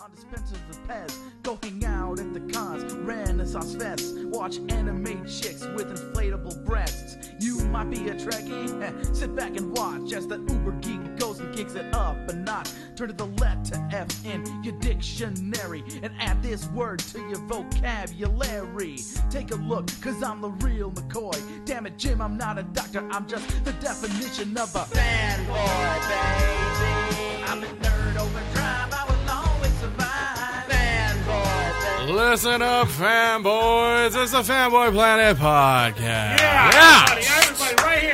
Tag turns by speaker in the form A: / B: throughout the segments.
A: on dispensers with Pez. Go hang out at the cons, Renaissance fests. Watch anime chicks with inflatable breasts. You might be a Trekkie, heh, sit back and watch as the uber geek goes and kicks it up a notch. Turn to the letter F in your dictionary and add this word to your vocabulary. Take a look, cause I'm the real McCoy. Damn it, Jim, I'm not a doctor, I'm just the definition of a fanboy, baby. I'm a nerd overdrive, I will always survive. Fanboy, baby.
B: Listen up, fanboys. It's the Fanboy Planet Podcast.
C: Yeah, everybody, everybody right here.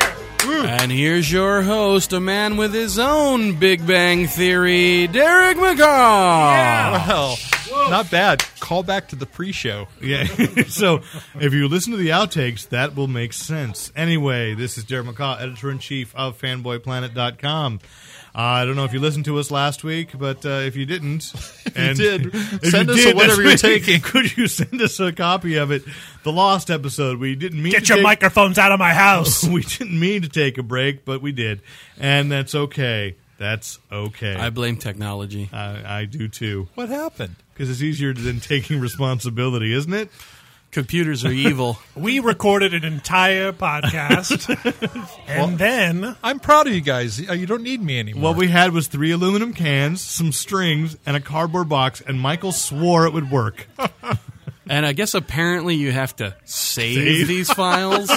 B: And here's your host, a man with his own Big Bang Theory, Derek McCall.
D: Well, not bad. Call back to the pre-show.
E: Yeah. so if you listen to the outtakes, that will make sense. Anyway, this is Derek McCaw, editor in chief of fanboyplanet.com. Uh, I don't know if you listened to us last week, but uh, if you didn't, and
D: did,
E: if
D: send us
E: did,
D: whatever
E: that's
D: you're
E: right.
D: taking.
E: Could you send us a copy of it? The lost episode. We didn't mean
C: Get
E: to
C: your
E: take-
C: microphones out of my house.
E: We didn't mean to take a break, but we did, and that's okay. That's okay.
B: I blame technology.
E: I, I do too,
D: What happened?
E: because it's easier than taking responsibility, isn't it?
B: Computers are evil.
C: We recorded an entire podcast, and then
D: I'm proud of you guys. Uh, You don't need me anymore.
E: What we had was three aluminum cans, some strings, and a cardboard box, and Michael swore it would work.
B: and I guess apparently you have to save,
E: Save.
B: these files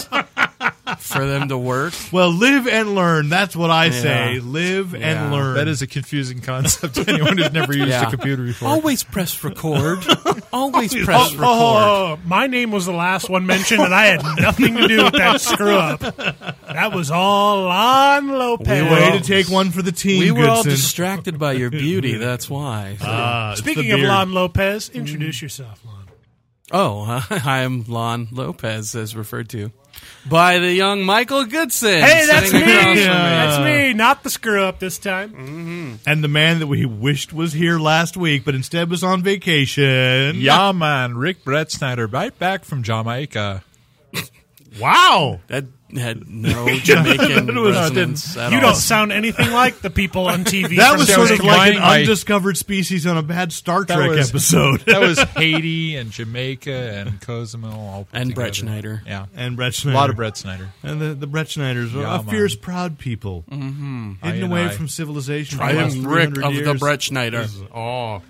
B: for them to work.
E: Well, live and learn. That's what I say.
B: Yeah.
E: Live
B: Yeah.
E: and learn.
D: that is a confusing concept to anyone who's never used
B: Yeah. Oh,
D: a computer before.
B: Always press record. Always press
E: oh,
B: record.
C: oh, my name was the last one mentioned, and I had nothing to do with that screw up. That was all on Lopez.
B: We
E: way
B: were-
E: to take one for the team.
B: We were all
E: Goodson.
B: distracted by your beauty, that's why.
E: Ah, it's the
C: Speaking of
E: beard.
C: Lon Lopez, introduce yourself, Lon.
B: Oh, I'm Lon Lopez, as referred to by the young Michael Goodson.
C: Hey, that's me.
B: sitting across from
C: That's me, not the screw up this time.
E: and the man that we wished was here last week, but instead was on vacation.
D: yeah, man. Rick Brett Snyder, right back from Jamaica.
E: Wow.
B: That had no Jamaican
E: That was-
B: resonance at
C: You
B: all.
C: don't sound anything like the people on TV.
E: That
C: from
E: was sort of
C: Jamaica.
E: like an
D: my-
E: undiscovered species on a bad Star
D: That
E: Trek
D: was-
E: episode.
D: That was Haiti and Jamaica and Cozumel. All put
B: And Brett
D: together.
B: Schneider.
D: Yeah.
E: and Brett Schneider.
D: A lot of Brett Snyder.
E: And the, the Brett Schneiders are
D: Yeah,
E: a
D: man.
E: fierce, proud people. Mm-hmm.
D: I
E: Hidden
D: and
E: away
D: I.
E: from civilization. for
B: I
E: the last
B: am Rick
E: 300
B: of the
E: years.
B: Brett Schneider.
E: Oh.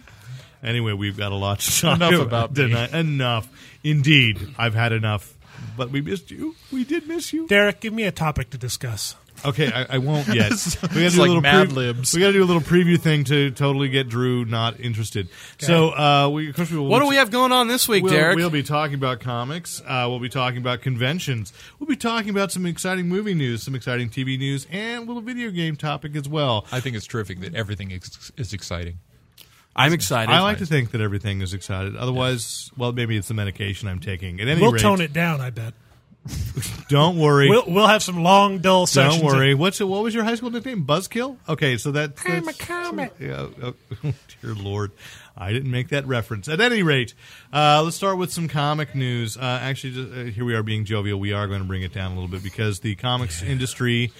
E: Anyway, we've got a lot to talk
D: Enough
E: about,
D: about me.
E: tonight. Enough, indeed. I've had enough, but we missed you. We did miss you.
C: Derek, give me a topic to discuss.
E: Okay, I, I won't yet.
D: It's-
E: gotta
D: it's
E: do a
D: like
E: little
D: Mad Libs.
E: We got to do a little preview thing to totally get Drew not interested. So, uh, we, of course, we will.
B: What do we have going on this week,
E: We'll,
B: Derek?
E: we'll be talking about comics. Uh, we'll be talking about conventions. We'll be talking about some exciting movie news, some exciting TV news, and a little video game topic as well.
D: I think it's terrific that everything is, is exciting.
B: I'm excited.
E: I like to think that everything is excited. Otherwise, well, maybe it's the medication I'm taking. At any
C: We'll
E: rate,
C: tone it down, I bet.
E: Don't worry.
C: We'll, we'll have some long, dull sessions.
E: don't worry. What's it, what was your high school nickname? Buzzkill. Okay, so that, that's
C: I'm a comet.
E: Yeah, oh, dear Lord, I didn't make that reference. At any rate, uh, let's start with some comic news. Uh, actually, just, uh, here we are being jovial. We are going to bring it down a little bit because the comics industry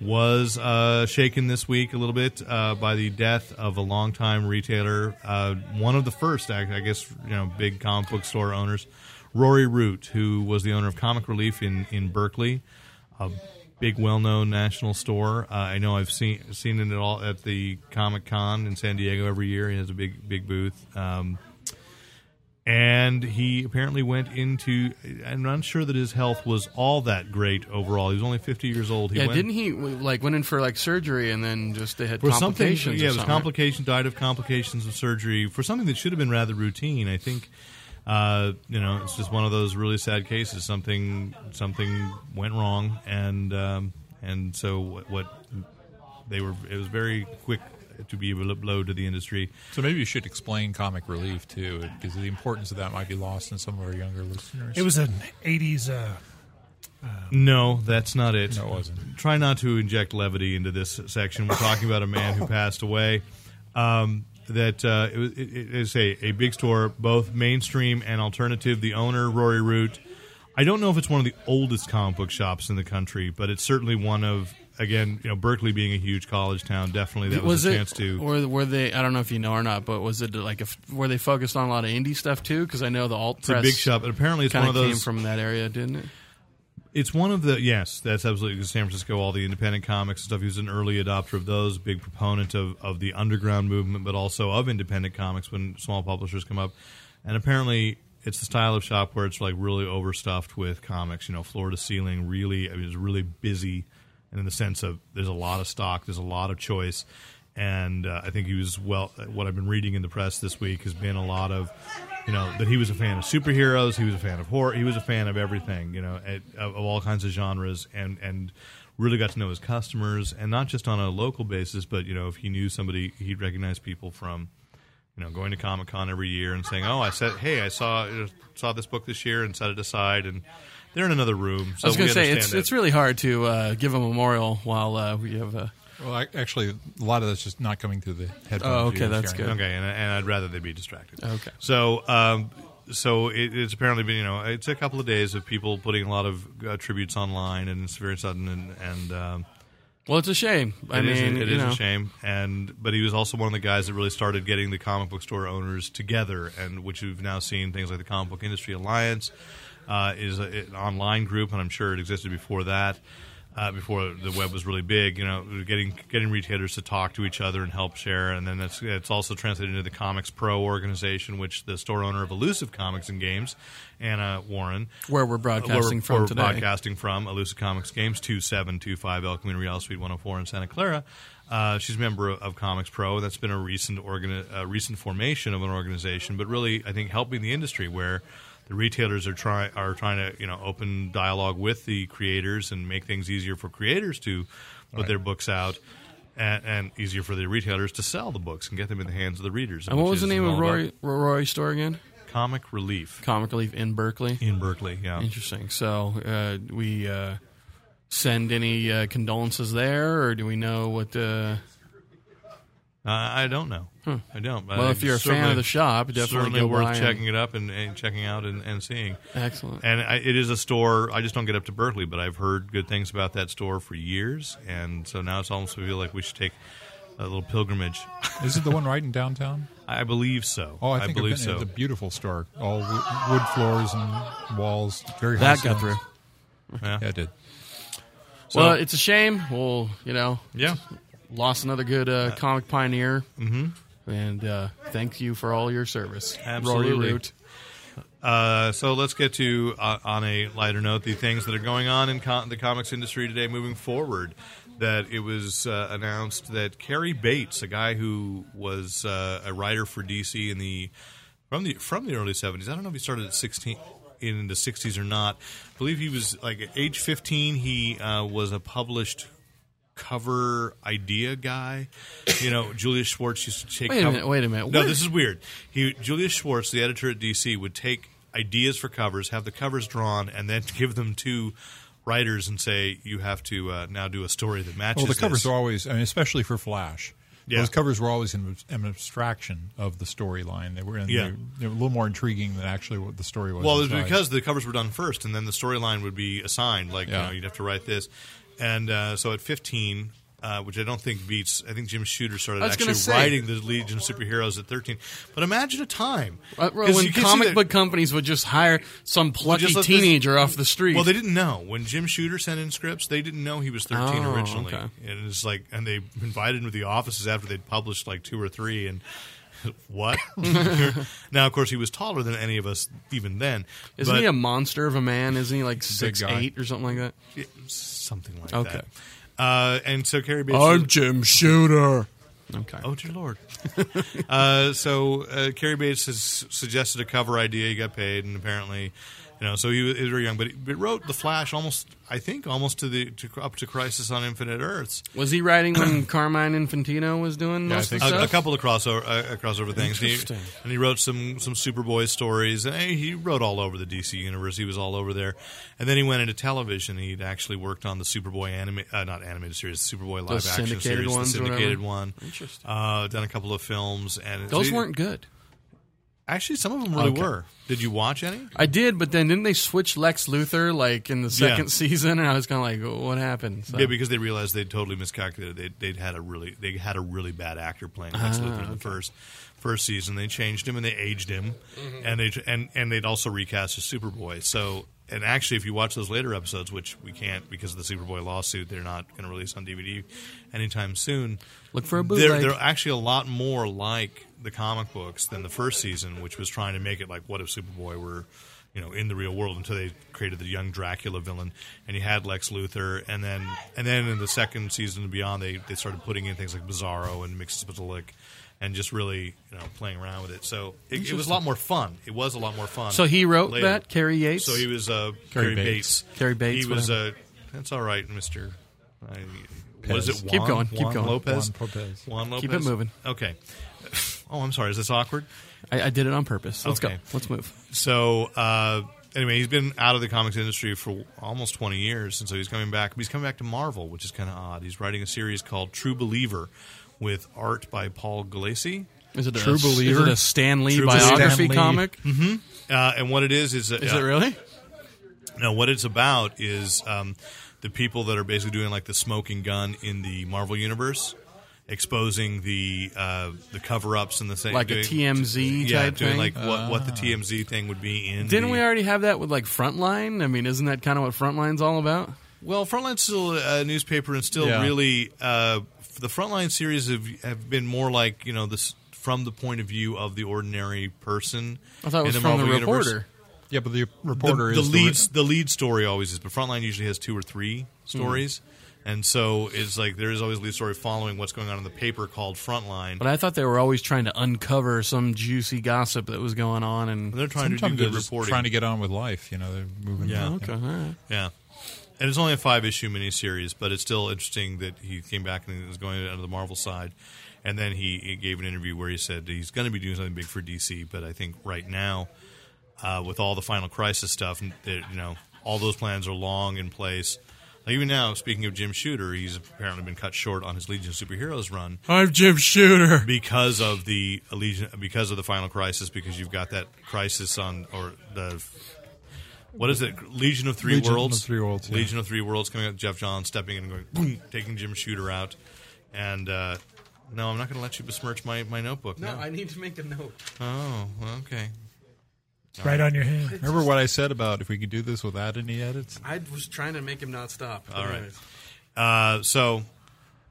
E: was uh, shaken this week a little bit uh, by the death of a longtime retailer, uh, one of the first, I I guess, you know, big comic book store owners, Rory Root, who was the owner of Comic Relief in in Berkeley a big, well-known national store. Uh, I know I've seen seen it at all at the Comic Con in San Diego every year. He has a big, big booth. Um, and he apparently went into. I'm not sure that his health was all that great overall. He was only 50 years old. He
B: Yeah,
E: went,
B: didn't he like went in for like surgery and then just they had
E: for something,
B: complications? or
E: yeah, it was
B: something, right?
E: complication, died of complications of surgery for something that should have been rather routine. I think, uh, you know, it's just one of those really sad cases. Something something went wrong, and um, and so what, what they were, it was very quick to be a blow to the industry.
D: So maybe you should explain comic relief too, because the importance of that might be lost in some of our younger listeners.
C: It was an 80s. Uh,
E: No, that's not it.
D: No, it wasn't.
E: Try not to inject levity into this section. We're talking about a man who passed away. Um, that uh, it, was- it, it is a, a big store, both mainstream and alternative. The owner, Rory Root. I don't know if it's one of the oldest comic book shops in the country, but it's certainly one of again, you know, Berkeley being a huge college town, definitely that was,
B: was
E: a
B: it
E: chance to.
B: or were they? I don't know if you know or not, but was it like if were they focused on a lot of indie stuff too? Because I know the alt
E: it's a
B: press
E: big shop, and apparently it's one
B: kind
E: of
B: of
E: those.
B: came from that area, didn't it?
E: It's one of the yes, that's absolutely 'cause San Francisco. All the independent comics and stuff. He was an early adopter of those, big proponent of of the underground movement, but also of independent comics when small publishers come up. And apparently, it's the style of shop where it's like really overstuffed with comics. You know, floor to ceiling. Really, I mean, it's really busy, and in the sense of there's a lot of stock, there's a lot of choice. And uh, I think he was well. What I've been reading in the press this week has been a lot of you know that he was a fan of superheroes he was a fan of horror he was a fan of everything you know at, of, of all kinds of genres and and really got to know his customers and not just on a local basis but you know if he knew somebody he'd recognize people from you know going to comic con every year and saying oh i said hey i saw saw this book this year and set it aside and they're in another room
B: I
E: so
B: was going to
E: we
B: say
E: understand
B: it's
E: that.
B: it's really hard to uh, give a memorial while uh, we have a.
D: Well, ac- actually, a lot of that's just not coming through the headphones.
B: Oh, okay,
D: you're
B: that's
D: hearing.
B: good.
E: Okay, and, and I'd rather they be distracted.
B: Okay.
E: So, um, so it, it's apparently been you know it's a couple of days of people putting a lot of uh, tributes online, and it's very sudden, and, and um,
B: Well, it's a shame. I
E: it
B: mean,
E: is- it
B: you
E: is
B: know,
E: a shame. And but he was also one of the guys that really started getting the comic book store owners together, and which we've now seen things like the Comic Book Industry Alliance uh, is a, an online group, and I'm sure it existed before that. Uh, before the web was really big, you know, getting getting retailers to talk to each other and help share, and then that's it's also translated into the Comics Pro organization, which the store owner of Elusive Comics and Games, Anna Warren,
B: where we're broadcasting
E: where
B: from
E: we're
B: today.
E: Broadcasting from Elusive Comics Games, 2725 El Camino Real Suite 104 in Santa Clara. Uh, she's a member of, of Comics Pro. That's been a recent organ- uh, recent formation of an organization, but really, I think helping the industry where the retailers are trying are trying to you know open dialogue with the creators and make things easier for creators to put their books out. And, and easier for the retailers to sell the books and get them in the hands of the readers.
B: And what
E: which
B: was the
E: is
B: name
E: all
B: of
E: about
B: Rory Rory's store again?
E: Comic Relief
B: Comic Relief in Berkeley.
E: in Berkeley. Yeah,
B: Interesting. So uh, we uh, send any uh, condolences there, or do we know what? Uh,
E: Uh, I don't know. I don't. but
B: Hmm. well,
E: I
B: if you're a fan
E: certainly-
B: of the shop, definitely
E: certainly
B: go by
E: worth
B: and-
E: checking it up and, and checking out and, and seeing.
B: Excellent.
E: And I, it is a store. I just don't get up to Berkeley, but I've heard good things about that store for years, and so now it's almost feel like we should take a little pilgrimage.
D: Is it the one right in downtown?
E: I believe so.
D: Oh, I think
E: believe
D: I've been, It's
E: so.
D: a beautiful store. All wo- wood floors and walls. Very high
B: That got
D: ceilings.
B: through.
E: yeah.
D: Yeah, it did.
B: well, it's a shame. Well, you know,
E: Yeah.
B: lost another good uh, comic pioneer. Mm-hmm. And uh, thank you for all your service,
E: Absolutely.
B: Rory Root.
E: Uh, so let's get to uh, on a lighter note the things that are going on in co- the comics industry today moving forward. That it was uh, announced that Carrie Bates, a guy who was uh, a writer for DC in the from the from the early seventies, I don't know if he started at sixteen in the sixties or not. I believe he was like at age fifteen. He uh, was a published cover idea guy. You know, Julius Schwartz used to take.
B: Wait a
E: cover-
B: minute, wait a minute.
E: No,
B: What-
E: this is weird. He Julius Schwartz, the editor at DC, would take ideas for covers, have the covers drawn, and then give them to writers and say, "You have to uh, now do a story that matches."
D: Well, the covers
E: this."
D: are always, I mean, especially for Flash.
E: Yeah.
D: Those covers were always an, an abstraction of the storyline. They were, in,
E: Yeah.
D: they, they were a little more intriguing than actually what the story was.
E: Well, it was
D: inside.
E: because the covers were done first, and then the storyline would be assigned. Like you
D: Yeah.
E: know, you'd have to write this, and uh, so at fifteen. Uh, which I don't think beats. I think Jim Shooter started
B: I was gonna
E: actually
B: say-
E: writing the Legion of Superheroes at 13. But imagine a time
B: Uh,
E: 'Cause
B: when
E: you can see
B: comic
E: that-
B: book companies would just hire some plucky
E: just let this-
B: teenager off the street.
E: Well, they didn't know when Jim Shooter sent in scripts. They didn't know he was thirteen
B: Oh,
E: originally,
B: okay.
E: and it's like, and they invited him to the offices after they'd published like two or three, and what? now, of course, he was taller than any of us even then.
B: Isn't
E: but
B: he a monster of a man? Isn't he like six
D: guy.
B: eight or something like that?
E: something like
B: Okay.
E: that? Uh, and so Carrie Bates.
B: Jim Shooter. Okay.
E: Oh dear lord! uh, so uh, Carrie Bates has suggested a cover idea. He got paid, and apparently, you know, so he was, he was very young. But he but wrote the Flash almost, I think, almost to the to, up to Crisis on Infinite Earths.
B: Was he writing when Carmine Infantino was doing
D: I
B: most of
D: think
B: the
E: A,
B: stuff?
E: a couple of crossover uh, uh, crossover things, and he,
B: Interesting.
E: and he wrote some some Superboy stories, and hey, he wrote all over the DC universe. He was all over there, and then he went into television. He'd actually worked on the Superboy anime, uh, not animated series, Superboy live action
B: syndicated
E: series,
B: ones
E: the
B: or whatever?
E: syndicated one.
B: Interesting.
E: Uh, done a couple of films, and
B: Those
E: so he-
B: weren't good.
E: Actually, some of them really
B: Okay.
E: were. Did you watch any?
B: I did, but then didn't they switch Lex Luthor like in the
E: Yeah.
B: second season? And I was kind of like, what happened? So-
E: Yeah, because they realized they'd totally miscalculated. They'd, they'd had a really they had a really bad actor playing Lex
B: Ah,
E: Luthor in the first first season. They changed him and they aged him, and they and and they'd also recast as Superboy. So and actually, if you watch those later episodes, which we can't because of the Superboy lawsuit, they're not going to release on DVD anytime soon.
B: Look for a
E: They're,
B: bootleg.
E: they're actually a lot more like the comic books than the first season, which was trying to make it like what if Superboy were, you know, in the real world until they created the young Dracula villain and you had Lex Luthor and then and then in the second season and beyond they, they started putting in things like Bizarro and Mixapatalic and just really, you know, playing around with it. So it, it was a lot more fun. It was a lot more fun.
B: So he wrote
E: later.
B: that, Carrie Yates?
E: So he was uh
D: Carrie
E: Carrie Bates.
D: Bates.
B: Carrie Bates,
E: He was uh that's all right, Mr. I, was it
D: Pez.
E: Juan,
B: Keep going, keep
E: Juan
B: going.
E: Lopez?
D: Juan Lopez.
E: Juan Lopez.
B: Keep it moving.
E: Okay. Oh, I'm sorry. Is this awkward?
B: I, I did it on purpose. Let's
E: Okay.
B: go. Let's move.
E: So, uh, anyway, he's been out of the comics industry for almost 20 years, and so he's coming back. He's coming back to Marvel, which is kind of odd. He's writing a series called True Believer with art by Paul Galassi.
B: Is it a
D: True Believer?
B: Is it a Stan Lee
E: True Believer.
B: biography
D: Stan Lee.
B: comic?
E: Uh, and what it is is
B: Is it really?
E: No, what it's about is um, the people that are basically doing like the smoking gun in the Marvel universe, exposing the uh, the cover ups and the thing
B: Like a
E: doing-
B: TMZ
E: yeah,
B: type thing?
E: doing
B: Ah.
E: like what what the TMZ thing would be in.
B: Didn't
E: the-
B: we already have that with like Frontline? I mean, isn't that kind of what Frontline's all about?
E: Well, Frontline's still a newspaper and still
D: Yeah.
E: really uh, f- the Frontline series have have been more like you know this from the point of view of the ordinary person.
B: I thought it
E: in
B: was from the
E: Marvel
B: reporter.
E: universe.
D: Yeah, but the
E: The-
D: reporter
E: the,
D: is
E: lead. The lead story always is, but Frontline usually has two or
B: Hmm.
E: three stories, and so it's like there is always a lead story following what's going on in the paper called Frontline.
B: But I thought they were always trying to uncover some juicy gossip that was going on. And
E: they're trying
D: sometimes
E: to do
D: they're
E: good
D: just
E: reporting.
D: trying to get on with life. You know, they're moving.
E: Yeah.
D: on.
B: okay, all right.
E: Yeah. And it's only a five issue miniseries, but it's still interesting that he came back and was going under the Marvel side. And then he, he gave an interview where he said he's going to be doing something big for DC, but I think right now, uh, with all the Final Crisis stuff, and that, you know, all those plans are long in place. Like even now, speaking of Jim Shooter, he's apparently been cut short on his Legion of Superheroes run
C: I'm Jim Shooter.
E: because of the Legion, because of the Final Crisis, because you've got that crisis on or the what is it? Legion of Three
D: Legion of
E: Worlds.
D: Three Worlds, yeah.
E: Legion of Three Worlds coming up. Jeff Johns stepping in and going boom, taking Jim Shooter out, and uh, no, I'm not going to let you besmirch my my notebook. No,
B: need to make a note.
E: oh, well, okay.
C: Right on your hand.
D: Remember what I said about if we could do this without any edits?
B: I was trying to make him not stop.
E: All right. Uh, so,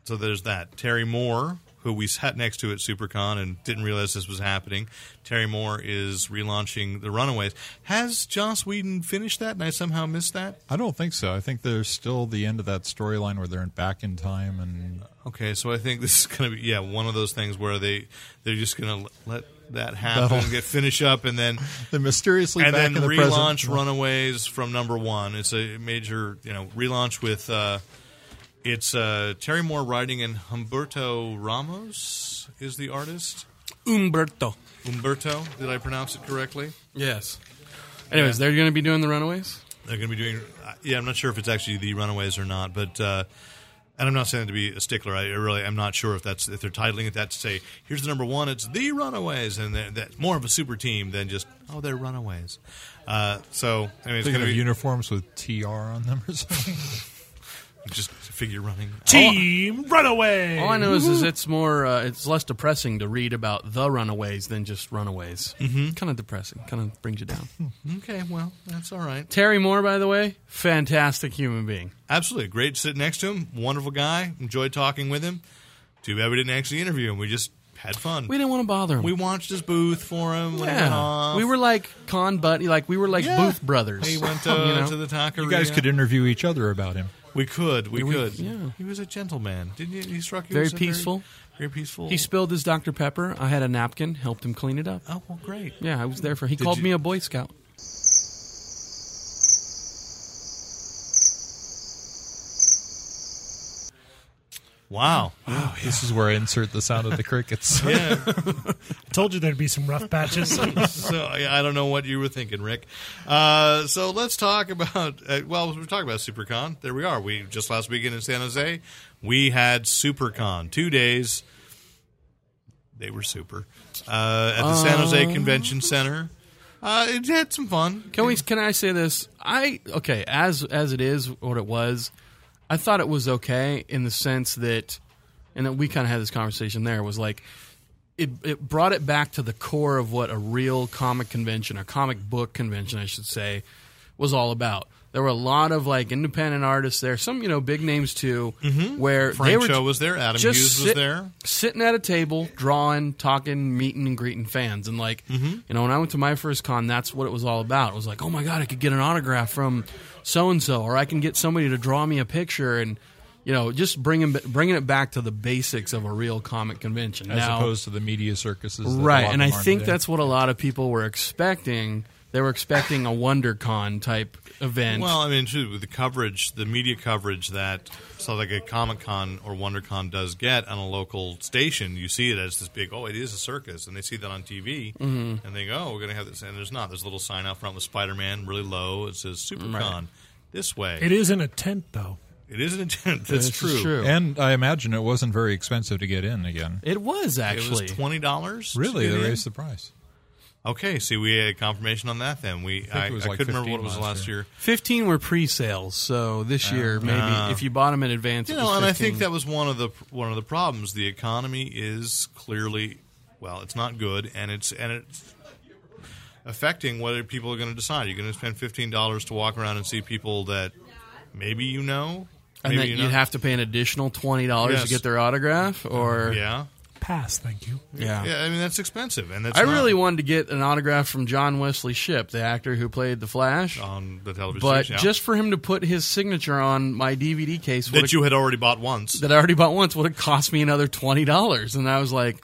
E: so there's that. Terry Moore, who we sat next to at SuperCon and didn't realize this was happening. Terry Moore is relaunching The Runaways. Has Joss Whedon finished that, and I somehow missed that?
D: I don't think so. I think there's still the end of that storyline where they're in back in time and
E: Okay, so I think this is going to be yeah one of those things where they they're just going to let that happen,
D: That'll-
E: get finish up, and then
D: they're mysteriously
E: and
D: back
E: then
D: in the
E: relaunch
D: present.
E: Runaways from number one. It's a major you know relaunch with uh, it's uh, Terry Moore writing and Humberto Ramos is the artist.
B: Umberto.
E: Umberto, did I pronounce it correctly?
B: Yes. Anyways, they're going to be doing the Runaways.
E: They're going to be doing. uh, Yeah, I'm not sure if it's actually the Runaways or not, but uh, and I'm not saying that to be a stickler. I I really, I'm not sure if that's if they're titling it that to say here's the number one. It's the Runaways, and they're- that's more of a super team than just oh they're Runaways. Uh, so I mean, it's
D: Thinking
E: going to
D: of
E: be
D: uniforms with TR on them or something.
E: just figure running.
D: E
C: Team Runaway.
B: All I know is, is it's more, uh, it's less depressing to read about the Runaways than just Runaways. Mm-hmm. Kind of depressing. Kind of brings you down.
E: Okay, well that's all right.
B: Terry Moore, by the way, fantastic human being.
E: Absolutely great sitting next to him. Wonderful guy. Enjoyed talking with him. Too bad we didn't actually interview him. We just had fun.
B: We didn't want to bother him.
E: We watched his booth for him. When he went
B: yeah,
E: off.
B: we were like con buddy, like we were like
E: Yeah.
B: Booth brothers.
E: He went to,
B: You know?
E: to the taqueria.
D: you guys could interview each other about him.
E: We could. We,
B: we-
E: could.
B: yeah.
E: He was a gentleman. Didn't you? He struck you
B: Very
E: as a
B: peaceful.
E: Very, very peaceful.
B: He spilled his Dr Pepper. I had a napkin, helped him clean it up.
E: oh well, great.
B: Yeah, I was there for. He called
E: you-
B: me a Boy Scout.
E: Wow. Wow.
D: This is where I insert the sound of the crickets.
E: Yeah.
C: Told you there'd be some rough patches.
E: so I I don't know what you were thinking, Rick. Uh, so let's talk about. Uh, well, we're talking about SuperCon. There we are. We just last weekend in San Jose, we had SuperCon two days. They were super. uh, at the San Jose Convention Center. Uh, it had some fun.
B: Can we? Can I say this? I okay. As as it is, what it was, I thought it was okay in the sense that, and that we kind of had this conversation. There was like, it it brought it back to the core of what a real comic convention, a comic book convention, I should say, was all about. There were a lot of like independent artists there, some you know big names too, where they
E: Mm-hmm. Frank
B: were
E: Cho was there. Adam
B: just
E: Hughes was
B: sit-
E: there.
B: sitting at a table, drawing, talking, meeting and greeting fans, and like you know, when I went to my first con, that's what it was all about. It was like, oh my god, I could get an autograph from so and so, or I can get somebody to draw me a picture, and you know, just bringing bringing it back to the basics of a real comic convention,
D: as
B: Now-
D: opposed to the media circuses. that a lot
B: right?
D: of
B: And I
D: them are
B: think
D: today.
B: that's what a lot of people were expecting. They were expecting a WonderCon type event.
E: Well, I mean, too, with the coverage, the media coverage that so like a Comic Con or WonderCon does get on a local station, you see it as this big. Oh, it is a circus, and they see that on TV,
D: Mm-hmm.
E: and they go, "Oh, we're going to have this." And there's not. There's a little sign out front with Spider Man, really low. It says SuperCon. This way,
C: It is in a tent, though.
E: it is an intent. That's
B: This is
E: true.
B: true.
D: And I imagine it wasn't very expensive to get in again.
B: it was
E: It
B: actually
E: was twenty dollars.
D: Really, they raised the price.
E: Okay, see, we had confirmation on that. Then we,
D: I
E: I,
D: think it was
E: I
D: like
E: couldn't remember what
D: 15
E: it was
D: last
E: last
D: year.
E: year.
B: 15 were pre-sales, so this year maybe if you bought them in advance,
E: Oh, You
B: it
E: know,
B: was
E: and I
B: 15.
E: think that was one of the one of the problems. The economy is clearly, well, it's not good, and it's and it's affecting whether people are going to decide. You're going to spend fifteen dollars to walk around and see people that maybe you know,
B: and
E: maybe
B: that
E: you
B: you'd
E: don't.
B: have to pay an additional twenty dollars
E: Yes. Oh,
B: to get their autograph, or
E: yeah,
C: Pass, thank you.
B: yeah.
E: yeah. I mean, that's expensive, and that's
B: I
E: not
B: really wanted to get an autograph from John Wesley Ship, the actor who played the Flash,
E: on the television.
B: but
E: station, yeah.
B: just for him to put his signature on my DVD case
E: that
B: would've-
E: you had already bought once,
B: that I already bought once would have cost me another twenty dollars, and I was like,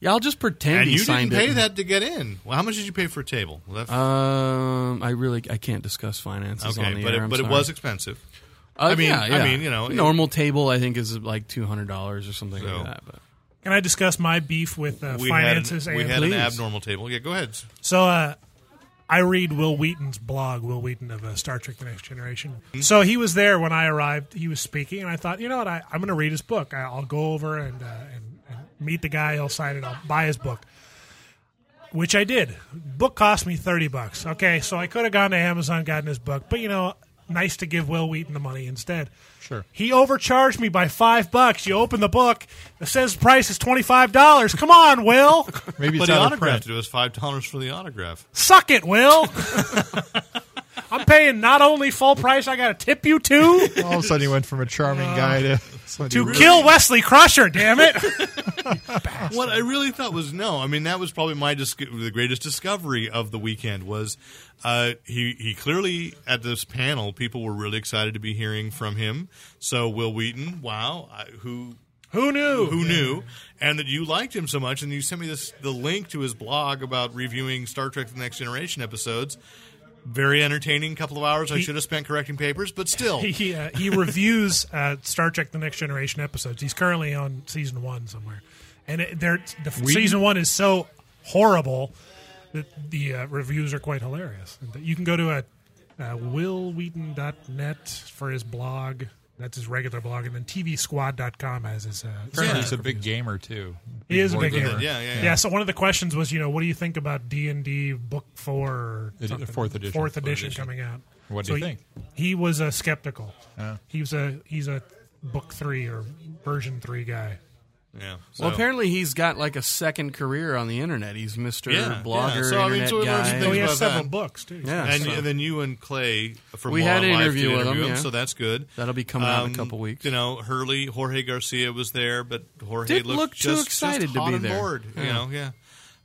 B: "Yeah, I'll just pretend
E: and
B: he
E: you didn't
B: signed
E: pay
B: it."
E: that to get in. Well, how much did you pay for a table? Well, that-
B: Um, I really I can't discuss finances on the
E: but
B: air.
E: it,
B: I'm
E: but it
B: sorry.
E: was expensive.
B: Uh,
E: I mean-
B: yeah,
E: I
B: yeah.
E: mean, you know, it-
B: normal table I think is like two hundred dollars or something
E: So-
B: like that. But
C: Can I discuss my beef with uh,
E: We
C: finances?
E: had an, we
C: and
E: had an
B: Please.
E: abnormal table. Yeah, go ahead.
C: So uh, I read Will Wheaton's blog, Will Wheaton of uh, Star Trek The Next Generation. So he was there when I arrived. He was speaking, and I thought, you know what? I, I'm going to read his book. I, I'll go over and, uh, and, and meet the guy. He'll sign it. I'll buy his book. Which I did. Book cost me thirty bucks. Okay, so I could have gone to Amazon, gotten his book, but you know, nice to give Will Wheaton the money instead.
D: Sure.
C: He overcharged me by five bucks. You open the book, it says price is twenty five dollars. Come on, Will.
D: Maybe
E: But
D: it's
E: the
D: out of
E: autograph
D: print.
E: it was five dollars for the autograph.
C: Suck it, Will. I'm paying not only full price, I got to tip you too
F: All of a sudden, you went from a charming guy to
C: to kill Wesley Crusher. Damn it!
E: What I really thought was no. I mean, that was probably my disco- the greatest discovery of the weekend was uh, he he clearly at this panel people were really excited to be hearing from him. So Will Wheaton, wow, I, who
C: Who knew?
E: who knew, and that you liked him so much, and you sent me this the link to his blog about reviewing Star Trek: The Next Generation episodes. Very entertaining couple of hours. I should have spent correcting papers, but still,
C: He uh, he reviews uh, Star Trek: The Next Generation episodes. He's currently on season one somewhere, and it, they're, the f season one is so horrible that the uh, reviews are quite hilarious. And You can go to a uh, willwheaton.net for his blog. That's his regular blog, and then tvsquad.com has his. Uh,
D: Apparently,
E: Yeah.
D: he's a big gamer too.
C: He is a
D: More
C: big
D: than-
C: gamer.
E: Yeah, yeah, yeah.
C: So one of the questions was, you know, what do you think about D and D Book Four, or
D: It-
C: something?
D: fourth edition.
C: fourth
D: Fourth
C: edition
D: edition.
C: coming out?
D: What do
C: So
D: you
C: he-
D: think?
C: He was uh, skeptical. He was a he's a Book Three or version three guy.
E: yeah. So.
B: Well, apparently he's got like a second career on the internet. He's Mister
E: Yeah,
B: Blogger,
E: yeah. So, I mean,
B: internet
E: so we learned some
B: guy.
E: things
C: So he
E: about
C: has several
E: that.
C: books too.
B: Yeah,
E: And,
B: so-
E: and then you and Clay from
B: We
E: Law
B: had an
E: and Life
B: interview
E: did
B: with him,
E: him,
B: yeah.
E: so that's good. Um,
B: That'll be coming out in a couple weeks.
E: You know, Hurley, Jorge Garcia was there, but Jorge
B: Didn't
E: looked
B: look too
E: just,
B: excited
E: just
B: to
E: hot
B: be
E: and
B: there.
E: bored. You
B: Yeah.
E: know, yeah.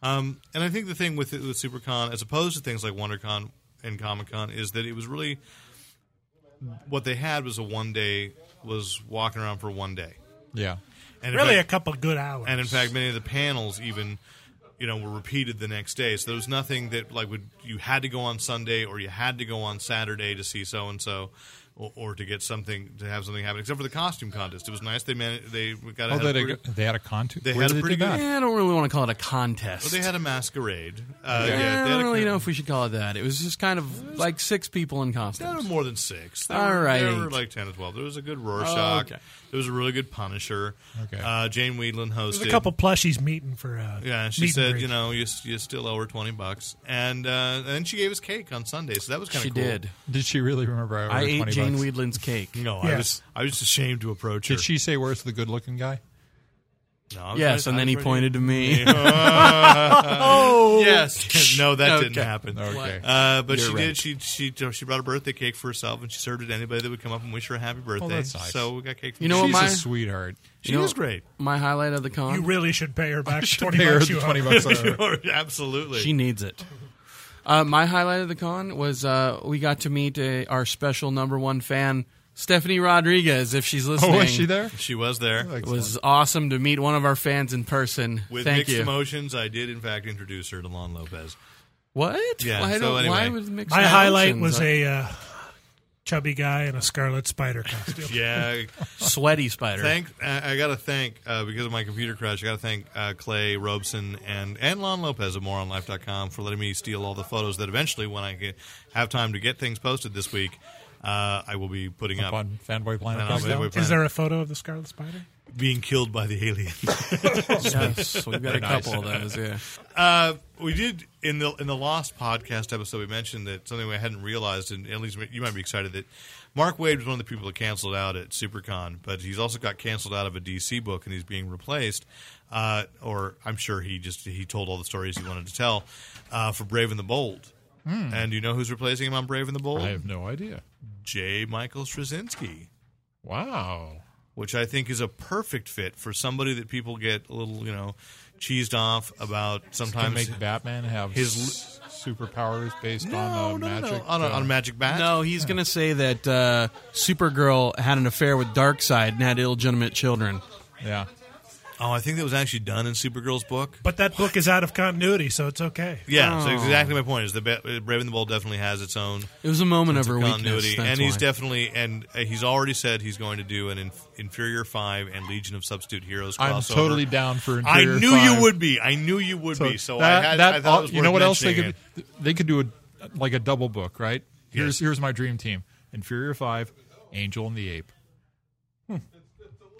E: Um, and I think the thing with with SuperCon, as opposed to things like WonderCon and Comic Con, is that it was really what they had was a one day was walking around for one day.
D: Yeah.
E: And in
C: Really, a
E: fact-
C: couple good hours.
E: and in fact, many of the panels even, you know, were repeated the next day. So there was nothing that like would you had to go on Sunday or you had to go on Saturday to see so and so, or to get something to have something happen. Except for the costume contest, it was nice. They man- they got
D: Oh,
E: had a
D: they,
E: pretty-
D: they had a contest.
E: They
D: Where
E: had
D: did
E: a pretty
D: do that?
E: good-
B: Eh, I don't really want to call it a contest.
E: well, they had a masquerade.
B: Eh,
E: Uh, yeah,
B: I
E: they had
B: don't
E: a-
B: really know if we should call it that. It was just kind of like six people in
E: There were
B: costumes.
E: more than six. There
B: All
E: were,
B: right.
E: There were like 10 or 12. There was a good Rorschach.
B: Okay.
E: There was a really good Punisher.
D: Okay.
E: Uh, Jane Weedland hosted.
C: There's a couple plushies meeting for. Uh,
E: Yeah,
C: meet
E: she
C: and
E: said,
C: greet.
E: you know, you, s- you still owe her twenty bucks, and uh, and then she gave us cake on Sunday, so that was kind
B: She
E: of cool.
B: did.
D: Did she really remember I ordered
B: I ate
D: 20
B: Jane
D: bucks?
B: Weedland's cake.
E: No, I
C: Yes.
E: was I was ashamed to approach her.
D: Did she say where's the good looking guy?
E: No, I was
B: Yes,
E: right-
B: and
E: I
B: then
E: was
B: he
E: right-
B: pointed to me. Oh!
E: Yes, no, that didn't
B: Okay.
E: happen.
D: Okay.
E: Uh, but
B: You're
E: she
B: right.
E: did. She she she brought a birthday cake for herself, and she served it to anybody that would come up and wish her a happy birthday.
D: that's nice.
E: So we got cake. From
B: You know what
D: She's
B: my-
D: a sweetheart.
E: she
B: you know-
E: was great.
B: My highlight of the con.
C: You really should pay her back
D: Should
C: twenty
D: pay her
C: bucks.
D: the
C: You owe.
D: 20 bucks I owe her.
E: Absolutely.
B: She needs it. Uh, my highlight of the con was uh, we got to meet uh, our special number one fan, Stephanie Rodriguez, if she's listening.
D: Oh, was she there?
E: she was there
B: It was awesome to meet one of our fans in person.
E: with
B: Thank
E: mixed
B: you.
E: emotions. I did in fact introduce her to Lon Lopez.
B: What?
E: Yeah,
B: Why,
E: so
B: don't-
E: anyway.
B: why was mixed
C: My highlight
B: emotions?
C: was
B: Uh,
C: a uh, chubby guy in a scarlet spider costume.
E: Yeah.
B: sweaty spider.
E: Thank I, I got to thank uh, because of my computer crash. I got to thank uh, Clay Robeson and and Lon Lopez of MoronLife.com for letting me steal all the photos that eventually, when I get, have time to get things posted this week, uh, I will be putting up.
D: Up on Fanboy Planet.
E: And I'll
D: dot
E: be
D: com?
E: with
C: Is there a photo of the scarlet spider?
E: being killed by the aliens.
B: yes, we've got a couple of those. Yeah.
E: Uh, we did in the in the Lost podcast episode. We mentioned that something I hadn't realized, and at least you might be excited that Mark Wade was one of the people that canceled out at SuperCon, but he's also got canceled out of a DC book, and he's being replaced. Uh, or I'm sure he just he told all the stories he wanted to tell uh, for Brave and the Bold. And do you know who's replacing him on Brave and the Bold?
D: Hmm. I have no idea.
E: J. Michael Straczynski
D: Wow.
E: which I think is a perfect fit for somebody that people get a little, you know, cheesed off about
D: Can
E: sometimes.
D: make Batman have
E: His
D: his superpowers based
E: no,
D: on uh,
E: no,
D: magic.
E: no, no. On a,
D: uh,
E: on a magic bat.
B: No, he's going to say that uh, Supergirl had an affair with Darkseid and had illegitimate children.
D: Yeah.
E: Oh, I think that was actually done in Supergirl's book.
C: But that book is out of continuity, so it's okay.
E: Yeah, so exactly my point is the Ba- Brave and the Bold definitely has its own
B: It was a moment of her
E: sense of
B: weakness.
E: continuity,
B: that's
E: and he's
B: why.
E: definitely and uh, he's already said he's going to do an inf- Inferior Five and Legion of Substitute Heroes.
D: I'm
E: crossover.
D: totally down for
E: I
D: Inferior
E: knew
D: Five.
E: you would be. I knew you would be. So I had. I thought it was
D: you know what
E: worth
D: else they
E: mentioning
D: could
E: it.
D: they could do a like a double book, right? Here's
E: Yes.
D: here's my dream team: Inferior Five, Angel and the Ape. Hmm.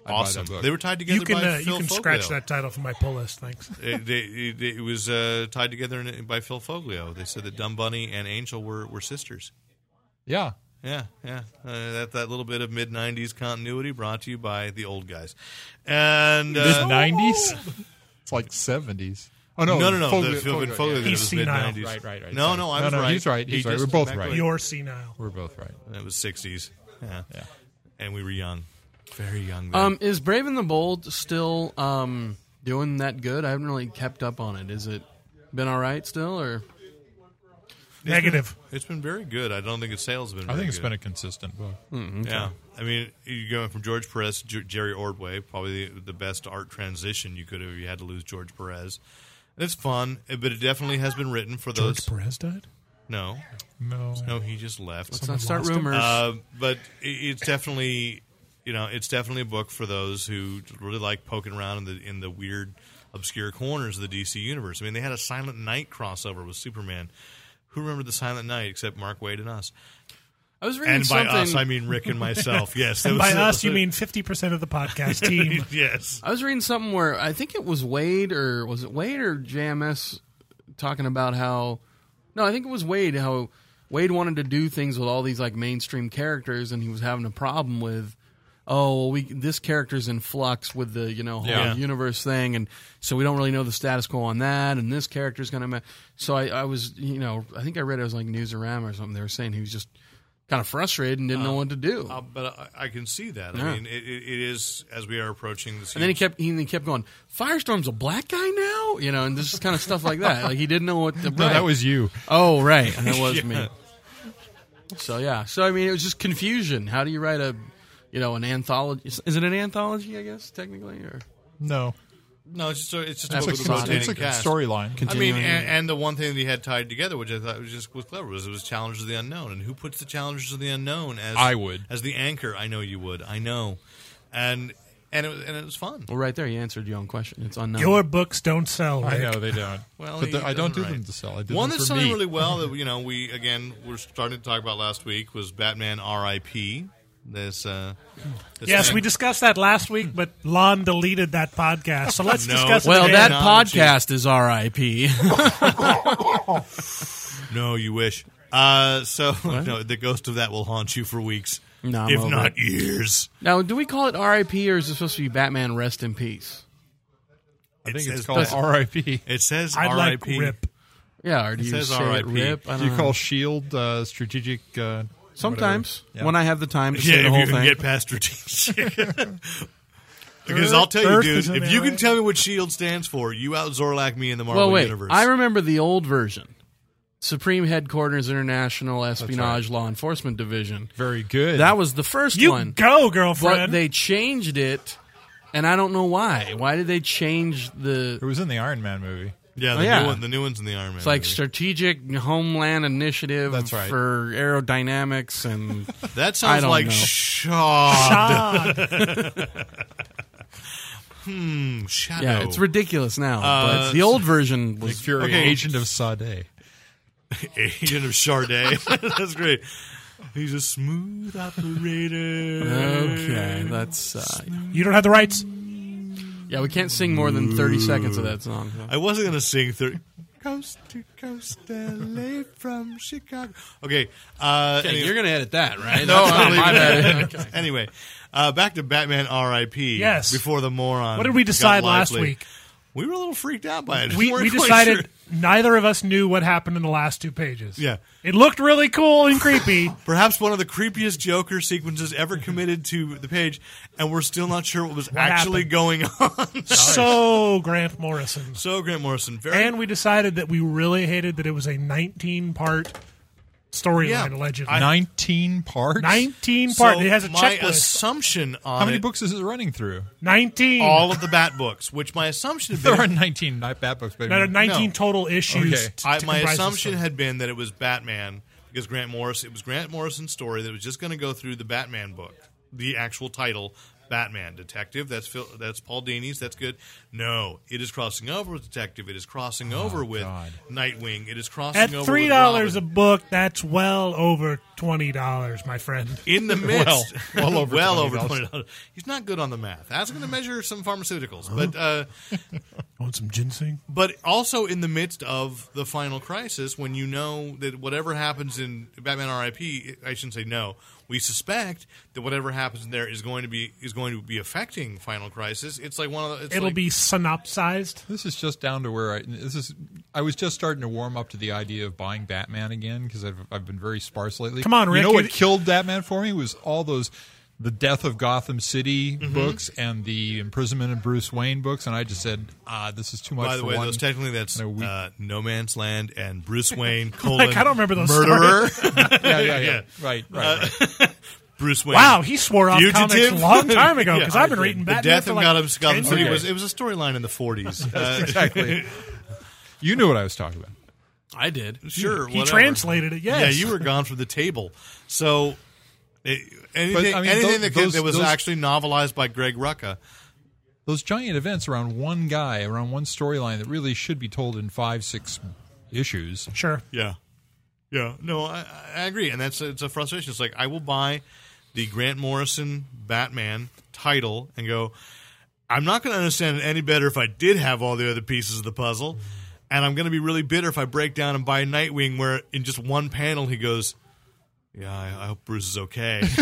D: I'd buy that
E: Awesome.
D: book.
E: They were tied together
C: You can
E: by
C: uh, you
E: Phil
C: can
E: Folko.
C: scratch that title from my pull list. Thanks.
E: it, Uh, they- it, it was uh, tied together in, by Phil Foglio. They said that Dumb Bunny and Angel were, were sisters.
D: yeah.
E: Yeah, yeah. Uh, that that little bit of mid '90s continuity brought to you by the old guys. And
D: This
E: uh,
D: nineties. It's like seventies. Oh no,
E: no, no, no.
D: Foglia-
E: the Phil
D: Foglia,
E: Foglio that
D: yeah.
E: it
C: He's
E: was mid
C: senile.
E: '90s.
D: Right, right, right.
E: No,
D: Sorry.
E: no, I
D: No,
E: was
D: no,
E: right.
D: he's right,
E: He
D: he's right.
E: just
D: We're
E: went
D: both
E: back
D: right.
E: like-
C: You're senile.
D: We're both right.
E: It was '60s. Yeah.
D: Yeah.
E: and we were young, very young. Then.
B: Um, is Brave and the Bold still um, doing that good? I haven't really kept up on it. Is it been all right still, or
C: Negative.
E: it's been very good. I don't think its sales have been.
D: I
E: very
D: think it's
E: good.
D: been a consistent book.
E: Yeah, I mean, you're going from George Perez to Jer- Jerry Ordway, probably the, the best art transition you could have. You had to lose George Perez. It's fun, eh, but it definitely has been written for those.
C: George Perez died.
E: no,
D: No,
E: no, he just left.
B: let's not start
C: lost him?
B: rumors?
E: Uh, but i- it's definitely, you know, it's definitely a book for those who really like poking around in the in the weird, obscure corners of the DC universe. I mean, they had a Silent Night crossover with Superman. Who remembered the Silent Night except Mark Wade and us?
B: I was reading
E: And by
B: something.
E: us, I mean Rick and myself. Yes, that
C: And
E: was-
C: by us, you mean fifty percent of the podcast team.
E: yes.
B: I was reading something where I think it was Wade or was it Wade or JMS talking about how no, I think it was Wade how Wade wanted to do things with all these like mainstream characters and he was having a problem with oh, well, we this character's in flux with the, you know, whole
E: Yeah.
B: universe thing and so we don't really know the status quo on that and this character's going to ma- so I I was, you know, I think I read it was like Newsarama or something they were saying he was just kind of frustrated and didn't know what to do.
E: Uh, but I, I can see that.
B: Yeah.
E: I mean, it, it, it is as we are approaching the.
B: And then he kept he then kept going. Firestorm's a black guy now, you know, and this is kind of stuff like that. Like he didn't know what. The,
D: no, that was you.
B: oh right, and that was me. So yeah, so I mean, it was just confusion. How do you write a, you know, an anthology? Is is it an anthology? I guess technically, or
D: No,
E: no, it's just a, it's just
B: That's
E: a, book
D: it's
E: with
D: a,
E: a rotating
D: it's a
E: cast.
D: storyline.
E: I mean,
B: Continuing.
E: and, and the one thing that he had tied together, which I thought was just was clever, was it was challenges of the unknown. And who puts the challenges of the unknown as
D: I would.
E: as the anchor? I know you would. I know, and and it was, and it was fun.
B: well, right there, you answered your own question. It's unknown.
C: Your books don't sell.
D: I
C: Rick.
D: know they don't.
E: Well,
D: but
E: he
D: the- I don't do
E: doesn't
D: them
E: write.
D: to sell. I do
E: One
D: them
E: that's
D: for
E: selling
D: me.
E: really well that you know we again were starting to talk about last week was Batman R.I.P. This, uh, this
C: Yes,
E: thing.
C: we discussed that last week, but Lon deleted that podcast. So let's
E: No.
C: discuss it.
B: Well,
C: again.
B: that
E: Technology.
B: podcast is R.I.P.
E: No, you wish. Uh, so no, the ghost of that will haunt you for weeks,
B: No, I'm
E: if
B: over
E: not years.
B: now, do we call it R.I.P. or is it supposed to be Batman Rest in Peace?
E: I
D: think
E: says,
D: it's called R.I.P.
E: It says
C: I'd like
E: R.I.P.
C: rip.
B: Yeah, or do you
E: says
B: say
E: R.I.P..
B: it rip? I
F: Do you
B: don't
F: call
B: know.
F: Shield uh, strategic? Uh,
B: Sometimes
F: whatever. Yeah.
B: when I have the time to
E: Yeah,
B: say the
E: if
B: whole
E: you can
B: thing.
E: get past strategic. because I'll tell you,
C: Earth
E: dude,
C: is an
E: if you can
C: ally.
E: tell me what Shield E stands for, you out Zorlak me in the Marvel
B: well, wait.
E: universe.
B: I remember the old version. Supreme Headquarters International Espionage Law Enforcement Division.
F: very good.
B: That was the first
C: You
B: one.
C: go,
B: but
C: girlfriend.
B: they changed it, and I don't know why. Why did they change the?
D: It was in the Iron Man movie.
E: yeah, the
B: Oh, yeah.
E: new one, the new one's in the Iron Man.
B: It's like
E: movie.
B: strategic homeland initiative
F: That's right.
B: for aerodynamics and
E: that
B: I
E: sounds
B: don't
E: like
B: know.
E: Shaw.
C: Ah,
E: Hmm, Shadow.
B: yeah, it's ridiculous now.
E: Uh,
B: but the old version
F: Nick
B: was
F: Fury,
E: okay.
F: agent of Sade.
E: Agent of Charday. That's great. He's a smooth
B: Uh,
E: operator.
B: okay. That's uh,
C: you don't have the rights.
B: yeah. We can't sing more than thirty seconds of that song.
E: I wasn't gonna sing thir- coast to coast, LA from Chicago. Okay, uh, anyway,
B: gonna edit that, right?
E: No,
B: That's not
E: I'm
B: my bad.
E: anyway, uh, back to Batman R.I.P.
C: Yes.
E: Before the moron.
C: What did we
E: got
C: decide last
E: lively.
C: week?
E: We were a little freaked out by it.
C: We,
E: weren't
C: we
E: quite
C: decided
E: sure.
C: neither of us knew what happened in the last two pages.
E: Yeah.
C: It looked really cool and creepy.
E: Perhaps one of the creepiest Joker sequences
C: Mm-hmm.
E: ever committed to the page, and we're still not sure what was actually
C: happened?
E: going on.
C: So Grant Morrison.
E: so Grant Morrison, very
C: And we decided that we really hated that it was a 19 part storyline,
E: Yeah.
C: allegedly.
F: Nineteen parts.
C: 19 part.
E: So
C: it has a
E: my
C: checklist.
E: assumption on
F: How many
E: it-
F: books is it running through?
C: 19.
E: all of the Bat books, which my assumption had
F: There
E: been
F: are nineteen not bad books, but
C: No, no, 19
E: No.
C: total issues.
F: Okay.
C: to-
E: I,
C: to
E: my
C: comprise the
E: assumption
C: story.
E: had been that it was Batman because Grant Morris. It was Grant Morrison's story that was just going to go through the Batman book, the actual title, Batman Detective. That's Phil, that's Paul Dini's. That's good. No, it is crossing over with Detective. It is crossing over with
F: God.
E: Nightwing. It is crossing
C: Oh, At
E: over with
C: three dollars a
E: Robin.
C: book, that's well over twenty dollars, my friend.
E: In the midst,
F: Well, well over
E: well over
F: $20.
E: twenty dollars. He's not good on the math. That's going to measure some pharmaceuticals, but. Uh,
C: Want some ginseng?
E: but also in the midst of the final crisis when you know that whatever happens in batman rip i shouldn't say no we suspect that whatever happens in there is going to be is going to be affecting final crisis it's like one of the it's
C: It'll
E: like-
C: be synopsized.
F: This is just down to where I this is. I was just starting to warm up to the idea of buying Batman again because I've I've been very sparse lately.
C: Come on,
F: You
C: Rick,
F: know what
C: you-
F: killed Batman for me was all those the death of Gotham City books and the imprisonment of Bruce Wayne books, and I just said, ah, this is too much.
E: by the
F: for
E: way,
F: one.
E: those technically that's
F: No, we-
E: uh, No Man's Land and Bruce Wayne colon
C: I don't remember those
E: murderer
F: yeah, yeah, yeah,
E: yeah. Uh,
F: right, right. right.
E: Bruce Wayne.
C: Wow, he swore off comics a
E: Fugitive?
C: long time ago because
E: Yeah,
C: I've been reading
E: the
C: Batman
E: death
C: for
E: of
C: like
E: Gotham,
C: 10
E: Gotham City
C: years.
E: was it was a storyline in the forties. Uh,
F: exactly. You knew what I was talking about.
B: I did.
E: sure,
C: He
E: whatever.
C: translated it. Yes.
E: Yeah, you were gone from the table. So it, anything,
F: But, I mean,
E: anything
F: tho-
E: that, could,
F: those-
E: that was
F: those-
E: actually novelized by Greg Rucka.
F: Those giant events around one guy, around one storyline that really should be told in five, six issues.
C: Sure.
E: Yeah, yeah. No, I, I agree, and that's it's a frustration. It's like I will buy the Grant Morrison Batman title and go. I'm not going to understand it any better if I did have all the other pieces of the puzzle, and I'm going to be really bitter if I break down and buy Nightwing, where in just one panel he goes. Yeah, I, I hope Bruce is okay.
C: He's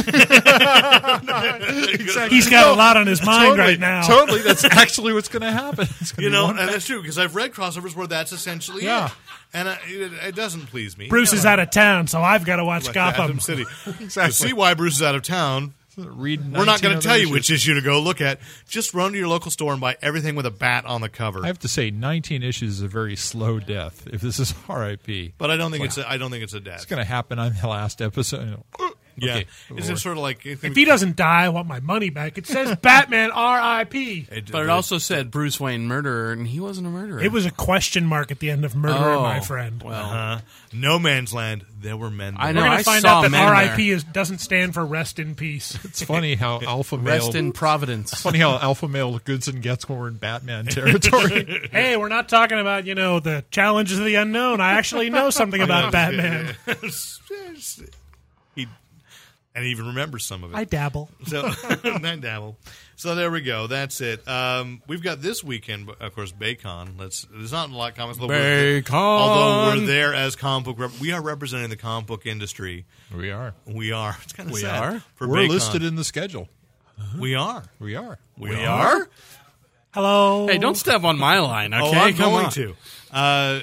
C: got a lot on his mind
F: Totally,
C: right now.
F: Totally, that's actually what's going to happen. It's gonna
E: you
F: be
E: know, uh,
F: one-
E: and that's true because I've read crossovers where that's essentially
F: Yeah.
E: it, and I, it, it doesn't please me.
C: Bruce is out of town, so I've got to watch
E: like
C: Gotham.
E: Gotham City. To see why Bruce is out of town.
F: read.
E: We're
F: 19
E: not going
F: other
E: to tell you
F: issues.
E: which issue to go look at. Just run to your local store and buy everything with a bat on the cover.
F: I have to say, 19 issues is a very slow death. If this is R.I.P.,
E: but I don't think it's a, I don't think it's a dad.
F: it's going to happen on the last episode.
E: yeah,
F: Okay.
E: it's just sort of like
C: If he doesn't die, I want my money back. It says Batman R.I.P.
B: But it also said Bruce Wayne murderer, and he wasn't a murderer.
C: It was a question mark at the end of Murderer, my friend.
B: Well,
E: uh, no man's land. There were men.
B: I
E: there.
B: know.
C: We're gonna
B: I
C: find
B: saw
C: out that
B: men
C: R.I.P.
B: there.
C: is doesn't stand for rest in peace.
F: It's funny how alpha male.
B: rest in Providence.
F: funny how alpha male goods and gets when we're in Batman territory.
C: hey, we're not talking about you know the challenges of the unknown. I actually know something about Batman.
E: He and even remember some of it.
C: I dabble.
E: So I dabble. So there we go. That's it. Um, we've got this weekend, of course, Baycon. Let's. There's not a lot of comics. although we're-
F: Baycon!
E: Although we're there as comic book, rep- we are representing the comic book industry.
F: We are.
E: We are. It's kind of
F: We
E: sad.
F: are.
E: For
F: We're
E: Baycon.
F: listed in the schedule.
E: We are.
F: We are.
E: We, are.
C: Hello.
B: Hey, don't step on my line. Okay,
E: Oh, I'm
B: come
E: going
B: on.
E: to. Uh,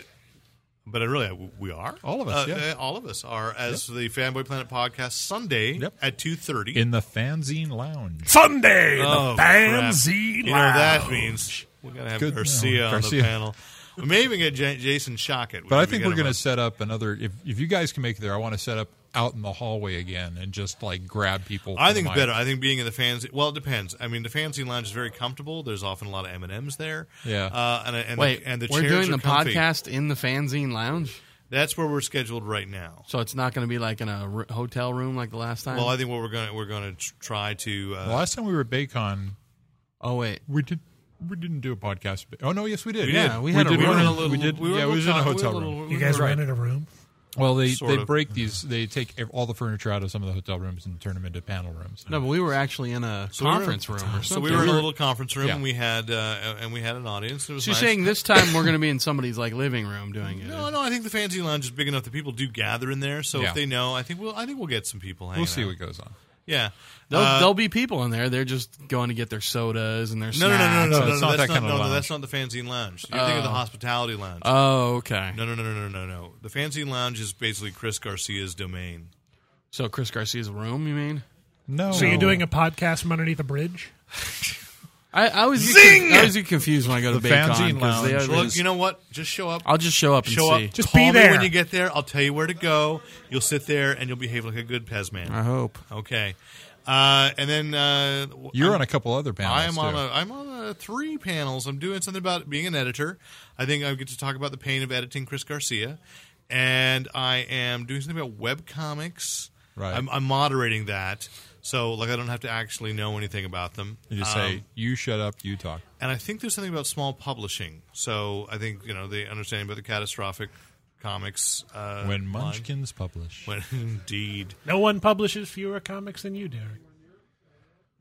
E: but I really, we are
F: All of us,
E: Uh,
F: yeah.
E: uh, all of us are as the Fanboy Planet podcast Sunday
F: Yep.
E: at two thirty.
F: In the fanzine lounge.
C: Sunday,
E: Oh,
C: the
E: crap.
C: fanzine
E: You know
C: lounge.
E: that means we're gonna have
F: Good.
E: Garcia on
F: Garcia.
E: the panel. We may even get J- Jason Shockett.
F: But I think we're going to
E: gonna
F: set up another. If, if you guys can make it there, I want to set up out in the hallway again and just like grab people.
E: I
F: for
E: think
F: the
E: it's
F: mic.
E: better. I think being in the fans. Well, it depends. I mean, the fancy lounge is very comfortable. There's often a lot of M and M's there.
F: Yeah.
E: Uh, and and
B: Wait,
E: the, and the
B: we're
E: chairs
B: doing
E: are
B: the
E: comfy.
B: podcast in the fanzine lounge,
E: That's where we're scheduled right now.
B: so it's not going to be like in a r- hotel room like the last time.
E: Well, I think what we're gonna we're gonna tr- try to.
F: The
E: Uh,
F: last time we were at Baycon,
B: oh wait,
F: we did. We didn't do a podcast. Oh no, yes we did.
E: We
B: Yeah,
E: did.
B: we had a
F: did
B: room.
F: one
E: were
F: in-
E: in a little.
F: we did.
E: were
F: yeah, we was in a
E: little- we
F: hotel
E: were
F: room.
E: little- we
C: You
E: were
C: guys
E: right.
C: rented a room.
F: Well, they
E: Sort
F: they
E: of. Hmm.
F: break these. They take ev- all the furniture out of some of the hotel rooms and turn them into panel rooms.
B: no, but we were actually in a
E: we were-
B: conference room or something.
E: So we were in a little conference room,
F: Yeah.
E: and we had uh, and we had an audience. It was
B: She's
E: nice.
B: saying this time we're going to be in somebody's like living room doing it.
E: No, no. I think the fancy lounge is big enough that people do gather in there. So
F: Yeah.
E: if they know, I think we'll. I think we'll get some people. Hanging
F: We'll see
E: out.
F: what goes on.
E: Yeah.
B: There'll,
E: Uh,
B: there'll be people in there. They're just going to get their sodas and their
E: no, no, no, no,
B: snacks.
E: no, no,
F: It's
E: no,
F: not
E: that's
F: that
E: not,
F: kind of
E: no, no,
F: lounge. Uh,
E: that's not the fanzine lounge. You're thinking of the hospitality lounge.
B: Oh, okay.
E: no, no, no, no, no, no, no. The fanzine lounge is basically Chris Garcia's domain.
B: So Chris Garcia's room, you mean?
F: No.
C: So you're doing a podcast from underneath a bridge?
B: I, I always get con- I always get confused when I go to
F: The
B: Baycon
F: fanzine
B: because they always,
F: lounge.
E: Look, you know what? Just show up.
B: I'll just show up and
E: show
B: see.
E: up.
C: Just
E: call
C: be
E: me
C: there.
E: when you get there. I'll tell you where to go. You'll sit there and you'll behave like a good Pez man.
F: Uh-huh.
B: I hope.
E: Okay. Uh, and then uh,
F: You're
E: I'm-
F: on a couple other panels.
E: I am on
F: too.
E: a I'm on a three panels. I'm doing something about being an editor. I think I get to talk about the pain of editing Chris Garcia, and I am doing something about web comics.
F: Right.
E: I'm, I'm moderating that, so like I don't have to actually know anything about them.
F: You just
E: Um,
F: say, "You shut up. You talk."
E: and I think there's something about small publishing. So I think you know the understanding about the catastrophic comics uh,
F: When
E: line.
F: Munchkins publish,
E: When indeed,
C: No one publishes fewer comics than you, Derek.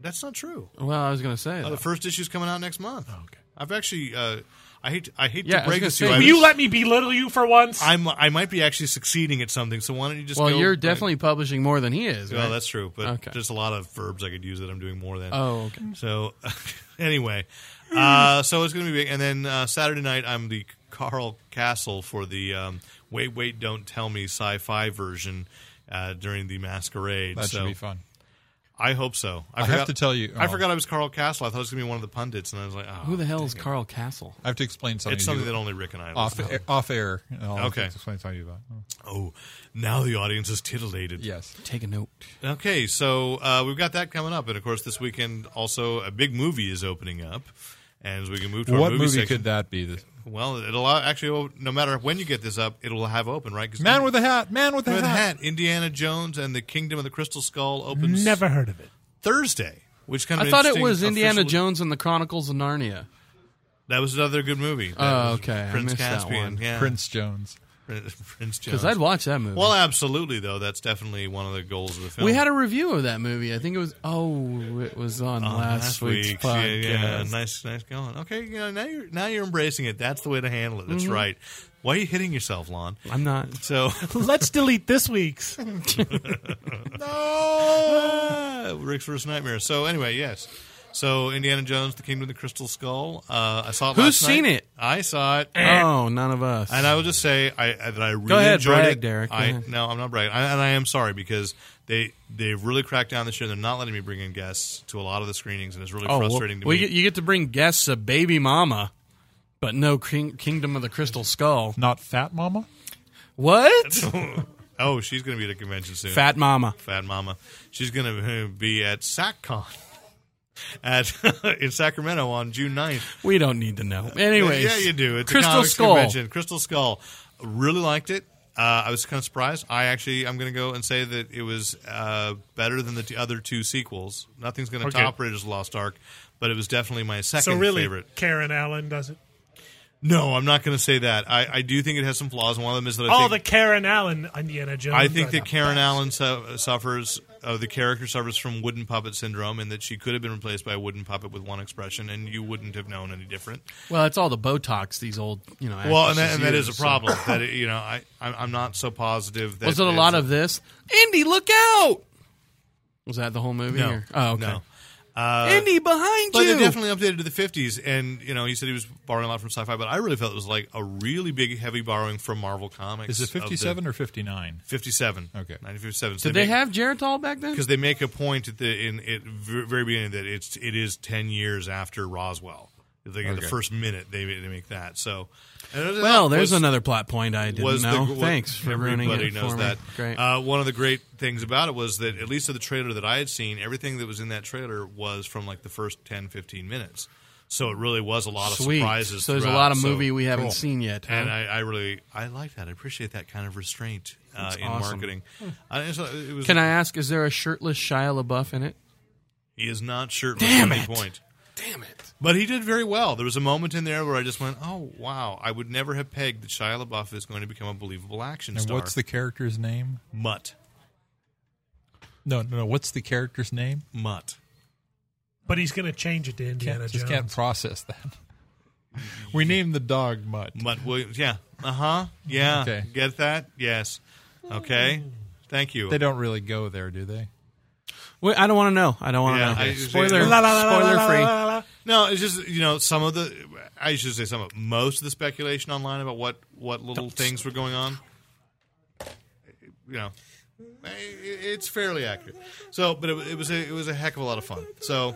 E: that's not true.
B: Well, I was going to say.
E: Uh,
B: though.
E: the first issue's coming out next month.
C: okay.
E: I've actually. Uh, I hate. I hate
B: Yeah, I
E: to
B: was
E: break
B: gonna
E: this
B: say,
E: to I
C: Will
E: was-
C: you let me belittle you for once?
E: I'm I might be actually succeeding at something. So why don't you just?
B: well,
E: go-
B: you're definitely publishing more than he is.
E: Well,
B: right?
E: that's true, but
B: Okay.
E: there's a lot of verbs I could use that I'm doing more than.
B: Oh, okay.
E: So anyway, uh, so it's going to be big. And then uh, Saturday night, I'm the Carl Castle for the um, Wait, Wait, Don't Tell Me sci-fi version uh, during the masquerade.
F: that
E: so
F: should be fun.
E: I hope so. I,
F: I have
E: forgot,
F: to tell you-
E: I
F: oh.
E: forgot I was Carl Castle. I thought it was going to be one of the pundits, and I was like, oh,
B: Who the hell is Carl Castle?
F: I have to explain something.
E: It's
F: to you
E: something that only Rick and I.
F: off
E: listen to.
F: air, off air. and I'll
E: Okay.
F: explain something to you about. it.
E: Oh, now the audience is titillated.
F: Yes.
B: Take a note.
E: Okay, so uh, we've got that coming up, and of course, this weekend also a big movie is opening up, and we can move to our
F: what
E: movie,
F: movie
E: section.
F: could that be? This
E: Well, it'll uh, actually oh, no matter when you get this up, it'll have open right. 'Cause
F: Man
E: Indi-
F: with a Hat. Man with a
E: Man with a
F: Hat.
E: Hat, Indiana Jones and the Kingdom of the Crystal Skull opens
C: Never heard of it.
E: Thursday, which kind of
B: I
E: an
B: thought it
E: interesting
B: was Indiana
E: official-
B: Jones and the Chronicles of Narnia.
E: That was another good movie. That
B: Oh,
E: was
B: okay. I
E: Prince
B: missed that
E: Caspian,
B: one.
E: yeah,
F: Prince Jones.
E: Prince, Prince Jones.
B: Because I'd watch that movie.
E: well, absolutely though. That's definitely one of the goals of the film.
B: we had a review of that movie. I think it was. Oh, it was on
E: Oh,
B: last, week's,
E: week's, yeah,
B: podcast.
E: yeah, nice, nice going. Okay, you know, now you're now you're embracing it. That's the way to handle it. That's
B: Mm-hmm.
E: right. Why are you hitting yourself, Lon?
B: I'm not.
E: So
C: Let's delete this week's.
E: no, Ah, Rick's worst nightmare. So anyway, yes. So Indiana Jones, The Kingdom of the Crystal Skull. Uh, I saw it.
B: Who's
E: last
B: seen
E: night.
B: it?
E: I saw it.
B: Oh, none of us.
E: Eh. And I will just say I, I- that I really
B: ahead,
E: enjoyed
B: brag,
E: it.
B: Derek. Go
E: I,
B: ahead.
E: No, I'm not bragging, I, and I am sorry because they they've really cracked down this year. They're not letting me bring in guests to a lot of the screenings, and it's really
B: Oh, well,
E: frustrating
B: we
E: to me.
B: get- you get to bring guests a baby mama, but no King, Kingdom of the Crystal Skull.
F: Not Fat Mama.
B: What?
E: oh, she's going to be at a convention soon.
B: Fat mama.
E: Fat Mama. She's going to be at SACCON at in Sacramento on June 9th.
B: We don't need to know. Anyways,
E: yeah, you do. It's a
B: Crystal
E: comics
B: Skull.
E: convention. Crystal Skull. Really liked it. Uh, I was kind of surprised. I actually, I'm going to go and say that it was uh, better than the t- other two sequels. Nothing's going to
C: Okay.
E: top Raiders of the Lost Ark, but it was definitely my second
C: So really,
E: favorite.
C: Karen Allen does it.
E: No, I'm not going to say that. I, I do think it has some flaws, and one of them is that I
C: Oh,
E: think
C: the Karen Allen Indiana Jones.
E: I think
C: are
E: that
C: the
E: Karen
C: best.
E: Allen su- suffers, uh, the character suffers from wooden puppet syndrome, and that she could have been replaced by a wooden puppet with one expression, and you wouldn't have known any different.
B: Well, it's all the Botox these old, you know.
E: Well, and that,
B: actresses
E: and that
B: use,
E: is a
B: so-
E: problem. that it, you know, I I'm I'm not so positive. That
B: Was it a
E: it's-
B: lot of this? Indy, look out! Was that the whole movie?
E: No,
B: or- Oh, okay.
E: no.
B: Uh, Indy, behind
E: But
B: you!
E: they definitely updated to the 50s, and you know, he said he was borrowing a lot from sci-fi, but I really felt it was like a really big, heavy borrowing from Marvel Comics.
F: Is it
E: of the-
F: 57 or 59?
E: 57.
F: Okay.
E: 1957. So
B: Did they
E: make-
B: have Geritol back then?
E: because they make a point at the in at ver- very beginning that it's it is ten years after Roswell. Like in the
F: Okay.
E: first minute, they, they make that. So, and it-
B: Well, there's
E: was-
B: another plot point I didn't
E: was
B: know.
E: The, was-
B: Thanks for ruining
E: everybody
B: it
E: knows
B: for me.
E: that.
B: Great.
E: Uh, one of the great things about it was that at least of the trailer that I had seen, everything that was in that trailer was from like the first 10, 15 minutes. So it really was a lot of
B: Sweet.
E: surprises.
B: So there's a
E: throughout.
B: lot of
E: So-
B: movie we haven't
E: Cool.
B: seen yet. huh?
E: And I, I really I like that. I appreciate that kind of restraint uh,
B: That's
E: in
B: awesome. Hmm.
E: marketing. I, it's- it was,
B: Can I ask? Is there a shirtless Shia LaBeouf in it?
E: He is not shirtless
B: Damn
E: at any
B: it.
E: point.
B: Damn it!
E: But he did very well. There was a moment in there where I just went, "Oh wow!" I would never have pegged that Shia LaBeouf is going to become a believable action
F: And
E: star.
F: what's the character's name?
E: mutt?
F: No, no, no. What's the character's name?
E: Mutt.
C: But he's going to change it to Indiana
F: Can't, just
C: Jones.
F: can't process that. we named the dog Mutt.
E: Mutt Williams. Yeah. Uh huh. Yeah.
F: Okay.
E: Get that? Yes. Okay. Thank you.
F: They don't really go there, do they?
B: Wait, I don't want to know. I don't want to
E: Yeah,
B: know.
E: I-
B: spoiler,
E: La, la,
B: spoiler free.
E: No, it's just you know some of the I should say some of most of the speculation online about what what little things were going on. You know, i- i- it's fairly accurate. So, but it, wa- it was a, it was a heck of a lot of fun. So,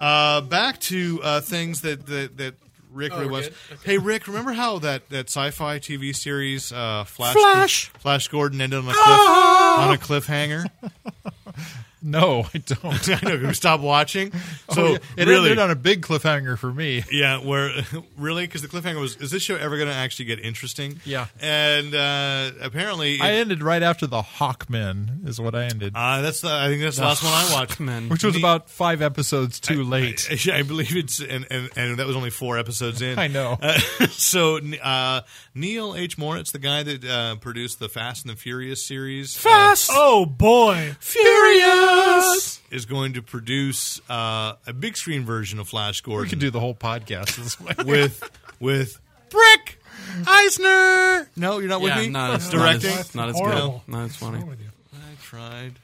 E: uh, back to uh, things that that, that Rick really was. Hey, Rick, remember how that, that sci-fi TV series uh, Flash
B: Flash!
E: Flash Gordon ended on a cliff, on
F: Ah!
E: a cliffhanger?
F: No, I don't.
E: I know. Can we stop watching? So
F: Oh, it
E: really,
F: ended on a big cliffhanger for me.
E: Yeah, where really because the cliffhanger was is this show ever going to actually get interesting?
F: Yeah.
E: and uh, apparently,
F: I
E: it-
F: ended right after the Hawkmen is what I ended,
E: uh, that's the, I think that's the last one I watched.
B: Man.
F: which was
E: the-
F: about five episodes too late.
E: I, I believe it's and, and and that was only four episodes in.
F: I know.
E: Uh, so uh, Neil H. Moritz, the guy that uh, produced the Fast and the Furious series, uh,
B: Fast,
C: Oh boy!
B: furious.
E: is going to produce uh, a big screen version of Flash Gordon.
F: we could do the whole podcast this way.
E: with with Brick Eisner. No, you're not with
B: Yeah,
E: me.
B: not as,
E: directing.
B: not as, not as
C: Horrible.
B: good, not as funny.
C: What's wrong with you?
E: I tried.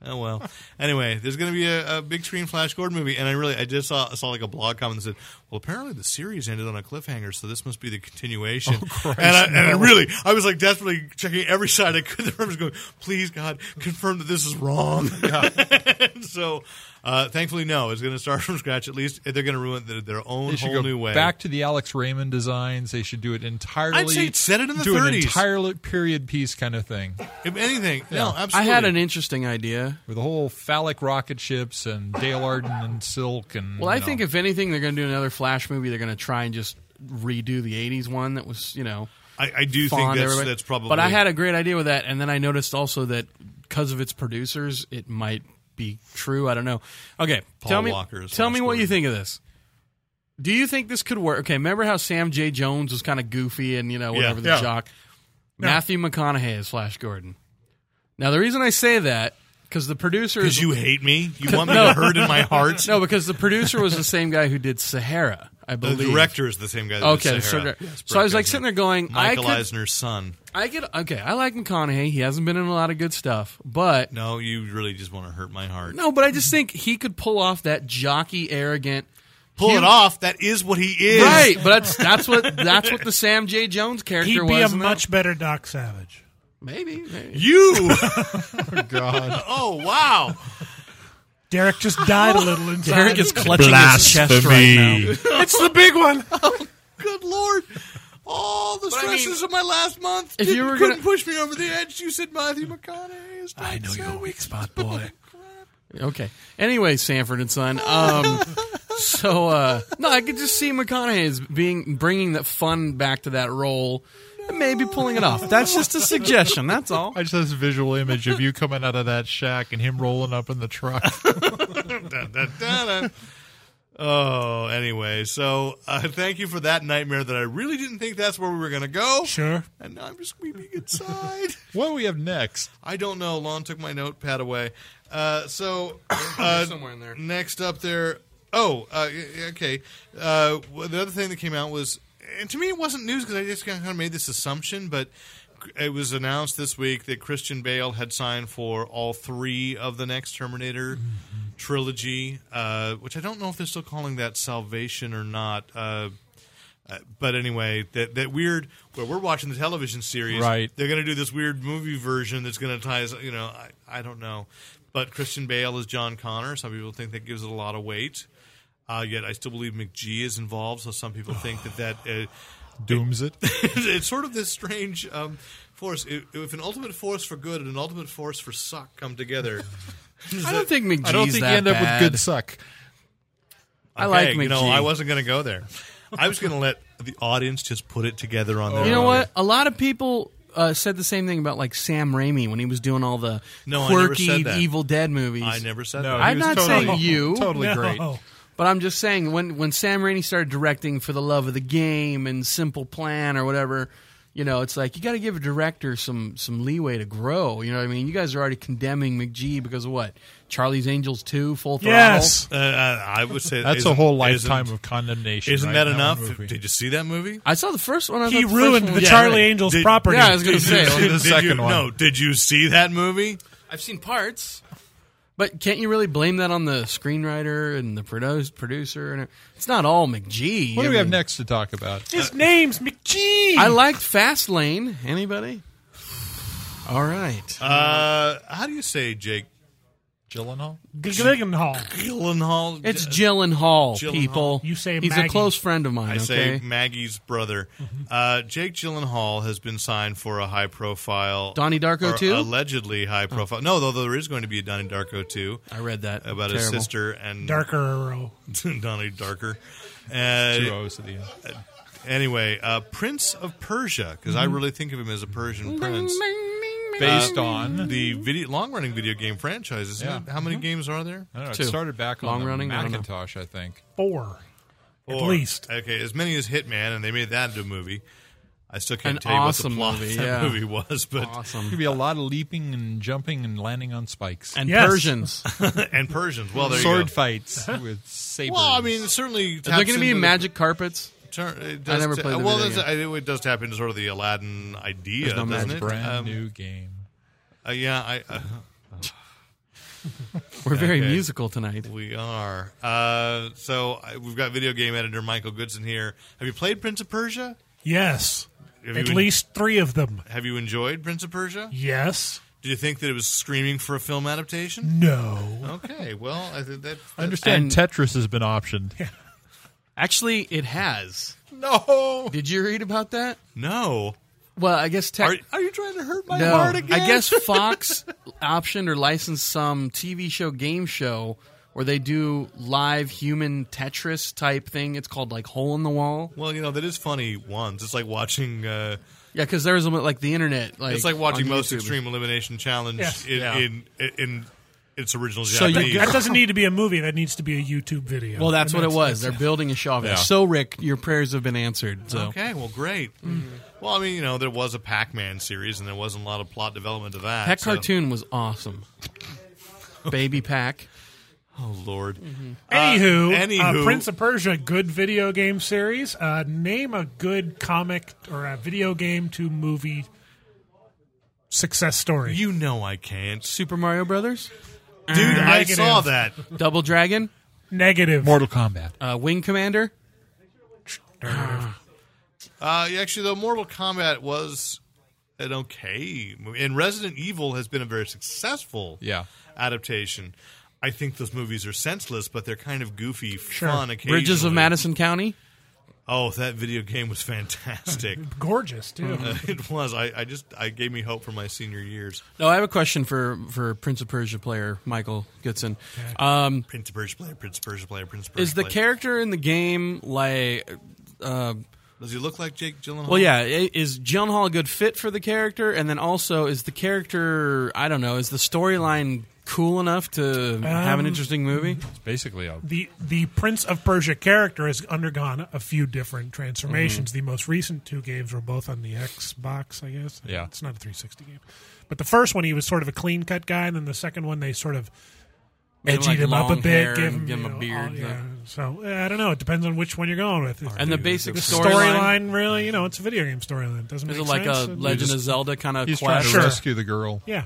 E: Oh well. Anyway, there's going to be a, a big screen Flash Gordon movie, and I really I just saw saw like a blog comment that said, "Well, apparently the series ended on a cliffhanger, so this must be the continuation."
B: Oh,
E: and I, and I really I was like desperately checking every side I could. I was going, "Please God, confirm that this is wrong." And so, uh, thankfully, no, it's going to start from scratch. At least they're going to ruin it their own
F: They should
E: whole
F: go
E: new way.
F: back to the Alex Raymond designs. They should do it entirely.
E: I'd say set it in the
F: do an
E: 30s.
F: entire period piece kind of thing
E: if anything, no,
B: I
E: absolutely.
B: had an interesting idea.
F: with the whole phallic rocket ships and Dale Arden and Silk and.
B: Well, I
F: you know.
B: think if anything, they're going to do another Flash movie. They're going to try and just redo the '80s one that was, you know.
E: I, I do
B: fond
E: think that's
B: everybody.
E: that's probably.
B: But I had a great idea with that, and then I noticed also that because of its producers, it might be true. I don't know. Okay,
E: Paul
B: tell me,
E: Walker is
B: tell
E: Flash
B: me what you
E: Gordon.
B: think of this. Do you think this could work? Okay, remember how Sam J. Jones was kind of goofy and you know whatever the
E: Yeah.
B: jock. Matthew McConaughey is Flash Gordon. Now the reason I say that because the producer
E: because
B: is
E: you hate me. You want me to hurt in my heart.
B: no because the producer was the same guy who did Sahara, I
E: The
B: believe.
E: director is the same guy. That
B: Okay,
E: did
B: the
E: Sahara.
B: director.
E: Yes,
B: so I was
E: Brett
B: like
E: Eisner.
B: sitting there going, I
E: Michael
B: could
E: Eisner's son.
B: I get okay. I like McConaughey. He hasn't been in a lot of good stuff, but no,
E: No, you really just want to hurt my heart.
B: but I just think he could pull off that jockey, arrogant.
E: pull it off. That is what he is.
B: Right, but that's that's what that's what the Sam J. Jones character
C: He'd
B: was.
C: be a
B: in that-
C: much better Doc Savage.
B: maybe, maybe.
E: You. oh wow.
C: Derek just died a little inside.
B: Derek is clutching his chest right now.
C: it's the big one.
E: Oh, Good lord. All the
B: I mean,
E: stresses of my last month
B: if
E: didn't,
B: you were
E: couldn't
B: gonna-
E: push me over the edge. You said Matthew McConaughey is.
C: I know you're a weak spot, boy.
B: Okay. Anyway, Sanford and Son. Um, so uh, no, I could just see McConaughey as being bringing that fun back to that role. and Maybe pulling it off. That's just a suggestion. That's all.
F: I just have this visual image of you coming out of that shack and him rolling up in the truck.
E: Da, da, da, da. Oh, anyway, so uh, thank you for that nightmare that I really didn't think that's where we were going to go.
C: Sure.
E: And now I'm just weeping inside.
F: What do we have next?
E: I don't know. Lon took my notepad away. Uh, so uh,
B: somewhere in there.
E: Next up there. Oh, uh, y- y- okay. Uh, well, the other thing that came out was, and to me it wasn't news because I just kind of made this assumption, but it was announced this week that Christian Bale had signed for all three of the next Terminator trilogy, uh, which I don't know if they're still calling that Salvation or not. Uh, uh, but anyway, that that weird where we're watching the television series,
F: Right.
E: They're going to do this weird movie version that's going to tie us. You know, I, I don't know, but Christian Bale is John Connor. Some people think that gives it a lot of weight. Uh, yet I still believe McGee is involved, so some people think that that. Uh,
F: Dooms it.
E: it's sort of this strange um, force. If, if an ultimate force for good and an ultimate force for suck come together,
B: I don't think McGee's
F: I don't think you
B: that
F: end up
B: bad.
F: with good suck.
B: I like
E: Okay,
B: McGee.
E: You know, I wasn't going to go there. I was going to let the audience just put it together on their.
B: Oh. You know
E: own.
B: what? A lot of people uh, said the same thing about like Sam Raimi when he was doing all the
E: No, I never said
B: quirky
E: that.
B: Evil Dead movies.
E: I never said
F: No,
E: that.
B: I'm
F: he was
B: not
F: totally,
B: saying you.
F: Totally great.
C: No.
B: But I'm just saying when when Sam Raimi started directing for the love of the game and Simple Plan or whatever, you know, it's like you got to give a director some some leeway to grow. You know what I mean? You guys are already condemning McGee because of what Charlie's Angels two full throttle.
C: Yes.
E: Uh, I I would say
F: That's a
E: isn't-
F: whole
E: isn't-
F: lifetime of condemnation.
E: Isn't
F: right?
E: that
F: one
E: enough?
F: movie.
E: Did you see that movie?
B: I saw the first one. I
C: He
B: thought the first
C: ruined
B: one
C: the
B: was
C: Charlie
B: great.
C: Angels
E: Did-
C: property.
B: Yeah, I was gonna say.
E: Did you-
F: second one.
E: No, did you see that movie?
B: I've seen parts. But can't you really blame that on the screenwriter and the produ- producer? And it's not all McGee.
F: What do
B: I
F: we have
B: mean,
F: next to talk about?
C: His name's McGee.
B: I liked Fastlane. Anybody? All right.
E: Uh, how do you say Jake
F: Gyllenhaal?
C: Guggenhall.
E: Gyllenhaal?
B: It's Gyllenhaal,
E: Gyllenhaal.
B: people.
C: You say
B: he's a
C: Maggie.
B: close friend of mine.
E: I
B: okay.
E: say Maggie's brother.
F: Mm-hmm.
E: Uh, Jake Gyllenhaal has been signed for a high profile.
B: Donnie Darko
E: or
B: too? Oh.
E: Allegedly high profile. No, though there is going to be a Donnie Darko too.
B: I read that
E: About his
B: Terrible.
E: sister and
C: Darker.
E: Donnie Darker. Uh,
F: Two O's at the end.
E: anyway, uh, Prince of Persia, because
B: Mm-hmm.
E: I really think of him as a Persian prince.
F: Based on.
E: The video, long-running video game franchise, isn't
F: Yeah. Mm-hmm.
E: it? How many games are there?
F: I don't know. It
B: Two.
F: started back on
B: Long
F: the
B: running? I don't know.
F: Macintosh, I think.
C: Four. At
E: Four.
C: least.
E: Okay, as many as Hitman, and they made that into a movie. I still can't
B: An
E: tell you
B: awesome
E: what the plot
B: movie,
E: of
B: yeah.
E: that movie was, but
F: Could
B: Awesome.
F: be a lot of leaping and jumping and landing on spikes.
B: Uh, And
C: Yes.
B: Persians.
E: and Persians. Well, there you
F: sword
E: go.
F: fights with sabers.
E: Well, I mean, it certainly.
B: Are there going to be magic carpets?
E: it does
B: never
E: ta-
B: played the
E: well,
B: video
E: it's- I- it does tap into sort of the Aladdin idea,
B: There's no
E: doesn't
B: magic.
E: it?
F: brand
E: Um,
F: new game.
E: uh, yeah, I, uh,
B: We're very
E: Okay.
B: musical tonight.
E: we are. Uh, so I, we've got video game editor Michael Goodson here. Have you played Prince of Persia?
C: Yes.
E: Have
C: At
E: you en-
C: least three of them.
E: Have you enjoyed Prince of Persia?
C: Yes.
E: Do you think that it was screaming for a film adaptation?
C: No.
E: Okay, well, I think that.
F: I understand
B: and-
F: Tetris has been optioned.
B: Actually, it has.
E: No,
B: Did you read about that?
E: no.
B: Well, I guess tech.
E: Are, are you trying to hurt my
B: no,
E: heart again?
B: I guess Fox optioned or licensed some TV show game show where they do live human Tetris type thing. It's called like Hole in the Wall.
E: Well, you know that is funny. Once it's like watching. Uh,
B: Yeah, because there was a, like the internet. Like
E: it's like watching
B: on
E: most
B: YouTube.
E: extreme elimination challenge
C: Yes.
E: in,
B: Yeah.
E: in, in its original
B: So you
E: Japanese.
B: got-
C: That doesn't need to be a movie. That needs to be a YouTube video.
B: Well, that's
C: And
B: what it was. They're building a show.
F: Yeah.
B: So, Rick, your prayers have been answered. So,
E: okay, well, great.
B: Mm-hmm.
E: Well, I mean, you know, there was a Pac-Man series, and there wasn't a lot of plot development to that.
B: that
E: so-
B: cartoon was awesome. Baby Pack.
E: Oh Lord.
B: Mm-hmm.
C: Anywho,
E: Uh,
C: uh,
E: anywho.
C: Prince of Persia, good video game series. Uh, name a good comic or a video game to movie success story.
E: You know I can't,
B: Super Mario Brothers.
E: dude. I
C: Negative.
E: saw that.
B: Double Dragon.
C: Negative.
F: Mortal Kombat.
B: Uh, Wing Commander.
E: Uh, yeah, actually, though, Mortal Kombat was an okay movie, and Resident Evil has been a very successful
F: Yeah.
E: adaptation. I think those movies are senseless, but they're kind of goofy,
C: Sure.
E: fun occasionally.
B: Bridges of Madison County.
E: Oh, that video game was fantastic.
C: Gorgeous too.
E: it was. I, I just I gave me hope for my senior years.
B: No, I have a question for for Prince of Persia player Michael Goodson. Um,
E: Prince of Persia player, Prince of Persia player, Prince of Persia
B: is the
E: player.
B: character in the game like? Uh,
E: Does he look like Jake Gyllenhaal?
B: well, yeah. i- Is Hall a good fit for the character? And then also, is the character? I don't know. Is the storyline cool enough to
C: Um,
B: have an interesting movie?
D: It's basically a
C: the the Prince of Persia character has undergone a few different transformations.
E: Mm-hmm.
C: The most recent two games were both on the Xbox, I guess.
D: Yeah.
C: it's not a 360 game, but the first one he was sort of a clean cut guy, and then the second one they sort of
B: Made him,
C: edgied
B: like,
C: him up a
B: long hair
C: bit, gave
B: and
C: him,
B: give
C: you
B: him a
C: know,
B: beard,
C: all-
B: yeah.
C: yeah. So eh, I don't know. It depends on which one you're going with.
B: And the
E: Dude,
B: basic
E: the
B: storyline
C: storyline, really, you know, it's a video game storyline. It doesn't
B: is it
C: make
B: like a
C: sense. It-
B: Legend of Zelda kind of
F: He's trying
B: quest?
F: to
C: Sure.
F: rescue the girl
C: Yeah,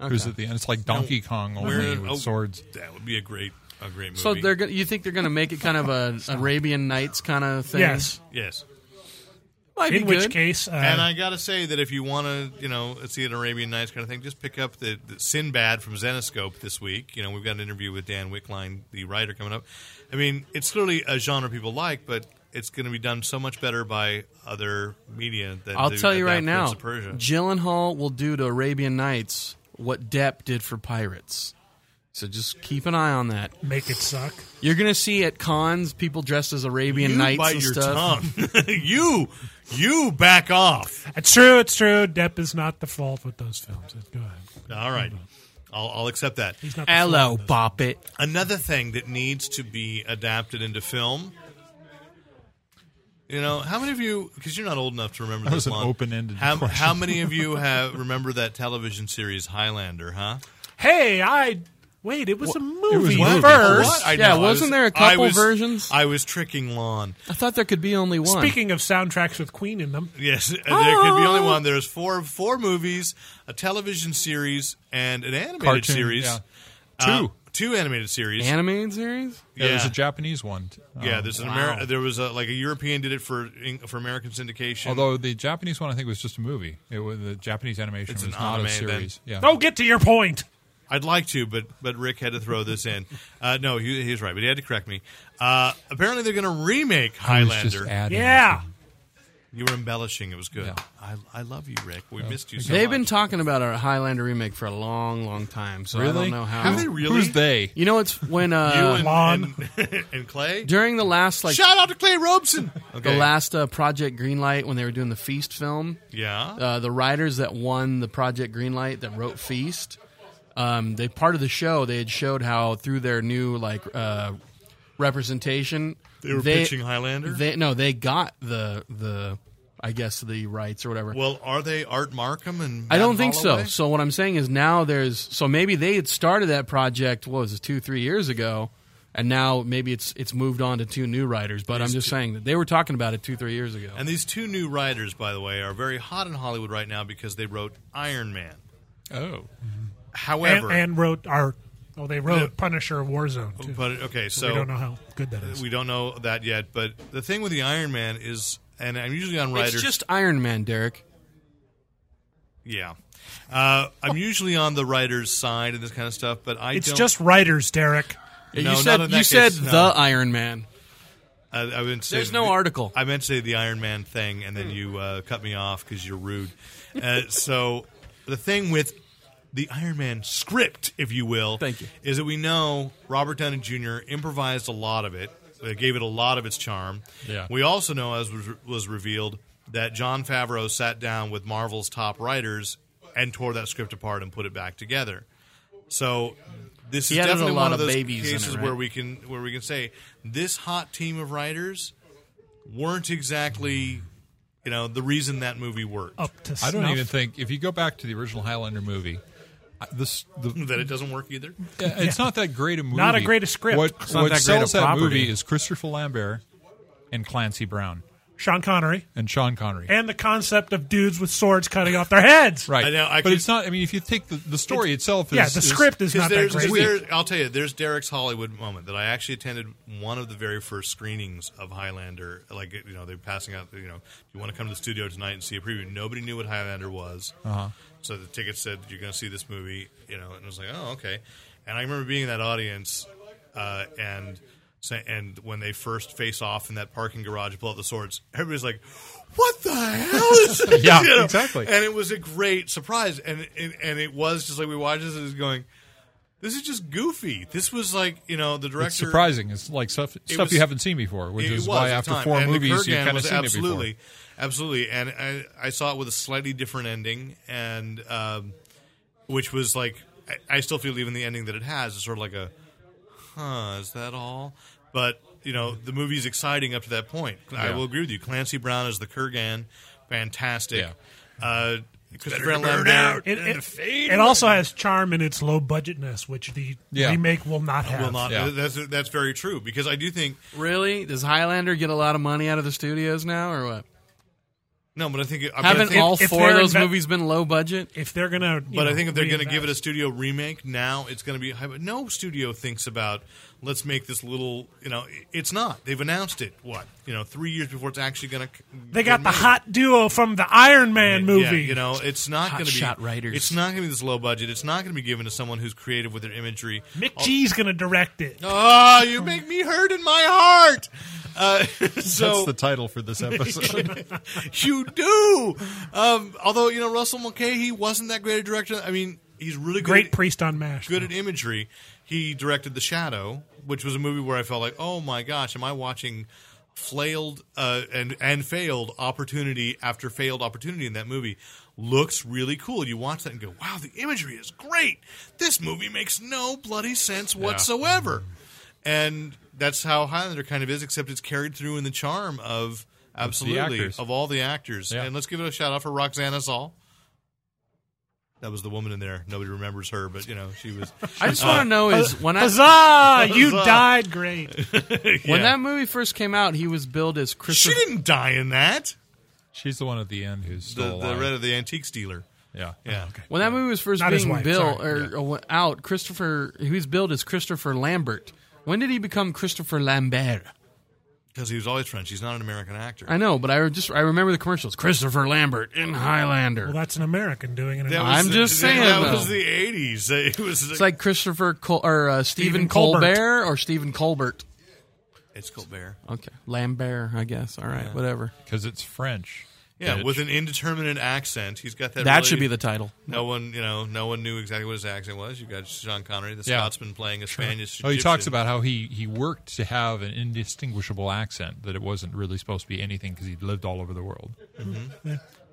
F: who's at the end. It's like Donkey Kong only
E: Where-
F: with
E: oh,
F: swords.
E: That would be a great, a great movie.
B: So they're go- you think they're going to make it kind of a Arabian Nights kind of thing?
C: yes.
E: yes.
B: might be
C: In which
B: good.
C: case, uh,
E: And I gotta say that if you want to, you know, see an Arabian Nights kind of thing, just pick up the, the Sinbad from Zenoscope this week. You know, we've got an interview with Dan Wickline, the writer, coming up. I mean, it's clearly a genre people like, but it's going to be done so much better by other media. Than
B: I'll
E: to
B: tell you
E: adapt
B: right now,
E: Prince of Persia.
B: Gyllenhaal will do to Arabian Nights what Depp did for Pirates. So just keep an eye on that.
C: make it suck.
B: You're going to see at cons people dressed as Arabian
E: You
B: Nights
E: bite
B: and
E: your
B: stuff.
E: tongue. you, you back off.
C: It's true. It's true. Depp is not the fault with those films. Go ahead.
E: All right, I'll, I'll accept that.
C: He's not the fault
B: Hello,
C: with those.
B: Bop It.
E: another thing that needs to be adapted into film. You know, how many of you? Because you're not old enough to remember
F: That was
E: this
F: an
E: Lon.
F: open-ended
E: How,
F: question.
E: how many of you have remember that television series Highlander? Huh?
C: Hey, I wait. It was a movie
F: a movie.
C: first.
E: What? I
B: Yeah,
E: know, I
B: wasn't
E: was-
B: there a
E: I
B: couple
E: was-
B: versions?
E: I was tricking Lon.
B: I thought there could be only one.
C: Speaking of soundtracks with Queen in them,
E: Yes, there could be only one. There's four four movies, a television series, and an animated
F: Cartoon,
E: series.
F: yeah.
E: Uh,
F: Two.
E: two animated series.
B: animated series?
F: Yeah, there's
E: Yeah.
F: a Japanese one. t-
E: yeah,
F: um,
E: there's an
F: wow.
E: Ameri- there was a, like a European did it for for American syndication.
F: Although the Japanese one, I think, was just a movie. It was the Japanese animation
E: It's
F: was
E: an
F: not
E: anime
F: a
E: then.
F: series. Yeah.
C: oh, get to your point.
E: I'd like to, but but Rick had to throw this in. Uh, no, he, he was right, but he had to correct me. Uh, apparently, they're going to remake
F: I was just
E: Highlander.
F: adding.
C: Yeah,
E: you were embellishing; it was good.
F: Yeah.
E: I, I love you, Rick. We missed you. So
B: Oh. They've
E: much.
B: been talking about a Highlander remake for a long, long time. So I
F: Really?
B: don't know how.
E: Have they really?
F: Who's they?
B: You know, it's when uh,
E: You and,
C: Lon.
E: and, and Clay.
B: during the last like
E: Shout out to Clay Robeson. Okay.
B: the last uh, Project Greenlight when they were doing the Feast film.
E: Yeah.
B: uh, the writers that won the Project Greenlight that wrote Feast, um, they part of the show they had showed how through their new like uh, representation
E: They were pitching Highlander?
B: They, no, they got the the I guess the rights or whatever.
E: well, are they Art Markham and?
B: I
E: Matt
B: don't think so.
E: Holloway?
B: So what I'm saying is now there's so maybe they had started that project what was it two three years ago. And now maybe it's it's moved on to two new writers, but I'm just saying that they were talking about it two three years ago.
E: And these two new writers, by the way, are very hot in Hollywood right now because they wrote Iron Man.
F: Oh.
E: However,
C: and, and wrote our. Oh, they wrote Punisher Warzone. Too.
E: but okay, so
C: we don't know how good that is.
E: We don't know that yet, but the thing with the Iron Man is, and I'm usually on writers.
B: it's just Iron Man, Derek.
E: yeah, uh, I'm usually on the writer's side and this kind of stuff, but I
C: it's
E: don't,
C: just writers, Derek.
E: No,
B: you
E: not
B: said
E: in
B: you
E: that
B: said
E: case,
B: the
E: no.
B: Iron Man.
E: I, I would say
B: There's no article.
E: I meant to say the Iron Man thing, and then you uh, cut me off because you're rude. Uh, so the thing with the Iron Man script, if you will,
B: Thank you.
E: is that we know Robert Downey Jr. improvised a lot of it, uh, gave it a lot of its charm.
F: Yeah.
E: We also know, as was, was revealed, that John Favreau sat down with Marvel's top writers and tore that script apart and put it back together. So this
B: He
E: is
B: added a
E: definitely
B: lot
E: one
B: of
E: of those
B: babies in it,
E: cases
B: right?
E: where we can where we can say this hot team of writers weren't exactly you know the reason that movie worked.
B: Oh.
C: Up to
F: I don't
C: snuff.
F: even think if you go back to the original Highlander movie, I- this the,
E: That it doesn't work either.
F: Yeah, it's not that great a movie.
C: Not a great a script.
F: What,
C: It's
B: not
F: what
B: that great
F: sells
B: a
F: that
B: property.
F: movie is Christopher Lambert and Clancy Brown
C: Sean Connery
F: and Sean Connery.
C: and the concept of dudes with swords cutting off their heads.
F: right.
E: I know, I
F: but
E: could-
F: it's not. I mean, if you take the, the story itself, is,
C: Yeah, the
F: is-
C: script is
E: Because
C: not that
E: there's, 'cause
C: great.
E: there's, I'll tell you, there's Derek's Hollywood moment that I actually attended one of the very first screenings of Highlander. Like, you know, they're passing out, you know, do you want to come to the studio tonight and see a preview? Nobody knew what Highlander was. Uh-huh. So the ticket said, you're going to see this movie, you know, and I was like, oh, okay. And I remember being in that audience uh, and say- and when they first face off in that parking garage, pull out the swords, everybody's like, what the hell is this?
F: Yeah, exactly.
E: And it was a great surprise. And, and, and it was just like we watched this and it was going, this is just goofy. This was like you know the director.
F: It's surprising. It's like stuff stuff
E: was-
F: you haven't seen before, which
E: It
F: is
E: was
F: why
E: at the
F: after
E: time.
F: four
E: And the
F: movies you
E: Kurgan
F: kind of
E: was
F: seen
E: absolutely,
F: it before.
E: absolutely. And I, I saw it with a slightly different ending, and um, which was like I, I still feel even the ending that it has is sort of like a, huh, is that all? But you know, the movie's exciting up to that point. I will agree with you. Clancy Brown is the Kurgan, fantastic. Uh, Christopher Lambert,
C: It, it, it also has charm in its low budgetness, which the
F: Yeah.
C: remake will not have.
E: Will not.
F: Yeah.
E: That's that's very true because I do think
B: Really? Does Highlander get a lot of money out of the studios now, or what?
E: no, but I think I mean, I
B: Haven't
E: think-
B: all
C: if
B: four of
C: they're
B: those
C: inve-
B: movies been low budget?
C: If they're gonna, you
E: But
C: know,
E: I think if they're going to give it a
C: reinvest.
E: studio remake now, it's going to be. high- but No studio thinks about let's make this little. You know, i- it's not. They've announced it. What you know, three years before it's actually going to.
C: they got the hot duo from the Iron Man movie.
E: you know, it's not
B: Hot
E: going to be.
B: shot writers.
E: It's not going to be this low budget. It's not going to be given to someone who's creative with their imagery.
C: Mick G's gonna direct it.
E: Oh, you make me hurt in my heart. Uh, so
F: That's the title for this episode.
E: you do. Um, although you know Russell Mulcahy wasn't that great a director. I mean, he's really good
C: Great
E: at-
C: priest on Mash.
E: good at imagery. He directed The Shadow, which was a movie where I felt like, oh my gosh, am I watching flailed uh, and and failed opportunity after failed opportunity in that movie? Looks really cool. You watch that and go, wow, the imagery is great. This movie makes no bloody sense whatsoever. And that's how Highlander kind of is, except it's carried through in the charm of absolutely
F: actors.
E: of all the actors.
F: Yeah.
E: And let's give it a shout out for Roxana Zal. That was the woman in there. Nobody remembers her, but you know she was.
B: I just want to know is when I
C: Huzzah! You
E: Huzzah.
C: died great.
B: when that movie first came out, he was billed as
E: she
B: Christopher.
E: didn't die in that.
F: She's the one at the end who's
E: The,
B: Oh,
F: still
E: the
F: alive.
E: red of the antiques dealer.
F: yeah.
E: Yeah.
B: When that movie was first
C: Not his
B: being
C: wife,
B: billed
C: sorry.
B: or, or went out, Christopher he was billed as Christopher Lambert. When did he become Christopher Lambert?
E: Because he was always French. He's not an American actor.
B: I know, but I just I remember the commercials. Christopher Lambert in Highlander.
C: Well, that's an American doing it.
E: That
B: I'm
E: the-
B: just
E: that-
B: saying,
E: That was
B: though.
E: the 80s. It was.
B: it's like Christopher Col- or uh, Stephen
C: Stephen Colbert.
B: Colbert or Stephen Colbert.
E: It's Colbert.
B: Okay, Lambert, I guess. All right, whatever.
F: Because it's French.
E: Yeah,
F: Bitch.
E: with an indeterminate accent. He's got that.
B: That
E: really-
B: should be the title.
E: No one, you know, no one knew exactly what his accent was. You got Sean Connery, the
F: Yeah.
E: Scotsman, playing a Spanish.
F: Oh, he talks
E: Egyptian.
F: about how he, he worked to have an indistinguishable accent, that it wasn't really supposed to be anything because he'd lived all over the world.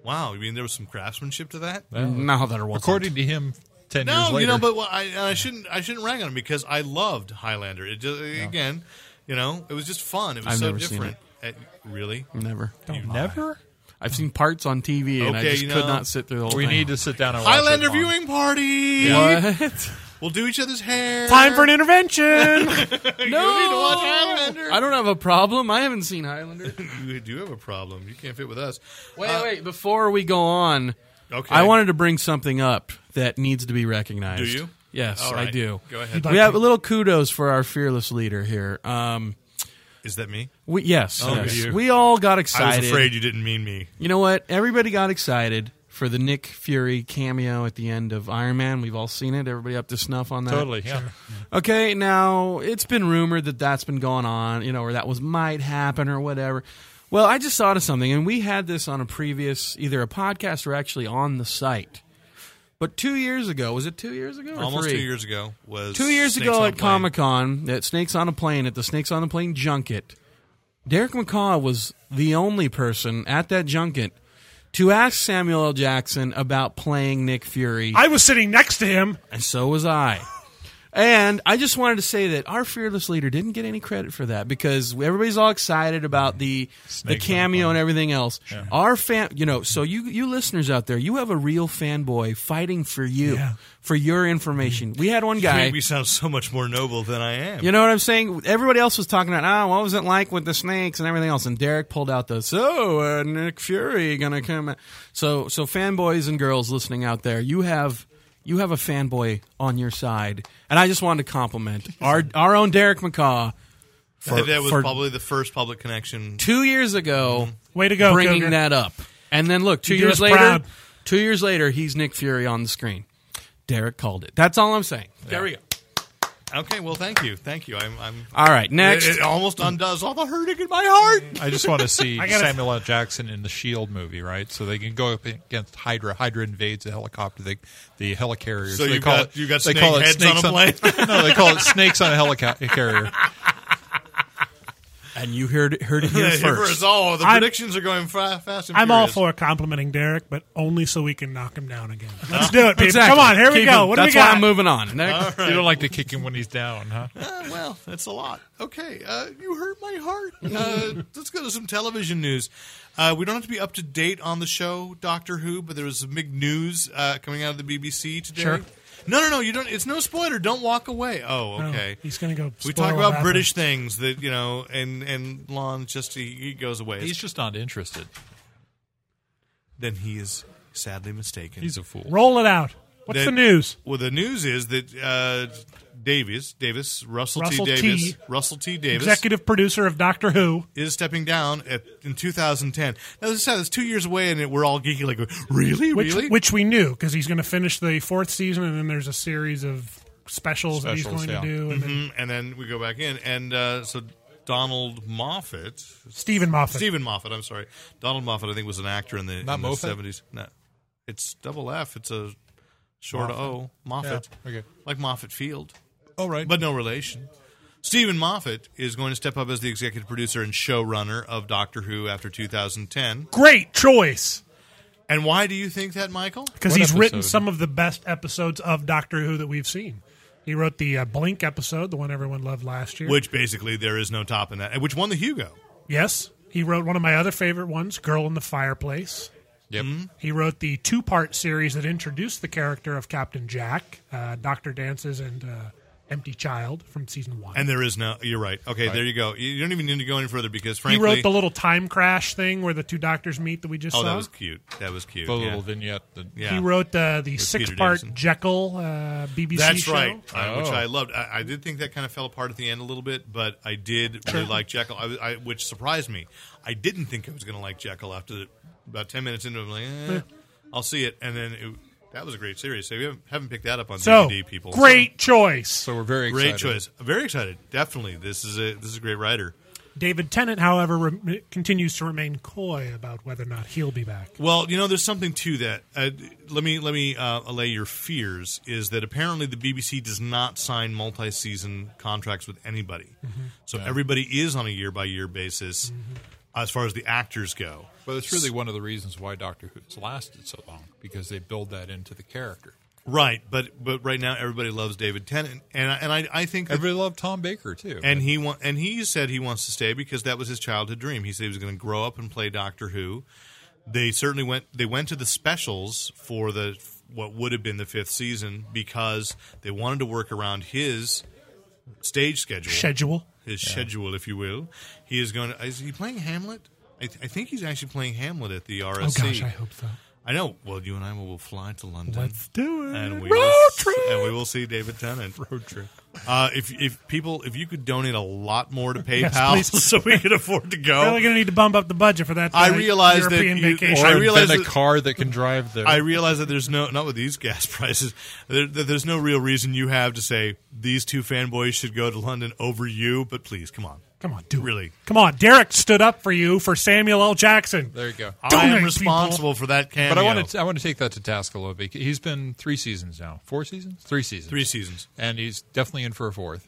E: Wow, I mean, there was some craftsmanship to that.
B: No, that was
F: According to him, 10 years
E: No,
F: later.
E: you know, but well, I, and I shouldn't. I shouldn't rag on him because I loved Highlander. It just, again, you know, it was just fun. It was
B: I've
E: so
B: never seen
E: different. Uh, really?
B: never.
F: Never?
B: I've seen parts on TV and I
E: Okay,
B: just
E: you know,
B: could not sit through the whole
F: We
B: thing.
F: need to sit down and watch
E: Highlander
F: it long.
E: viewing party.
B: What?
E: We'll do each other's hair.
C: Time for an intervention.
E: You need to watch Highlander. Uh,
B: I don't have a problem. I haven't seen Highlander.
E: You do have a problem. You can't fit with us.
B: Wait,
E: Uh,
B: wait. Before we go on,
E: Okay.
B: I wanted to bring something up that needs to be recognized.
E: Do you?
B: Yes,
E: All right.
B: I do.
E: Go ahead.
B: We have a little kudos for our fearless leader here. Um,
E: Is that me?
B: we, yes, yes.
E: Oh, you.
B: we all got
E: I
B: excited.
E: was afraid you didn't mean me.
B: You know what? Everybody got excited for the Nick Fury cameo at the end of Iron Man. We've all seen it. Everybody up to snuff on that.
F: Totally, yeah.
B: Okay, now it's been rumored that that's been going on, you know, or that was might happen or whatever. Well, I just thought of something, and we had this on a previous either a podcast or actually on the site. But two years ago, was it two years ago? or
E: Almost
B: three?
E: two years ago was
B: Two years
E: Snakes
B: ago
E: on a
B: at
E: Plane.
B: Comic Con, at Snakes on a Plane, at the Snakes on a Plane junket, Derek McCaw was the only person at that junket to ask Samuel L. Jackson about playing Nick Fury
C: I was sitting next to him.
B: and so was I. And I just wanted to say that our fearless leader didn't get any credit for that because everybody's all excited about the the
F: Snakes on the
B: cameo
F: plane.
B: and everything else. Our fan, you know, so you you listeners out there, you have a real fanboy fighting for you
C: Yeah.
B: for your information. We had one
E: You
B: guy.
E: make me sound so much more noble than I am.
B: You know what I'm saying? Everybody else was talking about, oh, what was it like with the snakes and everything else? And Derek pulled out the, so uh, Nick Fury gonna come. out." So, so fanboys and girls listening out there, you have you have a fanboy on your side, and I just wanted to compliment our our own Derek McCaw for,
E: that was
B: for
E: probably the first public connection.
B: two years ago
C: Way to go,
B: bringing
C: Cougar.
B: that up. And then look, two
C: You do
B: years
C: us
B: later,
C: proud.
B: two years later, he's Nick Fury on the screen. Derek called it. That's all I'm saying. There we go.
E: Okay, well, thank you, thank you. I'm. I'm
B: All right, next.
E: it, it almost undoes all the hurting in my heart.
F: I just want to see
C: I gotta-
F: Samuel L. Jackson in the Shield E movie, right? So they can go up against Hydra. Hydra invades the helicopter, the the helicarrier.
E: So
F: they
E: you've
F: call
E: got-
F: it
E: you've got
F: they
E: snake
F: call it
E: heads on
F: snakes
E: a
F: no, they call it snakes on a helicarrier.
B: And you heard it, heard it here first.
E: all the
C: I'm-
E: predictions are going fa- fast and
C: I'm all
E: furious.
C: for complimenting Derek, but only so we can knock him down again. Let's do it, people. Come on, here we
B: Keep
C: go.
B: it.
C: What do
B: That's
C: we got?
B: why I'm moving on. Next.
F: You don't like to kick him when he's down, huh?
E: Uh, well, that's a lot. Okay, uh, you hurt my heart. Uh, let's go to some television news. Uh, we don't have to be up to date on the show Doctor Who, but there was some big news uh, coming out of the BBC today.
C: Sure.
E: No, no, no. You don't. It's no spoiler. Don't walk away. Oh,
C: No,
E: okay.
C: he's gonna go
E: We
C: spoil
E: talk about
C: that
E: British things that you know, and and Lon just he, he goes away.
D: He's just not interested.
E: then he is sadly mistaken.
D: He's a fool.
C: Roll it out. What's
E: That-
C: the news?
E: Well, the news is that uh, Davies, Davis, Russell,
C: Russell
E: T.
C: T.
E: Davis, Russell T. Davis,
C: Executive producer of Doctor Who.
E: is stepping down at, in 2010. Now, this is sad. It's two years away, and it, we're all geeky like, really,
C: which
E: really?
C: which we knew because he's going to finish the fourth season, and then there's a series of specials, that he's
F: Specials,
C: going
F: yeah.
C: to do. And then
E: Mm, and then we go back in, and uh, so Donald Moffat,
C: Stephen Moffat.
E: Stephen Moffat, I'm sorry, Donald Moffat, I think was an actor in the,
F: Not
E: in the
F: Moffat?
E: 70s. No, it's double F. It's a short O, Moffat,
F: Yeah, okay.
E: like Moffat Field.
F: All right.
E: but no relation. Stephen Moffat is going to step up as the executive producer and showrunner of Doctor Who after 2010.
C: Great choice
E: And why do you think that, Michael?
C: because
F: What
C: he's written
F: episode?
C: some of the best episodes of Doctor Who that we've seen. He wrote the uh, Blink episode, the one everyone loved last year.
E: Which basically there is no top in that, which won the Hugo.
C: yes, he wrote one of my other favorite ones, Girl in the Fireplace.
F: yep.
E: Hmm.
C: He wrote the two part series that introduced the character of Captain Jack, uh, Doctor Dances, and uh, Empty Child from season one.
E: And there is no, you're right. Okay, there you go. You you don't even need to go any further because
C: he
E: frankly,
C: wrote the little time crash thing where the two doctors meet that we just
E: oh,
C: saw.
E: that was cute. That was cute.
F: The
E: yeah.
F: little vignette. that-
E: Yeah.
C: He wrote uh, the six part
E: Davison.
C: Jekyll uh, BBC
E: That's
C: show.
E: right, uh, which
F: Oh.
E: I loved. I, I did think that kind of fell apart at the end a little bit, but I did really like Jekyll, I, I, which surprised me. I didn't think I was going to like Jekyll after the, about ten minutes into it. I'm like, eh, I'll see it, and then it, that was a great series. So if you haven't, haven't picked that up on
C: So
E: DVD, people.
C: great choice.
F: So we're very
E: great
F: excited.
E: choice. Very excited. Definitely, this is a this is a great writer.
C: David Tennant, however, rem continues to remain coy about whether or not he'll be back.
E: Well, you know, there's something to that. Uh, let me let me uh, allay your fears. Is that apparently the BBC does not sign multi-season contracts with anybody, so everybody is on a year-by-year basis as far as the actors go.
F: But it's really one of the reasons why Doctor Who's lasted so long because they build that into the character.
E: Right, but but right now everybody loves David Tennant, and I- and I I think that-
F: Everybody loved Tom Baker too.
E: and he wa- and he said he wants to stay because that was his childhood dream. He said he was going to grow up and play Doctor Who. They certainly went. They went to the specials for the what would have been the fifth season because they wanted to work around his stage schedule,
C: Schedule. Oh
E: his schedule, if you will. He is going. To, is he playing Hamlet? I, th- I think he's actually playing Hamlet at the RSC.
C: Oh gosh, I hope so.
E: I know. Well, you and I will fly to London.
C: Let's do it.
E: and we
C: Road
E: will,
C: trip.
E: and we will see David Tennant. Road trip. Uh, if if people if you could donate a lot more to PayPal
C: please.
E: so we could afford to go,
C: Really going to need to bump up the budget for that.
E: Oh. I
C: uh,
E: realize that
C: European
E: you-
C: vacation.
E: I
F: Or
E: realize
F: then a
E: that-
F: car that can drive there.
E: I realize that there's no not with these gas prices. There, that there's no real reason you have to say these two fanboys should go to London over you. But please, come on,
C: Come on, do it.
E: really.
C: Come on, Derek stood up for you for Samuel L. Jackson.
F: there you go.
E: I
C: Donate,
E: am responsible for that cameo.
F: But I want to I want to take that to task a little bit. He's been three seasons now, four seasons, three seasons,
E: three seasons. Mm-hmm.
F: and he's definitely in for a fourth,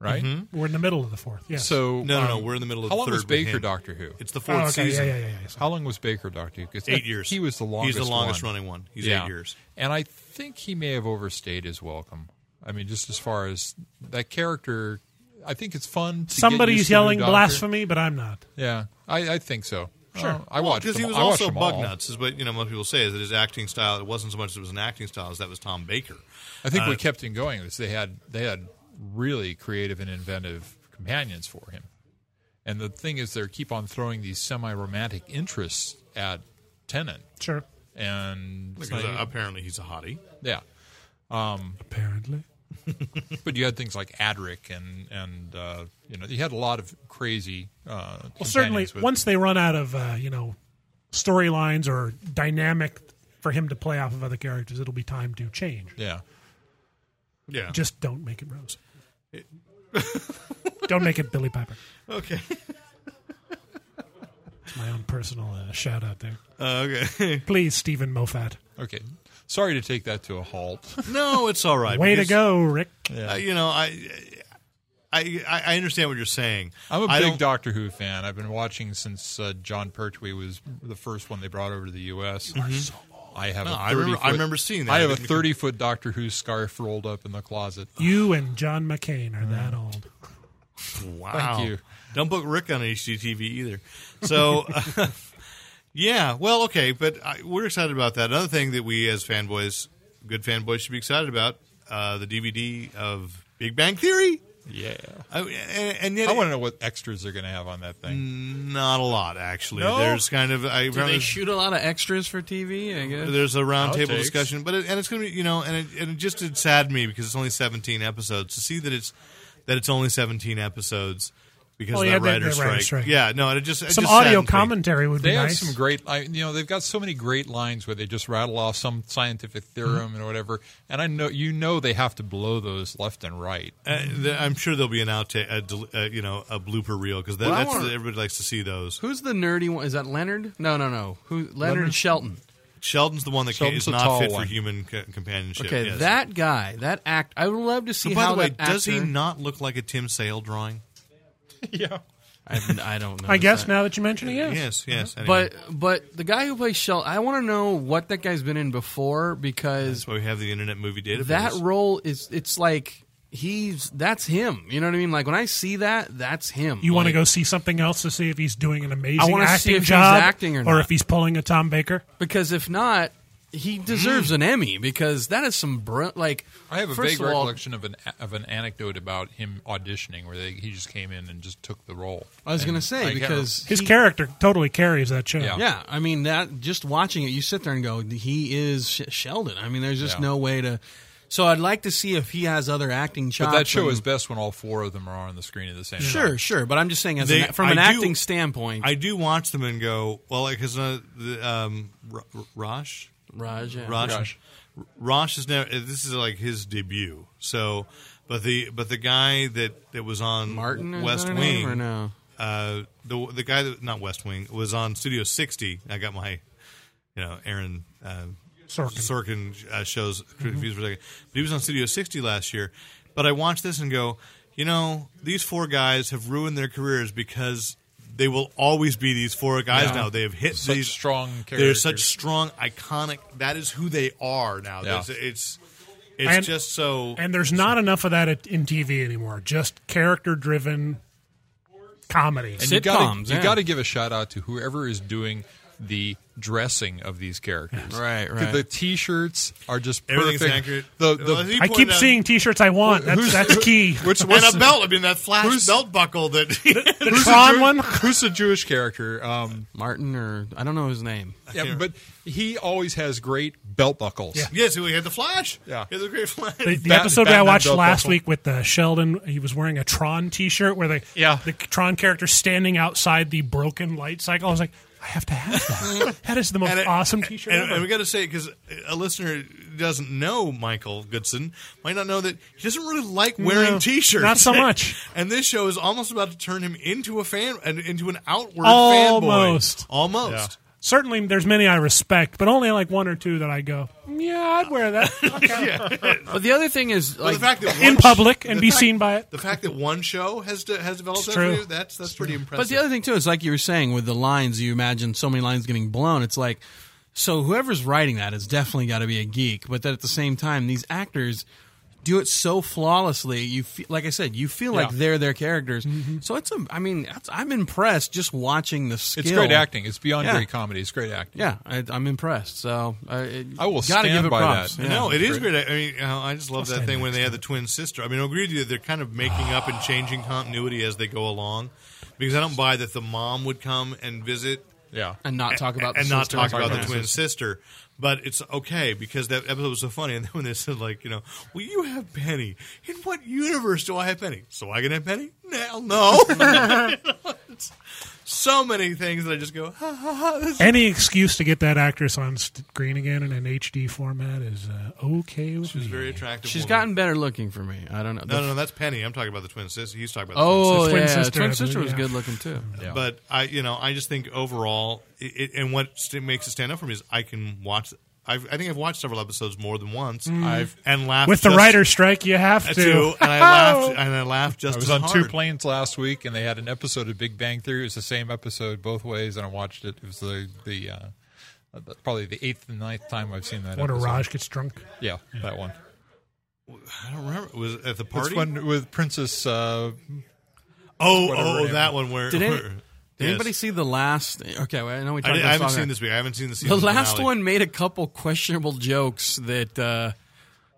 F: right?
C: We're in the middle of the fourth. Yes.
F: So
E: No, no, no.
F: um,
E: We're in the middle of
F: how
E: the
F: long
E: third
F: was
E: with
F: Baker
E: him.
F: Doctor Who?
E: It's the
C: oh,
E: fourth
C: okay.
E: season.
C: Yeah, yeah, yeah, yeah.
F: How long was Baker Doctor Who? 'Cause
E: Eight years.
F: He was the longest.
E: He's the longest
F: one.
E: running one. He's
F: Yeah.
E: eight years.
F: And I think he may have overstayed his welcome. I mean, just as far as that character, I think it's fun. To get used to
C: Somebody's
F: the new
C: yelling
F: Doctor.
C: blasphemy, but I'm not.
F: Yeah, I, I think so. Sure, I
E: Well,
F: watched
E: because he
F: them-
E: was
F: I watched
E: also
F: them
E: bug
F: all.
E: nuts, is what you know most people say is that his acting style. It wasn't so much as it was an acting style as that was Tom Baker.
F: I think
E: Uh,
F: what kept him going was they had they had really creative and inventive companions for him. And the thing is, they keep on throwing these semi-romantic interests at Tennant,
C: Sure.
F: and it's
E: Because
F: not-
E: uh, apparently he's a hottie.
F: yeah,
C: Apparently.
F: but you had things like Adric, and and uh, you know, you had a lot of crazy. Uh,
C: Well, certainly,
F: companions with-
C: once they run out of uh, you know storylines or dynamic for him to play off of other characters, it'll be time to change.
F: yeah,
E: Yeah.
C: Just don't make it Rose. don't make it Billy Piper.
E: okay.
C: It's my own personal uh, shout out there.
E: Uh, okay.
C: Please, Stephen Moffat.
F: okay. Sorry to take that to a halt.
E: no, it's all right.
C: Way to
E: because,
C: go, Rick.
E: uh, you know, I I, I I understand what you're saying.
F: I'm
E: I
F: a big
E: don't-
F: Doctor Who fan. I've been watching since uh, John Pertwee was the first one they brought over to the U.S. I have.
E: No,
F: a 30
E: I remember- I
F: foot-
E: remember seeing that.
F: I have
E: I
F: a
E: didn't-
F: 30 foot Doctor Who scarf rolled up in the closet.
C: You and John McCain are that old.
E: Wow.
F: you.
E: Don't book Rick on HGTV either. So, yeah, well, okay, but I, we're excited about that. Another thing that we as fanboys, good fanboys, should be excited about uh, the DVD of Big Bang Theory.
F: Yeah.
E: I, and, and yet,
F: I want to know what extras they're going to have on that thing.
E: not a lot actually.
F: No?
E: There's kind of I
B: Do they
E: remember-
B: shoot a lot of extras for TV? I guess.
E: there's a roundtable
F: Outtakes.
E: discussion, but it, and it's going to be you know, and it, and it just it saddened me because it's only 17 episodes to see that it's that it's only 17 episodes because
C: Oh,
E: of
C: yeah,
E: that
C: the-
E: writer
C: the
E: strike.
C: writer strike.
E: Yeah, no, and it just it
C: Some
E: just
C: audio
E: saddened me.
C: commentary would be
F: They have
C: nice.
F: some great, I, you know, they've got so many great lines where they just rattle off some scientific
B: Mm-hmm.
F: theorem and whatever. And I know, you know, they have to blow those left and right.
E: Uh, th- I'm sure there'll be an outtake, a, del- uh, you know, a blooper reel because that,
B: Well, I
E: that's
B: wanna-
E: everybody likes to see those.
B: Who's the nerdy one? Is that Leonard? No, no, no. Who? Leonard, Shelton.
E: Sheldon's the one that can't,
F: Sheldon's
E: is
F: the
E: not
F: tall
E: fit for
F: one.
E: human c- companionship.
B: Okay,
E: yes.
B: that guy, that act. I would love to see
E: But by
B: how
E: the way,
B: that actor,
E: does he not look like a Tim Sale drawing?
F: yeah.
B: I, I don't know.
C: I guess now that you mention it, yes.
E: Yes, yes. anyway,
B: But but the guy who plays Shelton, I want to know what that guy's been in before because
E: that's why we have the Internet Movie Database.
B: that role is it's like he's that's him. You know what I mean? Like when I see that, that's him.
C: You want to
B: Like,
C: go see something else to see if he's doing an amazing
B: wanna see
C: acting
B: if he's
C: job
B: acting or
C: or
B: not.
C: if he's pulling a Tom Baker.
B: because if not, he deserves an Emmy because that is some br- like.
F: I have a
B: first
F: vague
B: of all,
F: recollection of an of an anecdote about him auditioning where they, he just came in and just took the role.
B: I was going to
F: And I
B: say
F: can't
B: because
C: His
B: he-
C: character totally carries that show.
F: Yeah.
B: Yeah, I mean that. Just watching it, you sit there and go, "He is Sh- Sheldon." I mean, there's just
F: Yeah.
B: no way to. So I'd like to see if he has other acting chops.
F: But that show
B: and-
F: is best when all four of them are on the screen at the same time.
B: sure, sure. But I'm just saying, as
E: They-
B: an, from
E: I
B: an
E: do-
B: acting standpoint,
E: I do watch them and go, well, because uh, the um, R- R- Rosh,
B: Raj, yeah.
E: Rosh,
F: Rosh.
E: R- Rosh is never. This is like his debut. So, but the but the guy that that was on
B: Martin, is
E: West
B: that her
E: Wing
B: name, or no?
E: uh, the the guy that not West Wing was on Studio 60. I got my you know Aaron uh,
C: Sorkin.
E: Sorkin uh, shows
F: Mm-hmm.
E: confused for a second, but he was on Studio 60 last year. But I watched this and go, you know, these four guys have ruined their careers because they will always be these four guys
F: Yeah.
E: now. They have hit
F: Such
E: these
F: strong
E: They're
F: characters.
E: such strong, iconic. That is who they are now.
F: Yeah.
E: It's it's, it's
C: And-
E: just so.
C: And there's not enough of that at- in TV anymore. Just character driven comedy.
F: And you gotta,
B: Sitcoms,
F: you
B: yeah.
F: gotta give a shout out to whoever is doing the dressing of these characters.
B: Right,
F: 'Cause
B: right.
F: The T-shirts are just
E: Everything's
F: perfect.
E: accurate.
F: The,
E: Well, as he
F: the,
C: I keep
E: pointed out-
C: seeing t shirts I want. That's, that's key.
F: which
E: and
F: what's
E: a belt. I mean, that flash
F: who's-
E: belt buckle that
C: The
F: who's the
C: Tron
F: Jew-
C: one?
F: Who's the Jewish character? Um,
B: Martin, or I don't know his name.
F: yeah, but he always has great belt buckles.
C: Yeah.
E: Yes, we had the Flash.
F: Yeah.
E: he had the great Flash.
C: The, the
F: Bat-
C: episode that I
F: Batman
C: watched
F: Belt
C: last
F: Buckle.
C: week with uh, Sheldon, he was wearing a Tron T-shirt where the
F: Yeah.
C: the Tron character standing outside the broken light cycle. I was like, I have to have that. that is the most
E: And it-
C: awesome T-shirt
E: And,
C: ever.
E: and we got to say because a listener who doesn't know Michael Goodson might not know that he doesn't really like wearing
C: No,
E: T-shirts.
C: not so much.
E: and this show is almost about to turn him into a fan, an- into an outward
C: Almost.
E: fanboy. Almost.
C: Certainly, there's many I respect, but only like one or two that I go, yeah, I'd wear that Okay.
B: But the other thing is,
E: But
B: like,
E: the fact that
C: in
E: one sh-
C: public and
E: the
C: be
E: fact-
C: seen by it.
E: The fact that one show has de- has developed
C: It's
E: that for
C: true.
E: you, that's that's pretty
B: But
E: impressive.
B: the other thing too is like you were saying with the lines, you imagine so many lines getting blown. It's like so whoever's writing that has definitely got to be a geek, but then at the same time, these actors do it so flawlessly. You feel, like I said, you feel like
F: Yeah.
B: they're their characters. So it's a, I mean, that's, I'm impressed just watching the skill.
F: It's great acting. It's beyond
B: Yeah.
F: great comedy. It's great acting.
B: Yeah, I, I'm impressed. So I, it,
F: I will
B: gotta
F: stand
B: give it
F: by
B: props.
F: that.
B: Yeah.
E: no, it is
F: great.
E: great. I mean, you know, I just love that
C: stand
E: thing when
C: next
E: they had the twin sister. I mean, I agree with you. They're kind of making up and changing continuity as they go along, because I don't buy that the mom would come and visit
F: Yeah.
B: and not talk about the
E: and not
B: sister.
E: talk about the
B: Yeah.
E: twin sister. But it's okay because that episode was so funny. And then when they said like, you know, well, you have Penny. In what universe do I have Penny? So I can have Penny? Hell no. It's so many things that I just go. Ha, ha, ha. This-
C: Any excuse to get that actress on screen again in an HD format is uh, okay with
E: She's
C: me.
E: very attractive.
B: She's
E: woman.
B: gotten better looking for me. I don't know.
E: No, no, no. That's Penny. I'm talking about the twin sister. He's talking about.
B: Oh,
E: The twin sister.
C: The twin
B: yeah.
C: sister, I
B: twin
C: believe,
B: sister was
C: yeah.
B: good looking too.
F: Yeah.
E: But I, you know, I just think overall, it, it, and what st- makes it stand up for me is I can watch I've, I think I've watched several episodes more than once.
B: Mm.
F: I've-
E: and laughed
C: With the
E: just
C: writer strike, you have
E: at
C: to.
E: you, and I
B: Oh.
E: laughed and I laughed just
F: I was
E: as
F: on two
E: hard.
F: planes last week, and they had an episode of Big Bang Theory. It was the same episode both ways, and I watched it. It was the the uh, the- probably the eighth and ninth time I've seen that.
C: When a
F: episode.
C: Raj gets drunk.
F: Yeah, that one.
E: I don't remember. Was it at the
F: It's
E: party?
F: one with Princess. Uh,
E: Oh,
F: whatever
E: oh,
F: her
E: oh,
F: name
E: that one where.
B: Did any-
E: where-
B: Did
E: yes.
B: anybody see the last? Okay, well, I know we
E: I,
B: talked.
E: did-
B: about
E: I haven't
B: Saw
E: seen
B: that.
E: this week. I haven't seen the season.
B: The last
E: finale.
B: one made a couple questionable jokes that uh,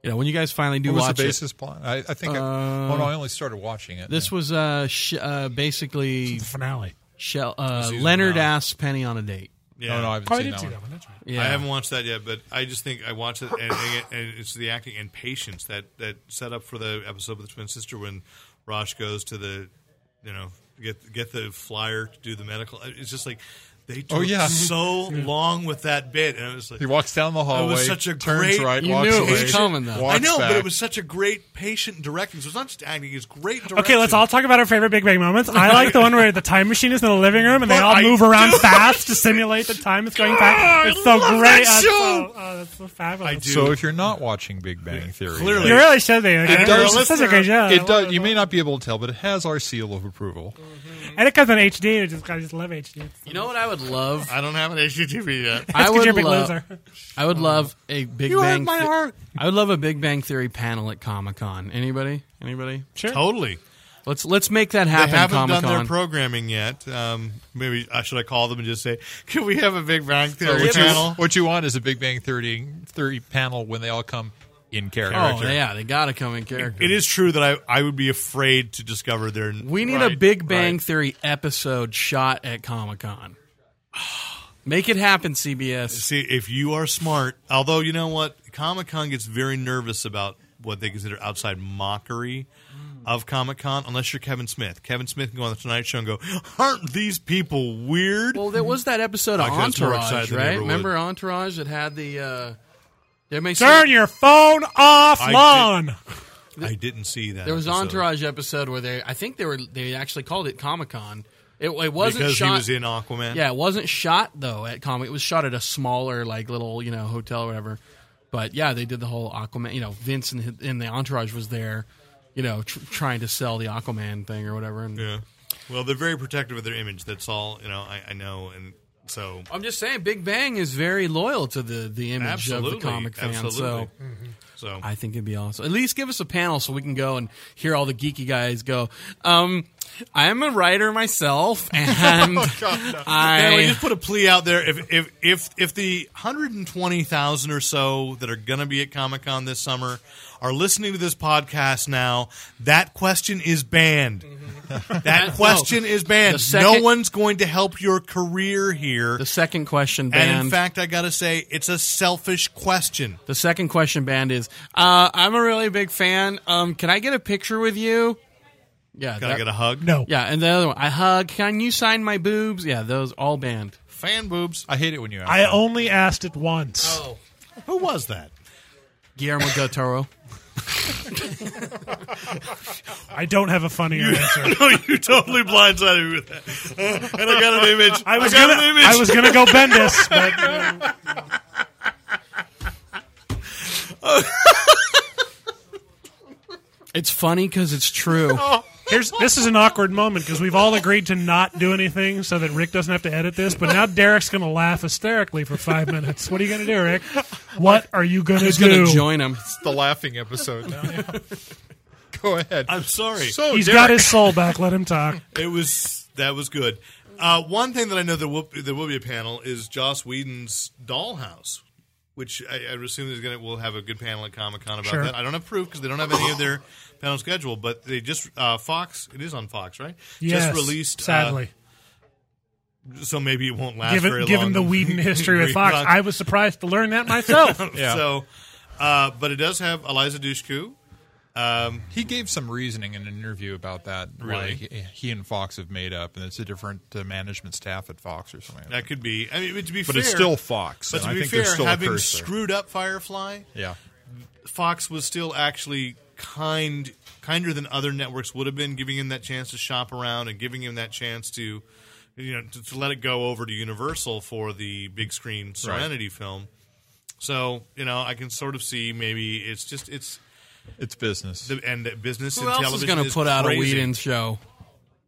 B: you know when you guys finally do
F: what was
B: watch
F: the
B: it. Uh,
F: basis plot? I, I think. I, oh no, I only started watching it.
B: This was uh, sh- uh, basically
C: The finale.
B: shell, uh,
E: season
B: Leonard
E: finale.
B: asks Penny on a date.
E: Yeah.
F: No, no, I haven't
C: Oh, I
F: seen
C: did
F: that
C: see
F: one.
C: that one. That's right.
B: Yeah,
E: I haven't watched that yet, but I just think I watched it, and, and, it- and it's the acting and patience that that set up for the episode with the twin sister when Rosh goes to the, you know, get get the flyer to do the medical. It's just like they took
F: Oh, yeah.
E: so long with that bit, and it was like
F: He walks down the hallway.
E: was such a
F: turns
E: great-
F: right.
B: You
F: walks
B: knew it
F: away,
B: was coming, though.
F: walks
E: I know, but
F: back.
E: it was such a great patient directing. So it's not just acting; it's great directing.
C: Okay, let's all talk about our favorite Big Bang moments. I like the one where the time machine is in the living room and they
E: But
C: all
E: I
C: move around
E: do-
C: fast to simulate the time that's going fast. It's so great.
E: that
C: Oh, it's
E: show!
C: so- oh, that's so fabulous.
E: I do.
F: So if you're not watching Big Bang Theory,
E: Clearly.
C: You really should be. Like,
E: does-
C: everyone- this is a great show.
F: it does. You may not be able to tell, but it has our seal of approval.
C: And it comes in HD. I just, I just love HD. It's-
B: you know what I would love.
E: I don't have an HGTV yet.
B: I
C: 'cause
B: would
C: you're a big
B: love.
C: loser.
B: I would love a Big
E: You
B: Bang.
E: hurt my
B: Thea-
E: heart.
B: I would love a Big Bang Theory panel at Comic Con. Anybody? Anybody?
E: Totally.
B: Let's let's make that
E: They
B: happen.
E: haven't
B: Comic
E: done their
B: Con.
E: programming yet. Um, maybe uh, should I call them and just say, "Can we have a Big Bang Theory
F: what,
E: channel?"
F: You, what you want is a Big Bang Theory, Theory panel when they all come in character.
B: oh yeah, they gotta come in character.
E: It is true that I, I would be afraid to discover their.
B: We need a
E: Right,
B: Big Bang
E: right.
B: Theory episode shot at Comic Con. Make it happen, CBS.
E: See if you are smart. Although you know what, Comic Con gets very nervous about what they consider outside mockery of Comic Con. Unless you're Kevin Smith, Kevin Smith can go on the Tonight Show and go, "Aren't these people weird?"
B: Well, there was that episode of
E: I got more excited
B: Entourage,
E: than I
B: right?
E: ever would.
B: Remember Entourage that had the. Uh, there may
C: Turn your phone off
E: I did-
C: lawn.
E: I didn't see that.
B: there was an
E: episode.
B: Entourage episode where they, I think they were, they actually called it Comic Con. It, it wasn't
E: because
B: shot.
E: he was in Aquaman.
B: yeah, it wasn't shot though at Comic. It was shot at a smaller, like little, you know, hotel or whatever. But yeah, they did the whole Aquaman. You know, Vince and, his- and the Entourage was there, you know, tr- trying to sell the Aquaman thing or whatever. And
E: yeah. Well, they're very protective of their image. That's all you know. I, I know, and so
B: I'm just saying, Big Bang is very loyal to the the image
E: absolutely,
B: of the comic fan.
E: absolutely.
B: So Mm-hmm.
E: So
B: I think it'd be awesome. At least give us a panel so we can go and hear all the geeky guys go. Um, I am a writer myself, and
E: Oh, Yeah, we
B: I
E: just put a plea out there. If if if if the hundred and twenty thousand or so that are going to be at Comic Con this summer are listening to this podcast now, that question is banned.
F: Mm-hmm.
E: That question is banned.
B: The second-
E: no one's going to help your career here.
B: the second question
E: and in
B: banned.
E: fact, I got to say, it's a selfish question.
B: the second question banned is uh, I'm a really big fan. Um, can I get a picture with you? Yeah,
E: Can
B: that-
E: I get a hug?
C: No.
B: yeah, and the other one I hug. Can you sign my boobs? Yeah, those all banned.
E: Fan boobs.
F: I hate it when you ask.
C: I
F: that.
C: only asked it once.
B: Oh,
E: Who was that?
B: Guillermo del Toro.
C: Oh. I don't have a funnier answer.
E: No, Oh, you totally blindsided me with that. and I got an image.
C: I was
E: got
C: gonna,
E: an image.
C: I was gonna go Bendis, but uh,
B: It's funny because it's true.
E: Oh,
C: here's this is an awkward moment because we've all agreed to not do anything so that Rick doesn't have to edit this. But now Derek's gonna laugh hysterically for five minutes. What are you gonna do, Rick? What are you gonna
B: He's going
C: do?
B: to join him.
F: It's the laughing episode now. Go ahead.
E: I'm sorry.
F: so
C: He's
F: Derek,
C: got his soul back. Let him talk.
E: It was that was good. Uh, one thing that I know there will there will be a panel is Joss Whedon's Dollhouse, which I, I assume is going to will have a good panel at Comic Con about
C: Sure.
E: that. I don't have proof because they don't have any of their panel schedule, but they just uh, Fox. It is on Fox, right?
C: Yes,
E: just released uh,
C: sadly.
E: so maybe it won't last. very long.
C: given given the Whedon history with
E: Whedon
C: Fox,
E: Fox.
C: I was surprised to learn that myself.
F: Yeah.
E: So, uh, but it does have Eliza Dushku.
F: he gave some reasoning in an interview about that.
E: Really?
F: Really, he, he and Fox have made up, and it's a different uh, management staff at Fox or something. Like that.
E: That could be. I mean, to be
F: But
E: fair,
F: it's still Fox.
E: But
F: and
E: to
F: I
E: be
F: think
E: fair,
F: there's still a
E: having
F: curse there.
E: screwed up Firefly,
F: Yeah.
E: Fox was still actually kind kinder than other networks would have been, giving him that chance to shop around and giving him that chance to you know to, to let it go over to Universal for the big screen Serenity film. So you know, I can sort of see maybe it's just it's
F: It's business.
E: the, and that business
B: Who
E: and
B: else is
E: television
B: going to put out a
E: crazy.
B: Whedon show?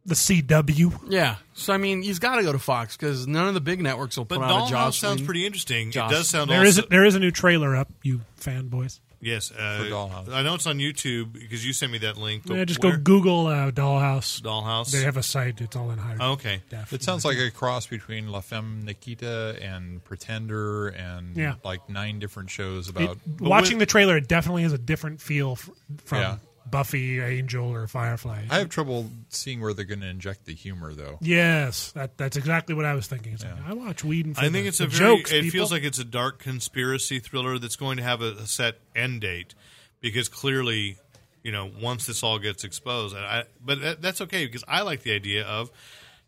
C: The CW.
B: Yeah. So I mean, he's got to go to Fox because none of the big networks will put
E: But
B: out a
E: Dollhouse
B: Joss.
E: sounds
B: Whedon.
E: pretty interesting.
B: Joss.
E: It does sound
C: There
E: also,
C: is a, there is a new trailer up, you fanboys.
E: yes. Uh,
F: Dollhouse.
E: I know it's on YouTube because you sent me that link. But
C: Yeah, just
E: where-
C: go Google uh, Dollhouse.
E: Dollhouse. Oh,
C: They have a site. It's all in higher.
E: okay.
C: def.
F: It sounds like a cross between La Femme Nikita and Pretender and
C: Yeah.
F: like nine different shows about.
C: It- watching the trailer, it definitely has a different feel f- from
F: Yeah.
C: Buffy, Angel, or Firefly.
F: I have trouble seeing where they're going to inject the humor, though.
C: yes, that, that's exactly what I was thinking. It's like, I watch Whedon. For
E: I think
C: the-
E: it's
C: the
E: a very.
C: jokes,
E: it
C: people.
E: feels like it's a dark conspiracy thriller that's going to have a, a set end date, because clearly, you know, once this all gets exposed, and I, but that, that's okay because I like the idea of,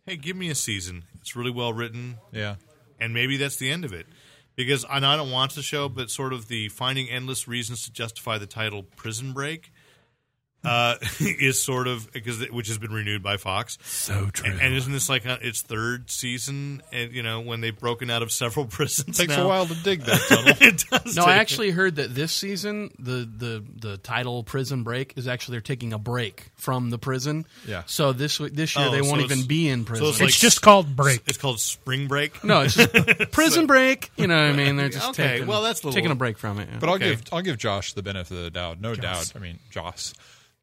E: hey, give me a season. It's really well written,
F: Yeah.
E: and maybe that's the end of it. Because and I don't watch the show, but sort of the finding endless reasons to justify the title "Prison Break" uh, is sort of because which has been renewed by Fox.
C: so true.
E: And, and isn't this like uh its third season? And you know when they've broken out of several prisons.
F: Takes
E: now?
F: a while to dig that tunnel.
E: it does.
B: No, I
E: take-
B: actually heard that this season the the the title Prison Break is actually they're taking a break from the prison.
F: Yeah.
B: So this w- this year
E: Oh,
B: they
E: so
B: won't
E: it's-
B: even be in
E: so
B: prison.
E: it's
C: it's
E: like-
C: just called Break.
E: It's called Spring Break.
B: no, it's just Prison Break. You know what I mean? They're just
E: Okay,
B: taking,
E: well, that's a little-
B: taking a break from it. yeah.
F: But I'll
E: Okay.
F: give I'll give Josh the benefit of the doubt. No doubt. I mean, Josh.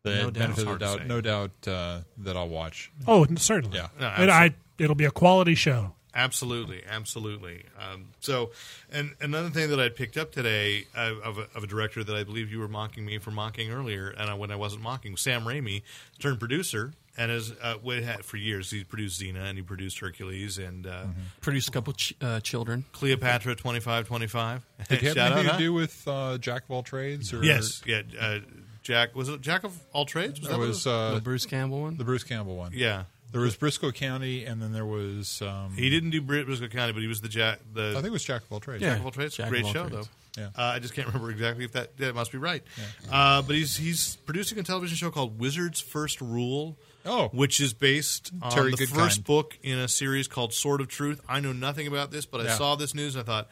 F: The
B: No doubt.
F: benefit of the
E: Hard to
F: doubt.
E: say.
F: No doubt uh, that I'll watch.
C: oh, n- certainly.
F: Yeah.
E: No,
C: And I, it'll be a quality show.
E: Absolutely, absolutely. Um, so, and another thing that I picked up today uh, of, a, of a director that I believe you were mocking me for mocking earlier, and I, when I wasn't mocking, Sam Raimi turned producer and has uh, wa- had for years. He produced Xena and he produced Hercules and uh,
F: Mm-hmm.
B: Produced a couple ch- uh, children.
E: Cleopatra twenty five twenty five.
F: Did you have anything to do with uh, Jack of all trades? Or
E: Yes, yeah. Uh, Jack was it Jack of all trades?
F: There
E: what it
F: was uh,
B: the Bruce Campbell one.
F: the Bruce Campbell one.
E: Yeah,
F: There was Briscoe County, and then there was. Um,
E: he didn't do Brit- Briscoe County, but he was the Jack. The
F: I think it was Jack of all trades.
B: Yeah.
E: Jack of all trades.
B: Jack of
E: Great
B: all
E: show
B: trades.
E: though.
F: Yeah.
E: Uh, I just can't remember exactly if that that must be right. Uh, but he's he's producing a television show called Wizard's First Rule.
F: Oh.
E: which is based on
F: Terry
E: the
F: Goodkind.
E: first book in a series called Sword of Truth. I know nothing about this, but I
F: Yeah.
E: saw this news and I thought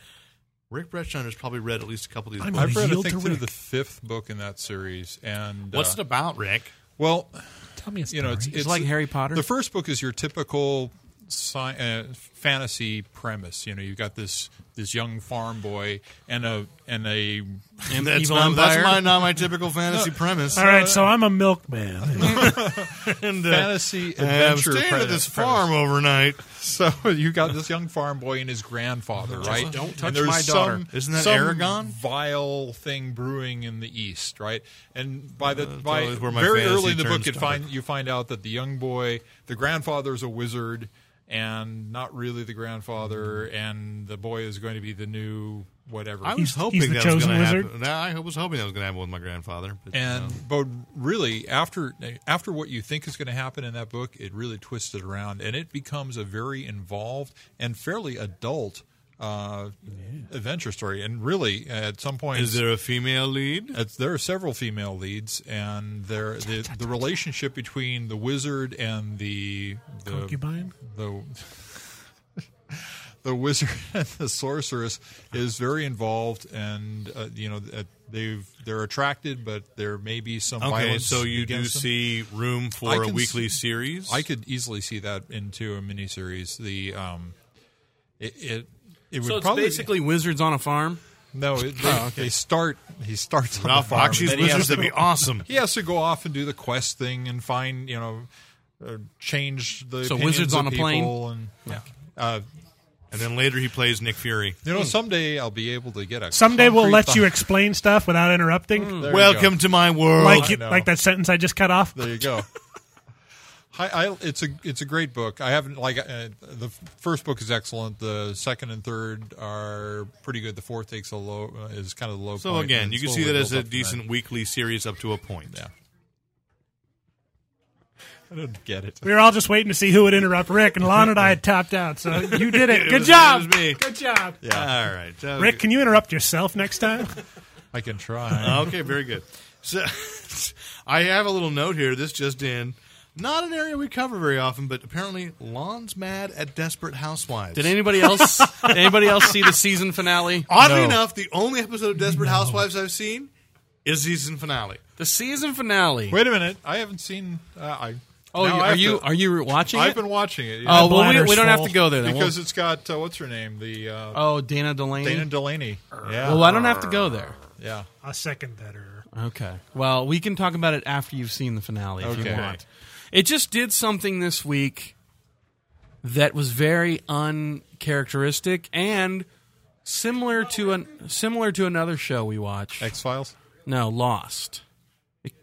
E: Rick Bretschner has probably read at least a couple of these.
C: I'm
E: books.
C: on
F: I've read I
C: Yield
F: think
C: to
F: through
C: Rick.
F: the fifth book in that series, and
E: What's it
F: uh,
E: about, Rick?
F: well,
C: Tell me a story.
F: you know, it's, it's
B: like Harry Potter?
F: The first book is your typical sci- uh, fantasy premise. You know, you've got this this young farm boy and a and a
B: And
E: That's
B: Evil
E: not, that's
B: Empire.
E: my, not my typical fantasy premise.
C: all right,
E: uh,
C: so I'm a milkman.
E: And, uh,
F: fantasy
E: I'm
F: adventure.
E: staying
F: pre-
E: at
F: premise.
E: this farm overnight.
F: So you got this young farm boy and his grandfather, right?
B: don't
F: And
B: touch
F: there's
B: my daughter.
F: some-
E: Isn't that
F: some
E: Aragon?
F: Vile thing brewing in the east, right? And by the by,
E: Uh, always where my
F: very
E: fantasy
F: early in the book,
E: terms
F: you
E: start.
F: find you find out that the young boy, the grandfather, is a wizard, and not really the grandfather, and the boy is going to be the new whatever.
E: I was
C: He's-
E: hoping
C: he's the
E: that was
C: chosen
E: going to
C: wizard?
E: happen. No, I was hoping that was going to happen with my grandfather. But,
F: And
E: no.
F: but really, after after what you think is going to happen in that book, it really twists it around, and it becomes a very involved and fairly adult uh, adventure story. And really, at some point,
E: is there a female lead?
F: it's- there are several female leads, and there the, the relationship between the wizard and the, the
C: Concubine?
F: the the wizard and the sorceress is very involved, and uh, you know uh, they've they're attracted, but there may be some
E: Okay,
F: violence.
E: so you do
F: against them.
E: see room for
F: I
E: a
F: can
E: weekly
F: s-
E: series.
F: I could easily see that into a miniseries. The um, it it, it would
B: so it's
F: probably be-
B: basically wizards on a farm.
F: no. It, they, they start. He starts on
E: Now,
F: the farm.
E: Foxy's
F: then he has
E: wizards
F: to
E: would be awesome.
F: he has to go off and do the quest thing and find you know uh, change the
B: So
F: opinions
B: wizards
F: of
B: on a plane?
F: people and yeah. Uh,
E: And then later he plays Nick Fury.
F: you know, someday I'll be able to get a.
C: Hmm. Someday we'll
F: concrete
C: let you
F: thought-
C: explain stuff without interrupting.
E: Hmm.
F: There you go.
E: Welcome to my world.
C: like you,
F: know.
C: like that sentence I just cut off.
F: There you go. I, I, it's a it's a great book. I haven't like uh, the first book is excellent. The second and third are pretty good. The fourth takes a low uh, is kind of the low.
E: so
F: point,
E: again,
F: and
E: you can
F: slowly
E: see that
F: builds
E: as a
F: up from there.
E: decent weekly series up to a point.
F: Yeah. I don't get it.
C: We were all just waiting to see who would interrupt Rick, and Lon and I had topped out. So you did it.
E: It
C: Good
E: was-
C: job.
E: it was me.
C: Good job.
E: All right. So-
C: Rick, can you interrupt yourself next time?
F: I can try.
E: Uh, Okay, very good. So I have a little note here. This just in. Not an area we cover very often, but apparently Lon's mad at Desperate Housewives.
B: Did anybody else? did anybody else see the season finale?
E: Oddly
B: No.
E: enough, the only episode of Desperate Housewives I've seen is season finale.
B: the season finale.
F: Wait a minute. I haven't seen. Uh, I
B: oh,
F: now I
B: are
F: have
B: you
F: to-
B: are you watching
F: I've
B: it?
F: been watching it. yeah.
B: oh well, we,
C: bladder's
B: we don't have
C: full.
B: to go there then.
F: because it's got uh, what's her name, the uh,
B: We'll- oh, Dana Delaney.
F: Dana Delaney. Yeah,
B: well, I don't have to go there.
F: yeah.
C: I second that. Or
B: Okay. Well, we can talk about it after you've seen the finale if you
F: Okay.
B: want. It just did something this week that was very uncharacteristic and similar to an similar to another show we watch.
F: X Files.
B: No, Lost.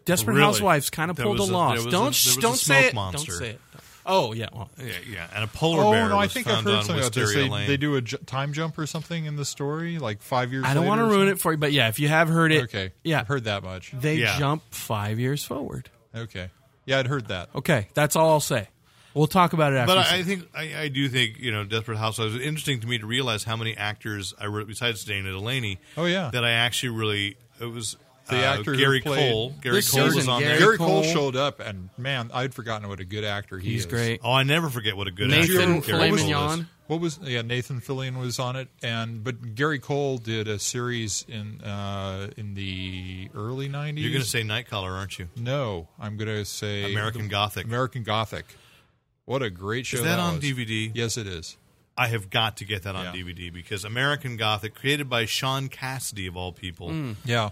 B: Desperate
E: Really?
B: Housewives kind of
E: There
B: pulled a
E: was a- there
B: Lost.
E: was a-
B: don't
E: there was a
B: don't say
E: smoke
B: it.
E: monster.
B: Don't say it. Oh yeah. Well,
E: Yeah, yeah. And a polar
F: Oh
E: bear
F: no, I
E: was
F: think I've
E: found
F: heard
E: on
F: something about this.
E: Wisteria
F: They,
E: Lane.
F: they do a ju- time jump or something in the story, like five years.
B: I don't want to ruin it for you, but yeah, if you have heard it,
F: Okay,
B: yeah,
F: I've heard that much.
B: They
E: Yeah.
B: jump five years forward.
F: Okay, yeah, I'd heard that.
B: Okay, that's all I'll say. We'll talk about it after. you
E: But
B: see
E: I, I think I, I do think you know Desperate Housewives. It's interesting to me to realize how many actors I re- besides Dana Delaney.
F: Oh, yeah.
E: that I actually really it was
F: The
E: uh,
F: actor who
E: Gary
F: played-
E: Cole. Gary
B: This
E: Cole was
B: season,
E: on
B: Gary-
E: there.
F: Gary
B: Cole.
F: Cole, showed up, and man, I'd forgotten what a good actor he
B: He's
F: is.
B: great.
E: Oh, I never forget what a good
B: Nathan
E: actor Gary Cole is.
B: Flamignon.
F: What was yeah? Nathan Fillion was on it, and but Gary Cole did a series in uh, in the early nineties.
E: You're going to say Night Caller, aren't you?
F: no? I'm going to say
E: American Gothic.
F: American Gothic. What a great show!
E: Is that on
F: was.
E: DVD?
F: Yes, it is.
E: I have got to get that on
F: Yeah.
E: DVD because American Gothic, created by Sean Cassidy of all people,
B: Hmm.
F: Yeah,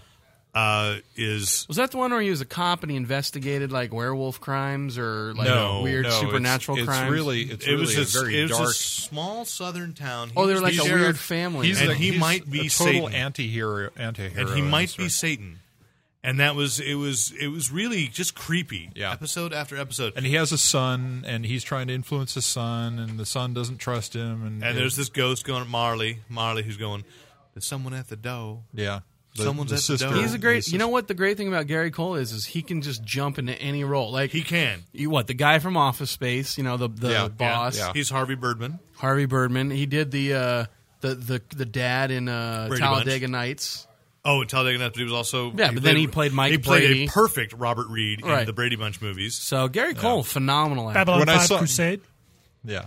E: uh, is
B: Was that the one where he was a cop and he investigated like werewolf crimes or like
E: No,
B: weird
F: no, it's-
B: supernatural
F: it's,
B: crimes?
F: really, it's
E: it
F: really
E: was
F: a,
E: s-
F: very
E: it was a
F: dark.
E: small southern town.
B: oh,
E: He
B: they're
E: was
B: like
E: the
B: a
E: sheriff,
B: weird family.
E: He's
F: a-
E: and he might be
F: a total
E: Satan.
F: anti-hero, anti-hero,
E: and he
F: in
E: might
F: this
E: be
F: story.
E: Satan. And that was it. Was it was really just creepy.
F: Yeah.
E: episode after episode.
F: and he has a son, and he's trying to influence his son, and the son doesn't trust him, and
E: And there's this ghost going at Marley. Marley who's going, There's someone at the door.
F: yeah, the,
E: Someone's
F: the
E: at the
F: sister.
E: door.
B: He's a great. You know what the great thing about Gary Cole is is he can just jump into any role. Like
E: He can.
B: you, what the guy from Office Space, you know the the
F: Yeah,
B: boss
F: yeah, yeah.
E: He's Harvey Birdman.
B: Harvey Birdman. He did the uh, the the the dad in uh,
E: Brady
B: Talladega Nights.
E: Oh, and Talladega Nights, but he was also
B: Yeah, but then he played Mike
E: He played
B: Brady.
E: a perfect Robert Reed in
B: Right.
E: the Brady Bunch movies.
B: So Gary Cole, phenomenal actor.
C: Babylon
F: When I
C: Five
F: saw-
C: Crusade.
F: yeah,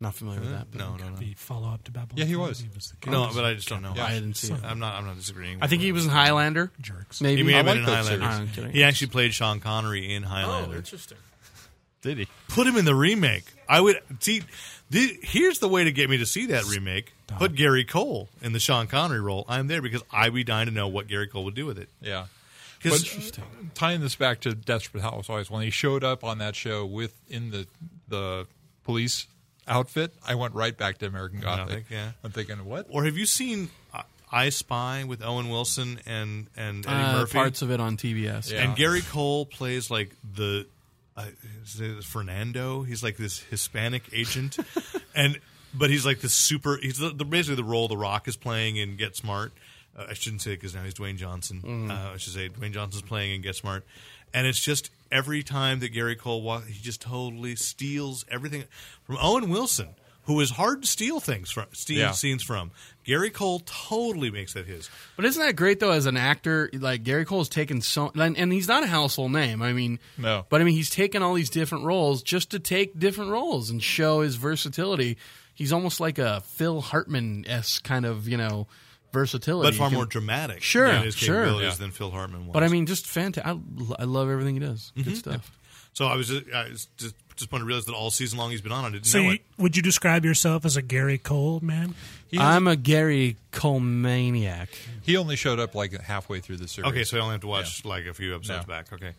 B: Not familiar with that. But
E: No, no, no,
C: The follow up to Babylon.
F: Yeah, he
C: 5,
F: was.
C: the kid.
E: no. But I just don't know.
B: I didn't see it.
E: I'm not. I'm not disagreeing.
B: I think he was in Highlander.
C: Jerks.
B: Maybe.
E: He may have
F: I
E: been
F: like
E: in
F: that series. Oh,
E: Highlander.
B: I'm kidding. Oh,
E: He actually played Sean Connery in Highlander.
B: interesting.
F: did he?
E: Put him in the remake. I would see. thi- here's the way to get me to see that remake. Put Gary Cole in the Sean Connery role. I'm there because I would be dying to know what Gary Cole would do with it.
F: Yeah.
E: 'Cause-
F: But tying this back to Desperate Housewives, when he showed up on that show with in the the police outfit, I went right back to American Gothic.
E: Gothic, yeah.
F: I'm thinking, what?
E: Or have you seen uh, I Spy with Owen Wilson and and Eddie
B: Uh,
E: Murphy?
B: parts of it on TBS.
F: Yeah.
E: and Gary Cole plays like the uh, is it Fernando. He's like this Hispanic agent, and but he's like the super. He's the, the, basically the role The Rock is playing in Get Smart. Uh, I shouldn't say because now he's Dwayne Johnson.
B: Mm.
E: Uh, I should say Dwayne Johnson's playing in Get Smart, and it's just every time that Gary Cole walks, he just totally steals everything from Owen Wilson. Who is hard to steal things from, steal
F: Yeah.
E: scenes from? Gary Cole totally makes that his.
B: But isn't that great though? As an actor, like Gary Cole's taken so, and, and he's not a household name. I mean,
F: No.
B: But I mean, he's taken all these different roles just to take different roles and show his versatility. He's almost like a Phil Hartman s kind of you know versatility,
E: but far
B: You can-
E: more dramatic
B: Sure,
E: in his
B: sure.
E: capabilities
F: Yeah.
E: than Phil Hartman was.
B: But I mean, just fantastic. I, l- I love everything he does.
F: Mm-hmm.
B: Good stuff.
E: so I was just, I was just just wanted to realize that all season long he's been on. I didn't
C: So,
E: know
C: you,
E: it.
C: would you describe yourself as a Gary Cole man?
F: He,
B: I'm a Gary Cole maniac.
F: he only showed up like halfway through the series.
E: Okay, so I only have to watch like a few episodes
F: No.
E: back. Okay,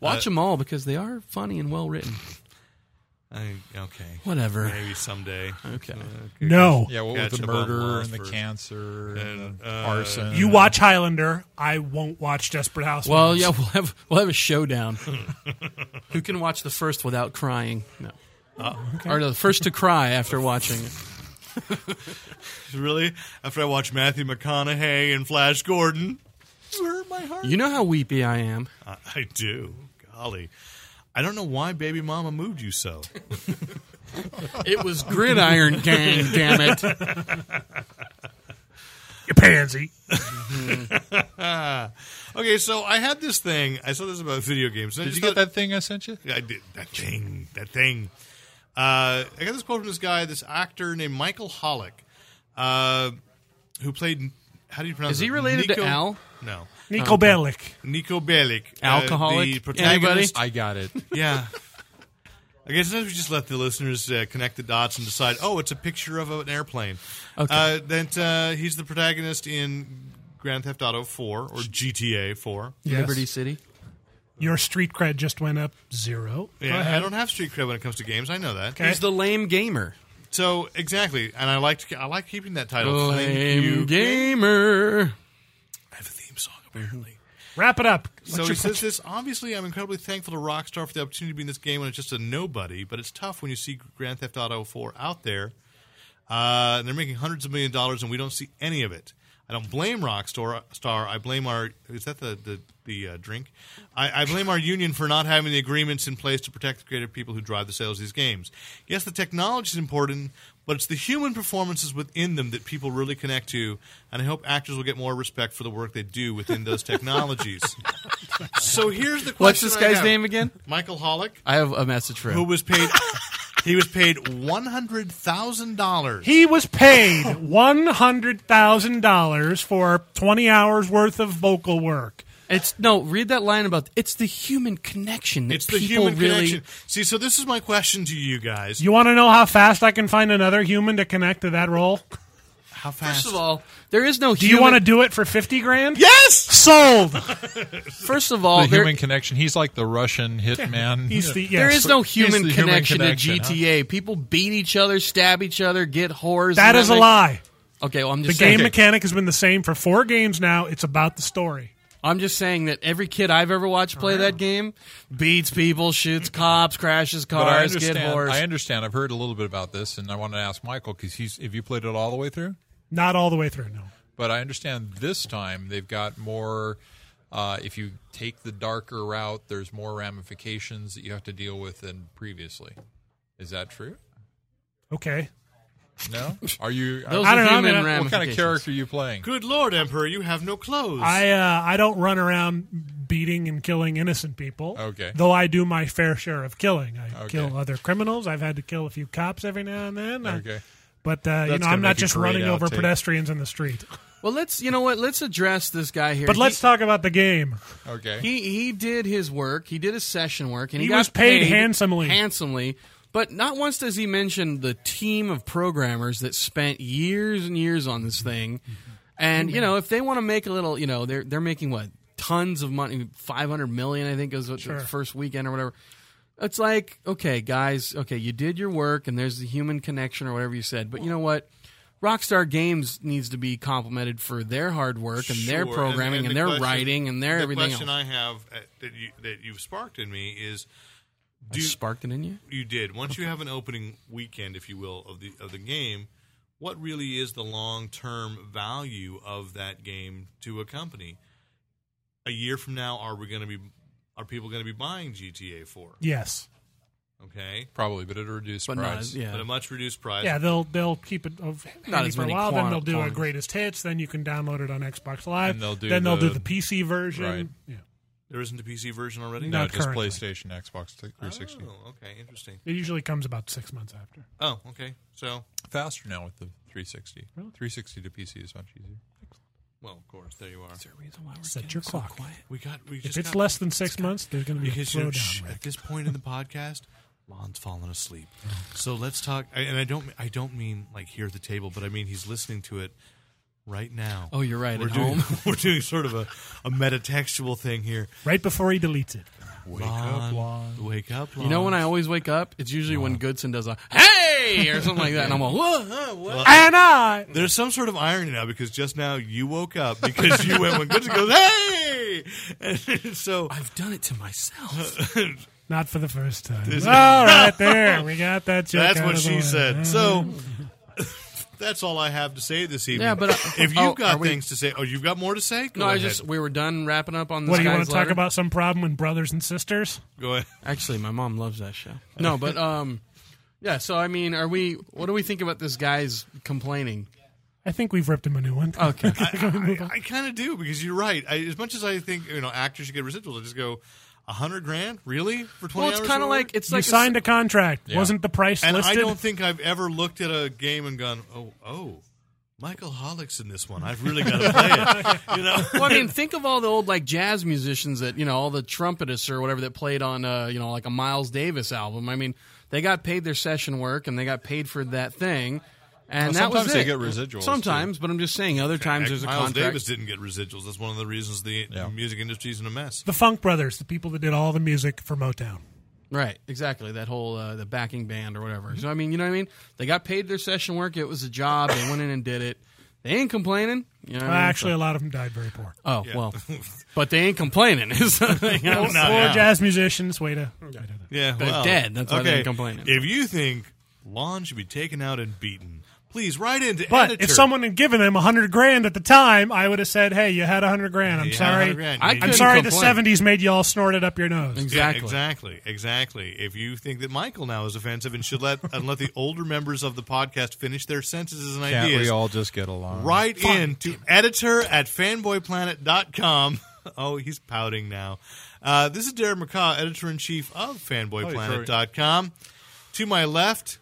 B: Watch
E: Uh,
B: them all because they are funny and well written.
E: I, okay,
B: Whatever.
E: maybe someday.
B: Okay.
C: No.
F: yeah, what
E: Catch
F: with the
E: up on
F: murder and the
E: Lawsford.
F: cancer and, the
E: uh,
F: arson?
C: You watch Highlander. I won't watch Desperate Housewives.
B: Well, yeah, we'll have we'll have a showdown. Who can watch the first without crying? No.
E: Oh,
B: Or the first to cry after watching it.
E: Really, after I watch Matthew McConaughey and Flash Gordon, you hurt my heart.
B: You know how weepy I am.
E: I, I do. Golly, I don't know why Baby Mama moved you so.
B: It was Gridiron Gang, damn it.
C: You pansy.
E: okay, so I had this thing. I saw this about video games.
F: Did you get that thing I sent you?
E: I did that thing. That thing. Uh, I got this quote from this guy, this actor named Michael Hollick, uh, who played. How do you pronounce?
B: Is he
E: it?
B: related to Al?
E: No,
C: Nico Bellic.
E: Nico Bellic, uh,
B: Alcoholic?
E: the protagonist.
F: I got it.
E: Yeah. I guess sometimes we just let the listeners uh, connect the dots and decide. Oh, it's a picture of an airplane.
B: Okay.
E: Uh, that uh, he's the protagonist in Grand Theft Auto 4 or GTA 4.
C: Yes.
B: Liberty City.
C: Your street cred just went up zero. Go
E: Yeah,
C: ahead.
E: I don't have street cred when it comes to games. I know that.
C: Okay.
B: He's the lame gamer.
E: So exactly, and I like I like keeping that title. Oh, Thank
B: Lame
E: you.
B: gamer.
E: I have a theme song apparently.
C: Wrap it up. What's
E: so
C: your
E: he says
C: pitch?
E: this. Obviously, I'm incredibly thankful to Rockstar for the opportunity to be in this game when it's just a nobody. But it's tough when you see Grand Theft Auto 4 out there, uh, and they're making hundreds of million dollars, and we don't see any of it. I don't blame Rockstar. Star, I blame our is that the the, the uh, drink? I, I blame our union for not having the agreements in place to protect the creative people who drive the sales of these games. Yes, the technology is important, but it's the human performances within them that people really connect to, and I hope actors will get more respect for the work they do within those technologies. so here's the question:
B: What's this
E: I
B: guy's
E: have.
B: name again?
E: Michael Hollick,
B: I have a message for him.
E: who was paid. He was paid one hundred thousand dollars.
C: He was paid $100,000 for 20 hours worth of vocal work.
B: It's no. Read that line about it's the human connection that
E: It's the
B: people
E: human
B: really.
E: connection. See, so this is my question to you guys.
C: You want to know how fast I can find another human to connect to that role?
E: How fast?
B: First of all, there is no.
C: Do you want to do it for 50 grand?
E: yes.
C: Sold.
B: First of all,
F: The
B: there,
F: human connection. He's like the Russian hitman.
C: He's the, yes.
B: there is no human
F: human
B: connection,
F: connection,
B: to GTA. People beat each other, stab each other, get whores.
C: That
B: and
C: is a
B: everything.
C: lie.
B: Okay, well, I'm
C: The
B: just saying,
C: game mechanic has been the same for four games now. It's about the story.
B: I'm just saying that every kid I've ever watched play that game beats people, shoots cops, crashes
F: But I
B: cars, get
F: understand.
B: whores.
F: I understand. I've heard a little bit about this, and I wanted to ask Michael because he's. Have you played it all the way through?
C: Not all the way through, no.
F: But I understand this time they've got more. Uh, if you take the darker route, there's more ramifications that you have to deal with than previously. Is that true?
C: Okay.
F: No. Are you?
B: Those
C: I
B: are
C: don't know, I
B: human
F: what
C: mean, I-
F: kind of
B: ramifications.
F: character are you playing?
E: Good Lord, Emperor, you have no clothes.
C: I uh, I don't run around beating and killing innocent people.
F: Okay.
C: Though I do my fair share of killing. I
F: Okay.
C: kill other criminals. I've had to kill a few cops every now and then. I-
F: Okay.
C: But uh, you know,
F: gonna
C: I'm not
F: make a
C: just
F: great
C: running over
F: outtake.
C: pedestrians in the street.
B: Well, let's you know what? Let's address this guy here.
C: But
B: He-
C: let's talk about the game.
F: Okay.
B: He he did his work. He did his session work, and he,
C: He
B: got
C: was paid handsomely.
B: Handsomely, but not once does he mention the team of programmers that spent years and years on this thing. And you know, if they want to make a little, you know, they're they're making what tons of money, five hundred million, I think, is what the first weekend or whatever. It's like, okay, guys, okay, you did your work, and there's the human connection or whatever you said. But you know what? Rockstar Games needs to be complimented for their hard work and their
E: Sure,
B: programming and,
E: the
B: their
E: question-
B: writing and their
E: the
B: everything else.
E: question I have uh, that you that you've sparked in me is do
B: I sparked it in you?
E: you did once you have an opening weekend, if you will, of the of the game. What really is the long term value of that game to a company? A year from now, are we going to be? Are people going to be buying GTA Four?
C: Yes.
E: Okay,
F: Probably, but at a reduced
B: But not
F: price.
B: as, yeah.
E: at a much reduced price.
C: Yeah, they'll they'll keep it of
B: Not
C: handy
B: as
C: for a
B: many
C: while.
B: quanti-
C: Then they'll do a
B: quantities.
C: greatest hits. Then you can download it on Xbox Live.
F: And they'll do
C: then they'll do
F: the-
C: the PC version.
F: Right.
C: Yeah.
E: There isn't a PC version already.
F: No,
C: Not
F: just
C: currently.
F: PlayStation, Xbox 360.
E: Oh, okay, interesting.
C: It usually comes about six months after.
E: Oh, okay. So,
F: Faster now with the 360. 360 to PC is much easier.
E: well, of course, there you are.
C: Set your clock.
E: We got. We
C: If
E: just
C: it's
E: got,
C: less than six months, there's going to be a
E: because you know,
C: slowdown.
E: shh,
C: Rick. Oh,
E: at this point in the podcast, Lon's fallen asleep. So let's talk. I- And I don't. I don't mean like here at the table, but I mean he's listening to it right now.
B: Oh, you're right,
E: We're
B: at
E: doing.
B: home.
E: we're doing sort of a a metatextual thing here.
C: Right before he deletes it.
E: Wake up, Lon. Wake up, Lon.
B: You know when I always wake up? It's usually when Goodson does a hey or something like that, and I'm like, whoa, huh, what?
C: And I.
E: There's some sort of irony now because just now you woke up because you went when good goes hey, and so
B: I've done it to myself.
C: Not for the first time. All right, there. We got that joke.
E: That's
C: out
E: what
C: of the
E: she
C: way. Mm-hmm.
E: said. So that's all I have to say this evening.
B: Yeah, but, uh,
E: if you've
B: oh, are
E: got
B: we-
E: things to say, oh, you've got more to say? Go
B: no, I
E: ahead.
B: just we were done wrapping up on this.
C: What do you
B: guy's
C: want to talk
B: letter.
C: about? Some problem with brothers and sisters?
E: go ahead.
B: Actually, my mom loves that show. No, but um, yeah. So I mean, are we? What do we think about this guy's complaining?
C: I think we've ripped him a new one.
B: Okay.
E: I, I kind of do because you're right. I, as much as I think you know actors should get residuals, I just go a hundred grand really for twenty.
B: well, it's
E: hours
B: kind
E: of
B: of
E: work?
B: like it's
C: you
B: like a-
C: signed a contract.
F: Yeah.
C: Wasn't the price
E: And
C: listed?
E: I don't think I've ever looked at a game and gone, oh, oh, Michael Hollick's in this one. I've really got to play it. You know,
B: well, I mean, think of all the old like jazz musicians that you know, all the trumpetists or whatever that played on, uh, you know, like a Miles Davis album. I mean, they got paid their session work and they got paid for that thing, and that
F: Well,
B: was
F: sometimes they
B: it.
F: get residuals,
B: Sometimes, but I'm just saying, other times there's a
E: Miles
B: contract.
E: Davis didn't get residuals. That's one of the reasons the
F: Yeah.
E: music industry's in a mess.
C: the Funk Brothers, the people that did all the music for Motown.
B: Right, exactly. That whole uh, the backing band or whatever. So I mean, you know what I mean? They got paid their session work. It was a job. They went in and did it. They ain't complaining. You know what I
C: Well,
B: mean?
C: actually, a lot of them died very poor.
B: So- oh well, but they ain't complaining. Is the thing. I don't know.
C: poor jazz musicians. Way to. I don't know.
E: Yeah,
B: They're
E: well,
B: dead. That's why
E: okay.
B: they ain't complaining.
E: If you think Lon should be taken out and beaten, please write into.
C: But
E: editor.
C: if someone had given him a hundred grand at the time, I would have said, "Hey, you had a hundred grand. I'm
E: Yeah,
C: sorry.
E: 100 grand.
B: I
E: You-
C: I'm
B: Couldn't
C: sorry the
B: complain.
C: '70s made you all snort it up your nose."
B: Exactly.
E: Yeah, exactly, exactly. If you think that Michael now is offensive and should let and let the older members of the podcast finish their sentences and
D: Can't
E: ideas,
D: we all just get along?
E: write in to editor at fanboyplanet.com. oh, he's pouting now. Uh, this is Darren McCaw, editor in chief
B: Oh,
E: of fanboyplanet.com. To my left,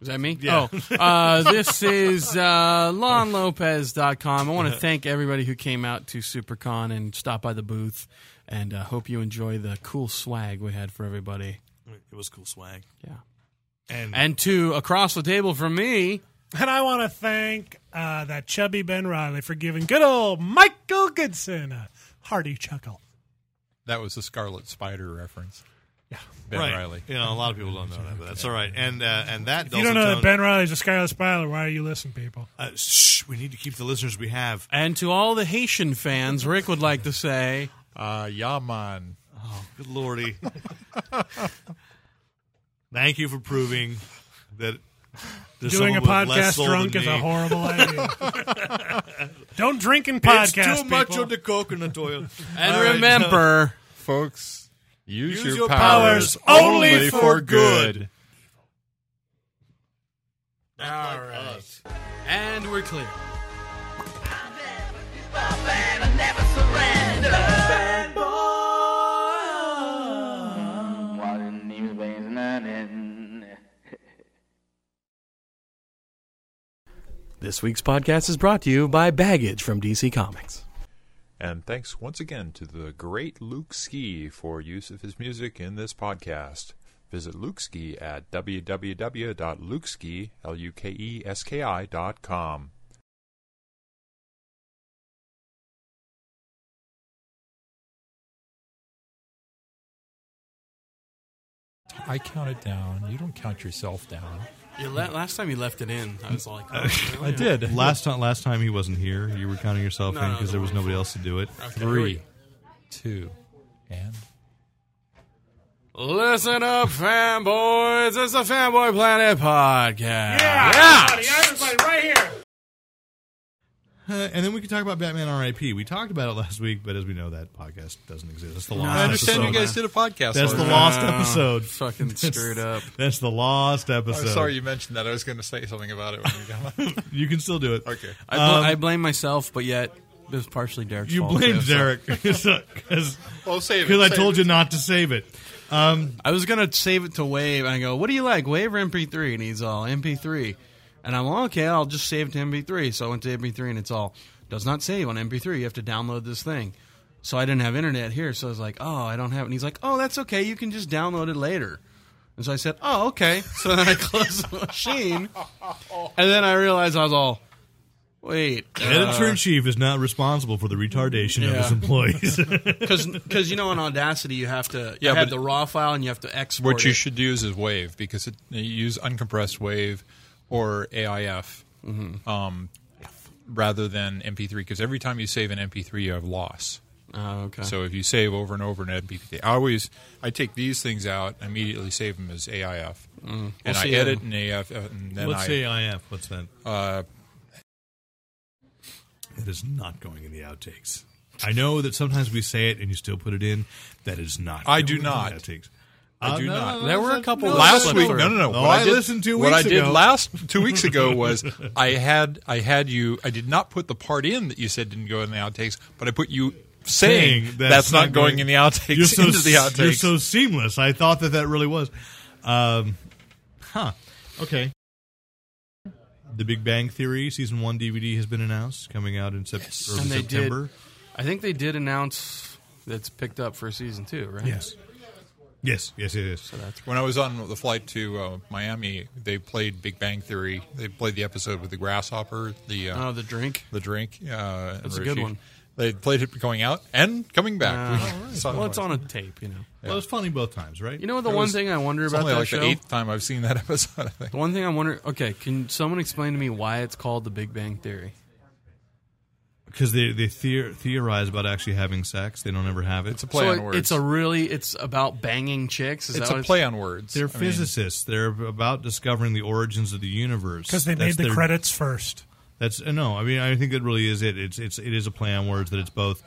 B: Is that me?
E: Yeah.
B: Oh, uh, this is uh, lonlopez.com. I want to thank everybody who came out to SuperCon and stopped by the booth, and uh, hope you enjoy the cool swag we had for everybody.
E: it was cool swag.
B: Yeah.
E: And,
B: And to across the table from me,
C: And I want to thank uh, that chubby Ben Riley for giving good old Michael Goodson a hearty chuckle.
F: That was the Scarlet Spider reference.
C: Yeah.
F: Ben
E: right,
F: Riley.
E: you know, a lot of people don't know that, but that's all right. And uh, and that
C: If you don't know that Ben Riley's a Scarlet Spider, why are you listening, people?
E: uh, shh, we need to keep the listeners we have.
B: and to all the Haitian fans, Rick would like to say,
F: Uh, Yaman.
E: Good lordy. Thank you for proving that there's
C: Doing a
E: someone with less
C: podcast
E: soul
C: drunk
E: than
C: is a
E: me.
C: horrible idea. don't drink in podcasts,
E: It's too much
C: people.
E: of the coconut oil.
B: and
E: All right,
B: remember,
F: Folks, use,
E: Use
F: your,
E: your
F: powers,
E: powers only
F: only
E: for
F: for good.
E: good. so-
B: all right, and we're clear.
G: Water in these veins and I didn't.
H: This week's podcast is brought to you by Baggage from DC Comics.
D: And thanks once again to the great Luke Ski for use of his music in this podcast. Visit Luke Ski at www.lukeski, E L-U-K-E-S-K-I dot com.
F: I count it down. You don't count yourself down.
B: You le- last time you left it in, I was like, oh, really?
F: I did.
E: Last time, last time he wasn't here. You were counting yourself
B: No,
E: in
B: no,
E: because there
B: no.
E: was nobody else to do it.
F: Three, two, and
B: Listen up, fanboys! It's the Fanboy Planet podcast.
C: Yeah,
B: yeah.
C: everybody, everybody, right here.
E: Uh, and then we can talk about Batman R.I.P. We talked about it last week, but as we know, that podcast doesn't exist. That's the lost
B: I
F: I understand
E: episode.
F: you guys did a podcast.
E: That's the
F: on it.
E: lost episode.
B: Fucking screwed up.
E: That's the lost episode.
F: I'm sorry you mentioned that. I was going to say something about it when we got on.
E: You can still do it.
F: Okay.
B: I, bl- I blame myself, but yet it was partially Derek's
E: You
B: fault.
E: blame
B: too, so-
E: Derek because
F: Well, save it.
E: I
F: save
E: told
F: it.
E: you not to save it.
B: I was gonna save it to Wave, and I go, "What do you like, Wave or MP3?" And he's all MP3, and I'm all, okay. I'll just save it to MP3. So I went to MP3, and it's all does not save on MP3. You have to download this thing. So I didn't have internet here, so I was like, "Oh, I don't have it." And he's like, "Oh, that's okay. You can just download it later." And so I said, "Oh, okay." So then I closed the machine, and then I realized I was all, "Wait,
F: Uh,
E: Editor in chief is not responsible for the retardation of his
B: Yeah.
E: employees.
B: because because you know in Audacity you have to
F: Yeah,
B: you have
F: but-
B: the raw file and you have to export
F: What you
B: it.
F: should use is Wave because it, you use uncompressed Wave or AIF um, rather than MP3 because every time you save an MP3, you have loss.
B: oh, okay.
F: So if you save over and over an MP3, I always I take these things out and immediatly save them as AIF, and I
B: see,
F: edit
B: um,
F: in AIF, uh, and then
E: What's
F: I
E: AIF? What's that?
F: uh,
E: It is not going in the outtakes. I know that sometimes we say it and you still put it in. That is not.
F: I
E: going
F: do
E: in the
F: not.
E: outtakes. Uh,
F: I do
E: no,
F: not.
E: no,
B: There were a
E: no,
B: couple
E: no,
B: last
F: last
E: no,
F: week.
B: one.
F: No, no, no.
E: No,
F: What
E: I
F: did,
E: listened two
F: What
E: weeks
F: I did
E: ago.
F: last two weeks ago was I had I had you. I did not put the part in that you said didn't go in the outtakes, but I put you saying
E: Saying
F: that's, not going in the outtakes
E: You're so,
F: into the outtakes.
E: you're so seamless. I thought that that really was. Um, huh. Okay. The Big Bang Theory season one DVD has been announced, coming out in sep- early
B: And they did-
E: September.
B: I think they did announce that's picked up for season two, right?
E: Yes. Yes. Yes. It is.
F: when I was on the flight to uh, Miami, they played Big Bang Theory. They played the episode with the grasshopper, the uh,
B: Oh, the drink.
F: the drink. Uh,
B: That's a
F: and
B: good
F: Rishi.
B: one.
F: They played it going out and coming back.
B: Uh,
F: We saw it
B: well, it's
F: once.
B: on a tape, you know.
E: Well, it was funny both times, right?
B: You know the
F: It
B: one
F: was-
B: thing I wonder
F: It's
B: about
F: only
B: that
F: like
B: show.
F: the eighth time I've seen that episode. I think.
B: The one thing I wonder. Okay, can someone explain to me why it's called the Big Bang Theory?
E: because they they theor- theorize about actually having sex. They don't ever have it.
F: It's a play
B: so
F: on
B: it-
F: words.
B: it's a really it's about banging chicks. Is
F: it's
B: that
F: a
B: what
F: play on words.
E: They're
F: I mean,
E: physicists. They're about discovering the origins of the universe
C: because they
E: That's
C: made the
E: their-
C: credits first.
E: That's uh, no. I mean, I think that really is it. It's it's it is a play on words that it's both.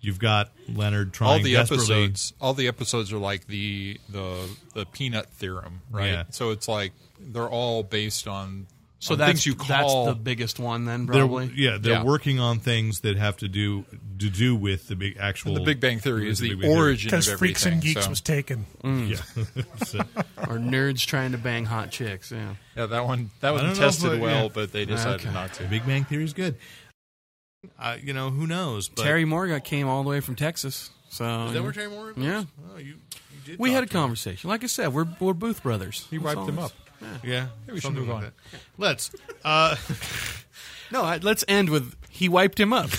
E: You've got Leonard trying
F: all the
E: desperately.
F: episodes all the episodes are like the the the peanut theorem right
E: Yeah.
F: so it's like they're all based on
B: So
F: on
B: that's
F: things you call
B: that's the biggest one then
E: They're,
B: probably.
E: yeah, they're
F: Yeah.
E: working on things that have to do to do with the big actual.
F: the Big Bang Theory is
E: with
F: the
E: Big Bang Theory.
F: origin of
C: Because
F: everything.
C: Freaks and Geeks
F: so-
C: was taken.
E: Yeah. So,
B: Or nerds trying to bang hot chicks. Yeah.
F: yeah, that one that
E: don't know
F: one
E: if
F: tested
E: it-
F: well,
E: yeah.
F: but they decided
B: Okay.
F: not
E: the
F: to.
E: Big Bang Theory is good. Uh, you know who knows? But
B: Terry Morgan came all the way from Texas. So
E: Is that where Terry Moore? was?
B: Yeah.
E: Oh, you, you did
B: we
E: talk
B: had a
E: to him.
B: conversation. Like I said, we're we're Booth brothers.
F: He wiped them up.
E: Yeah,
F: Maybe we should
E: something
F: move
E: like
F: on.
E: that. Let's. Uh,
B: No, I, let's end with he wiped him up.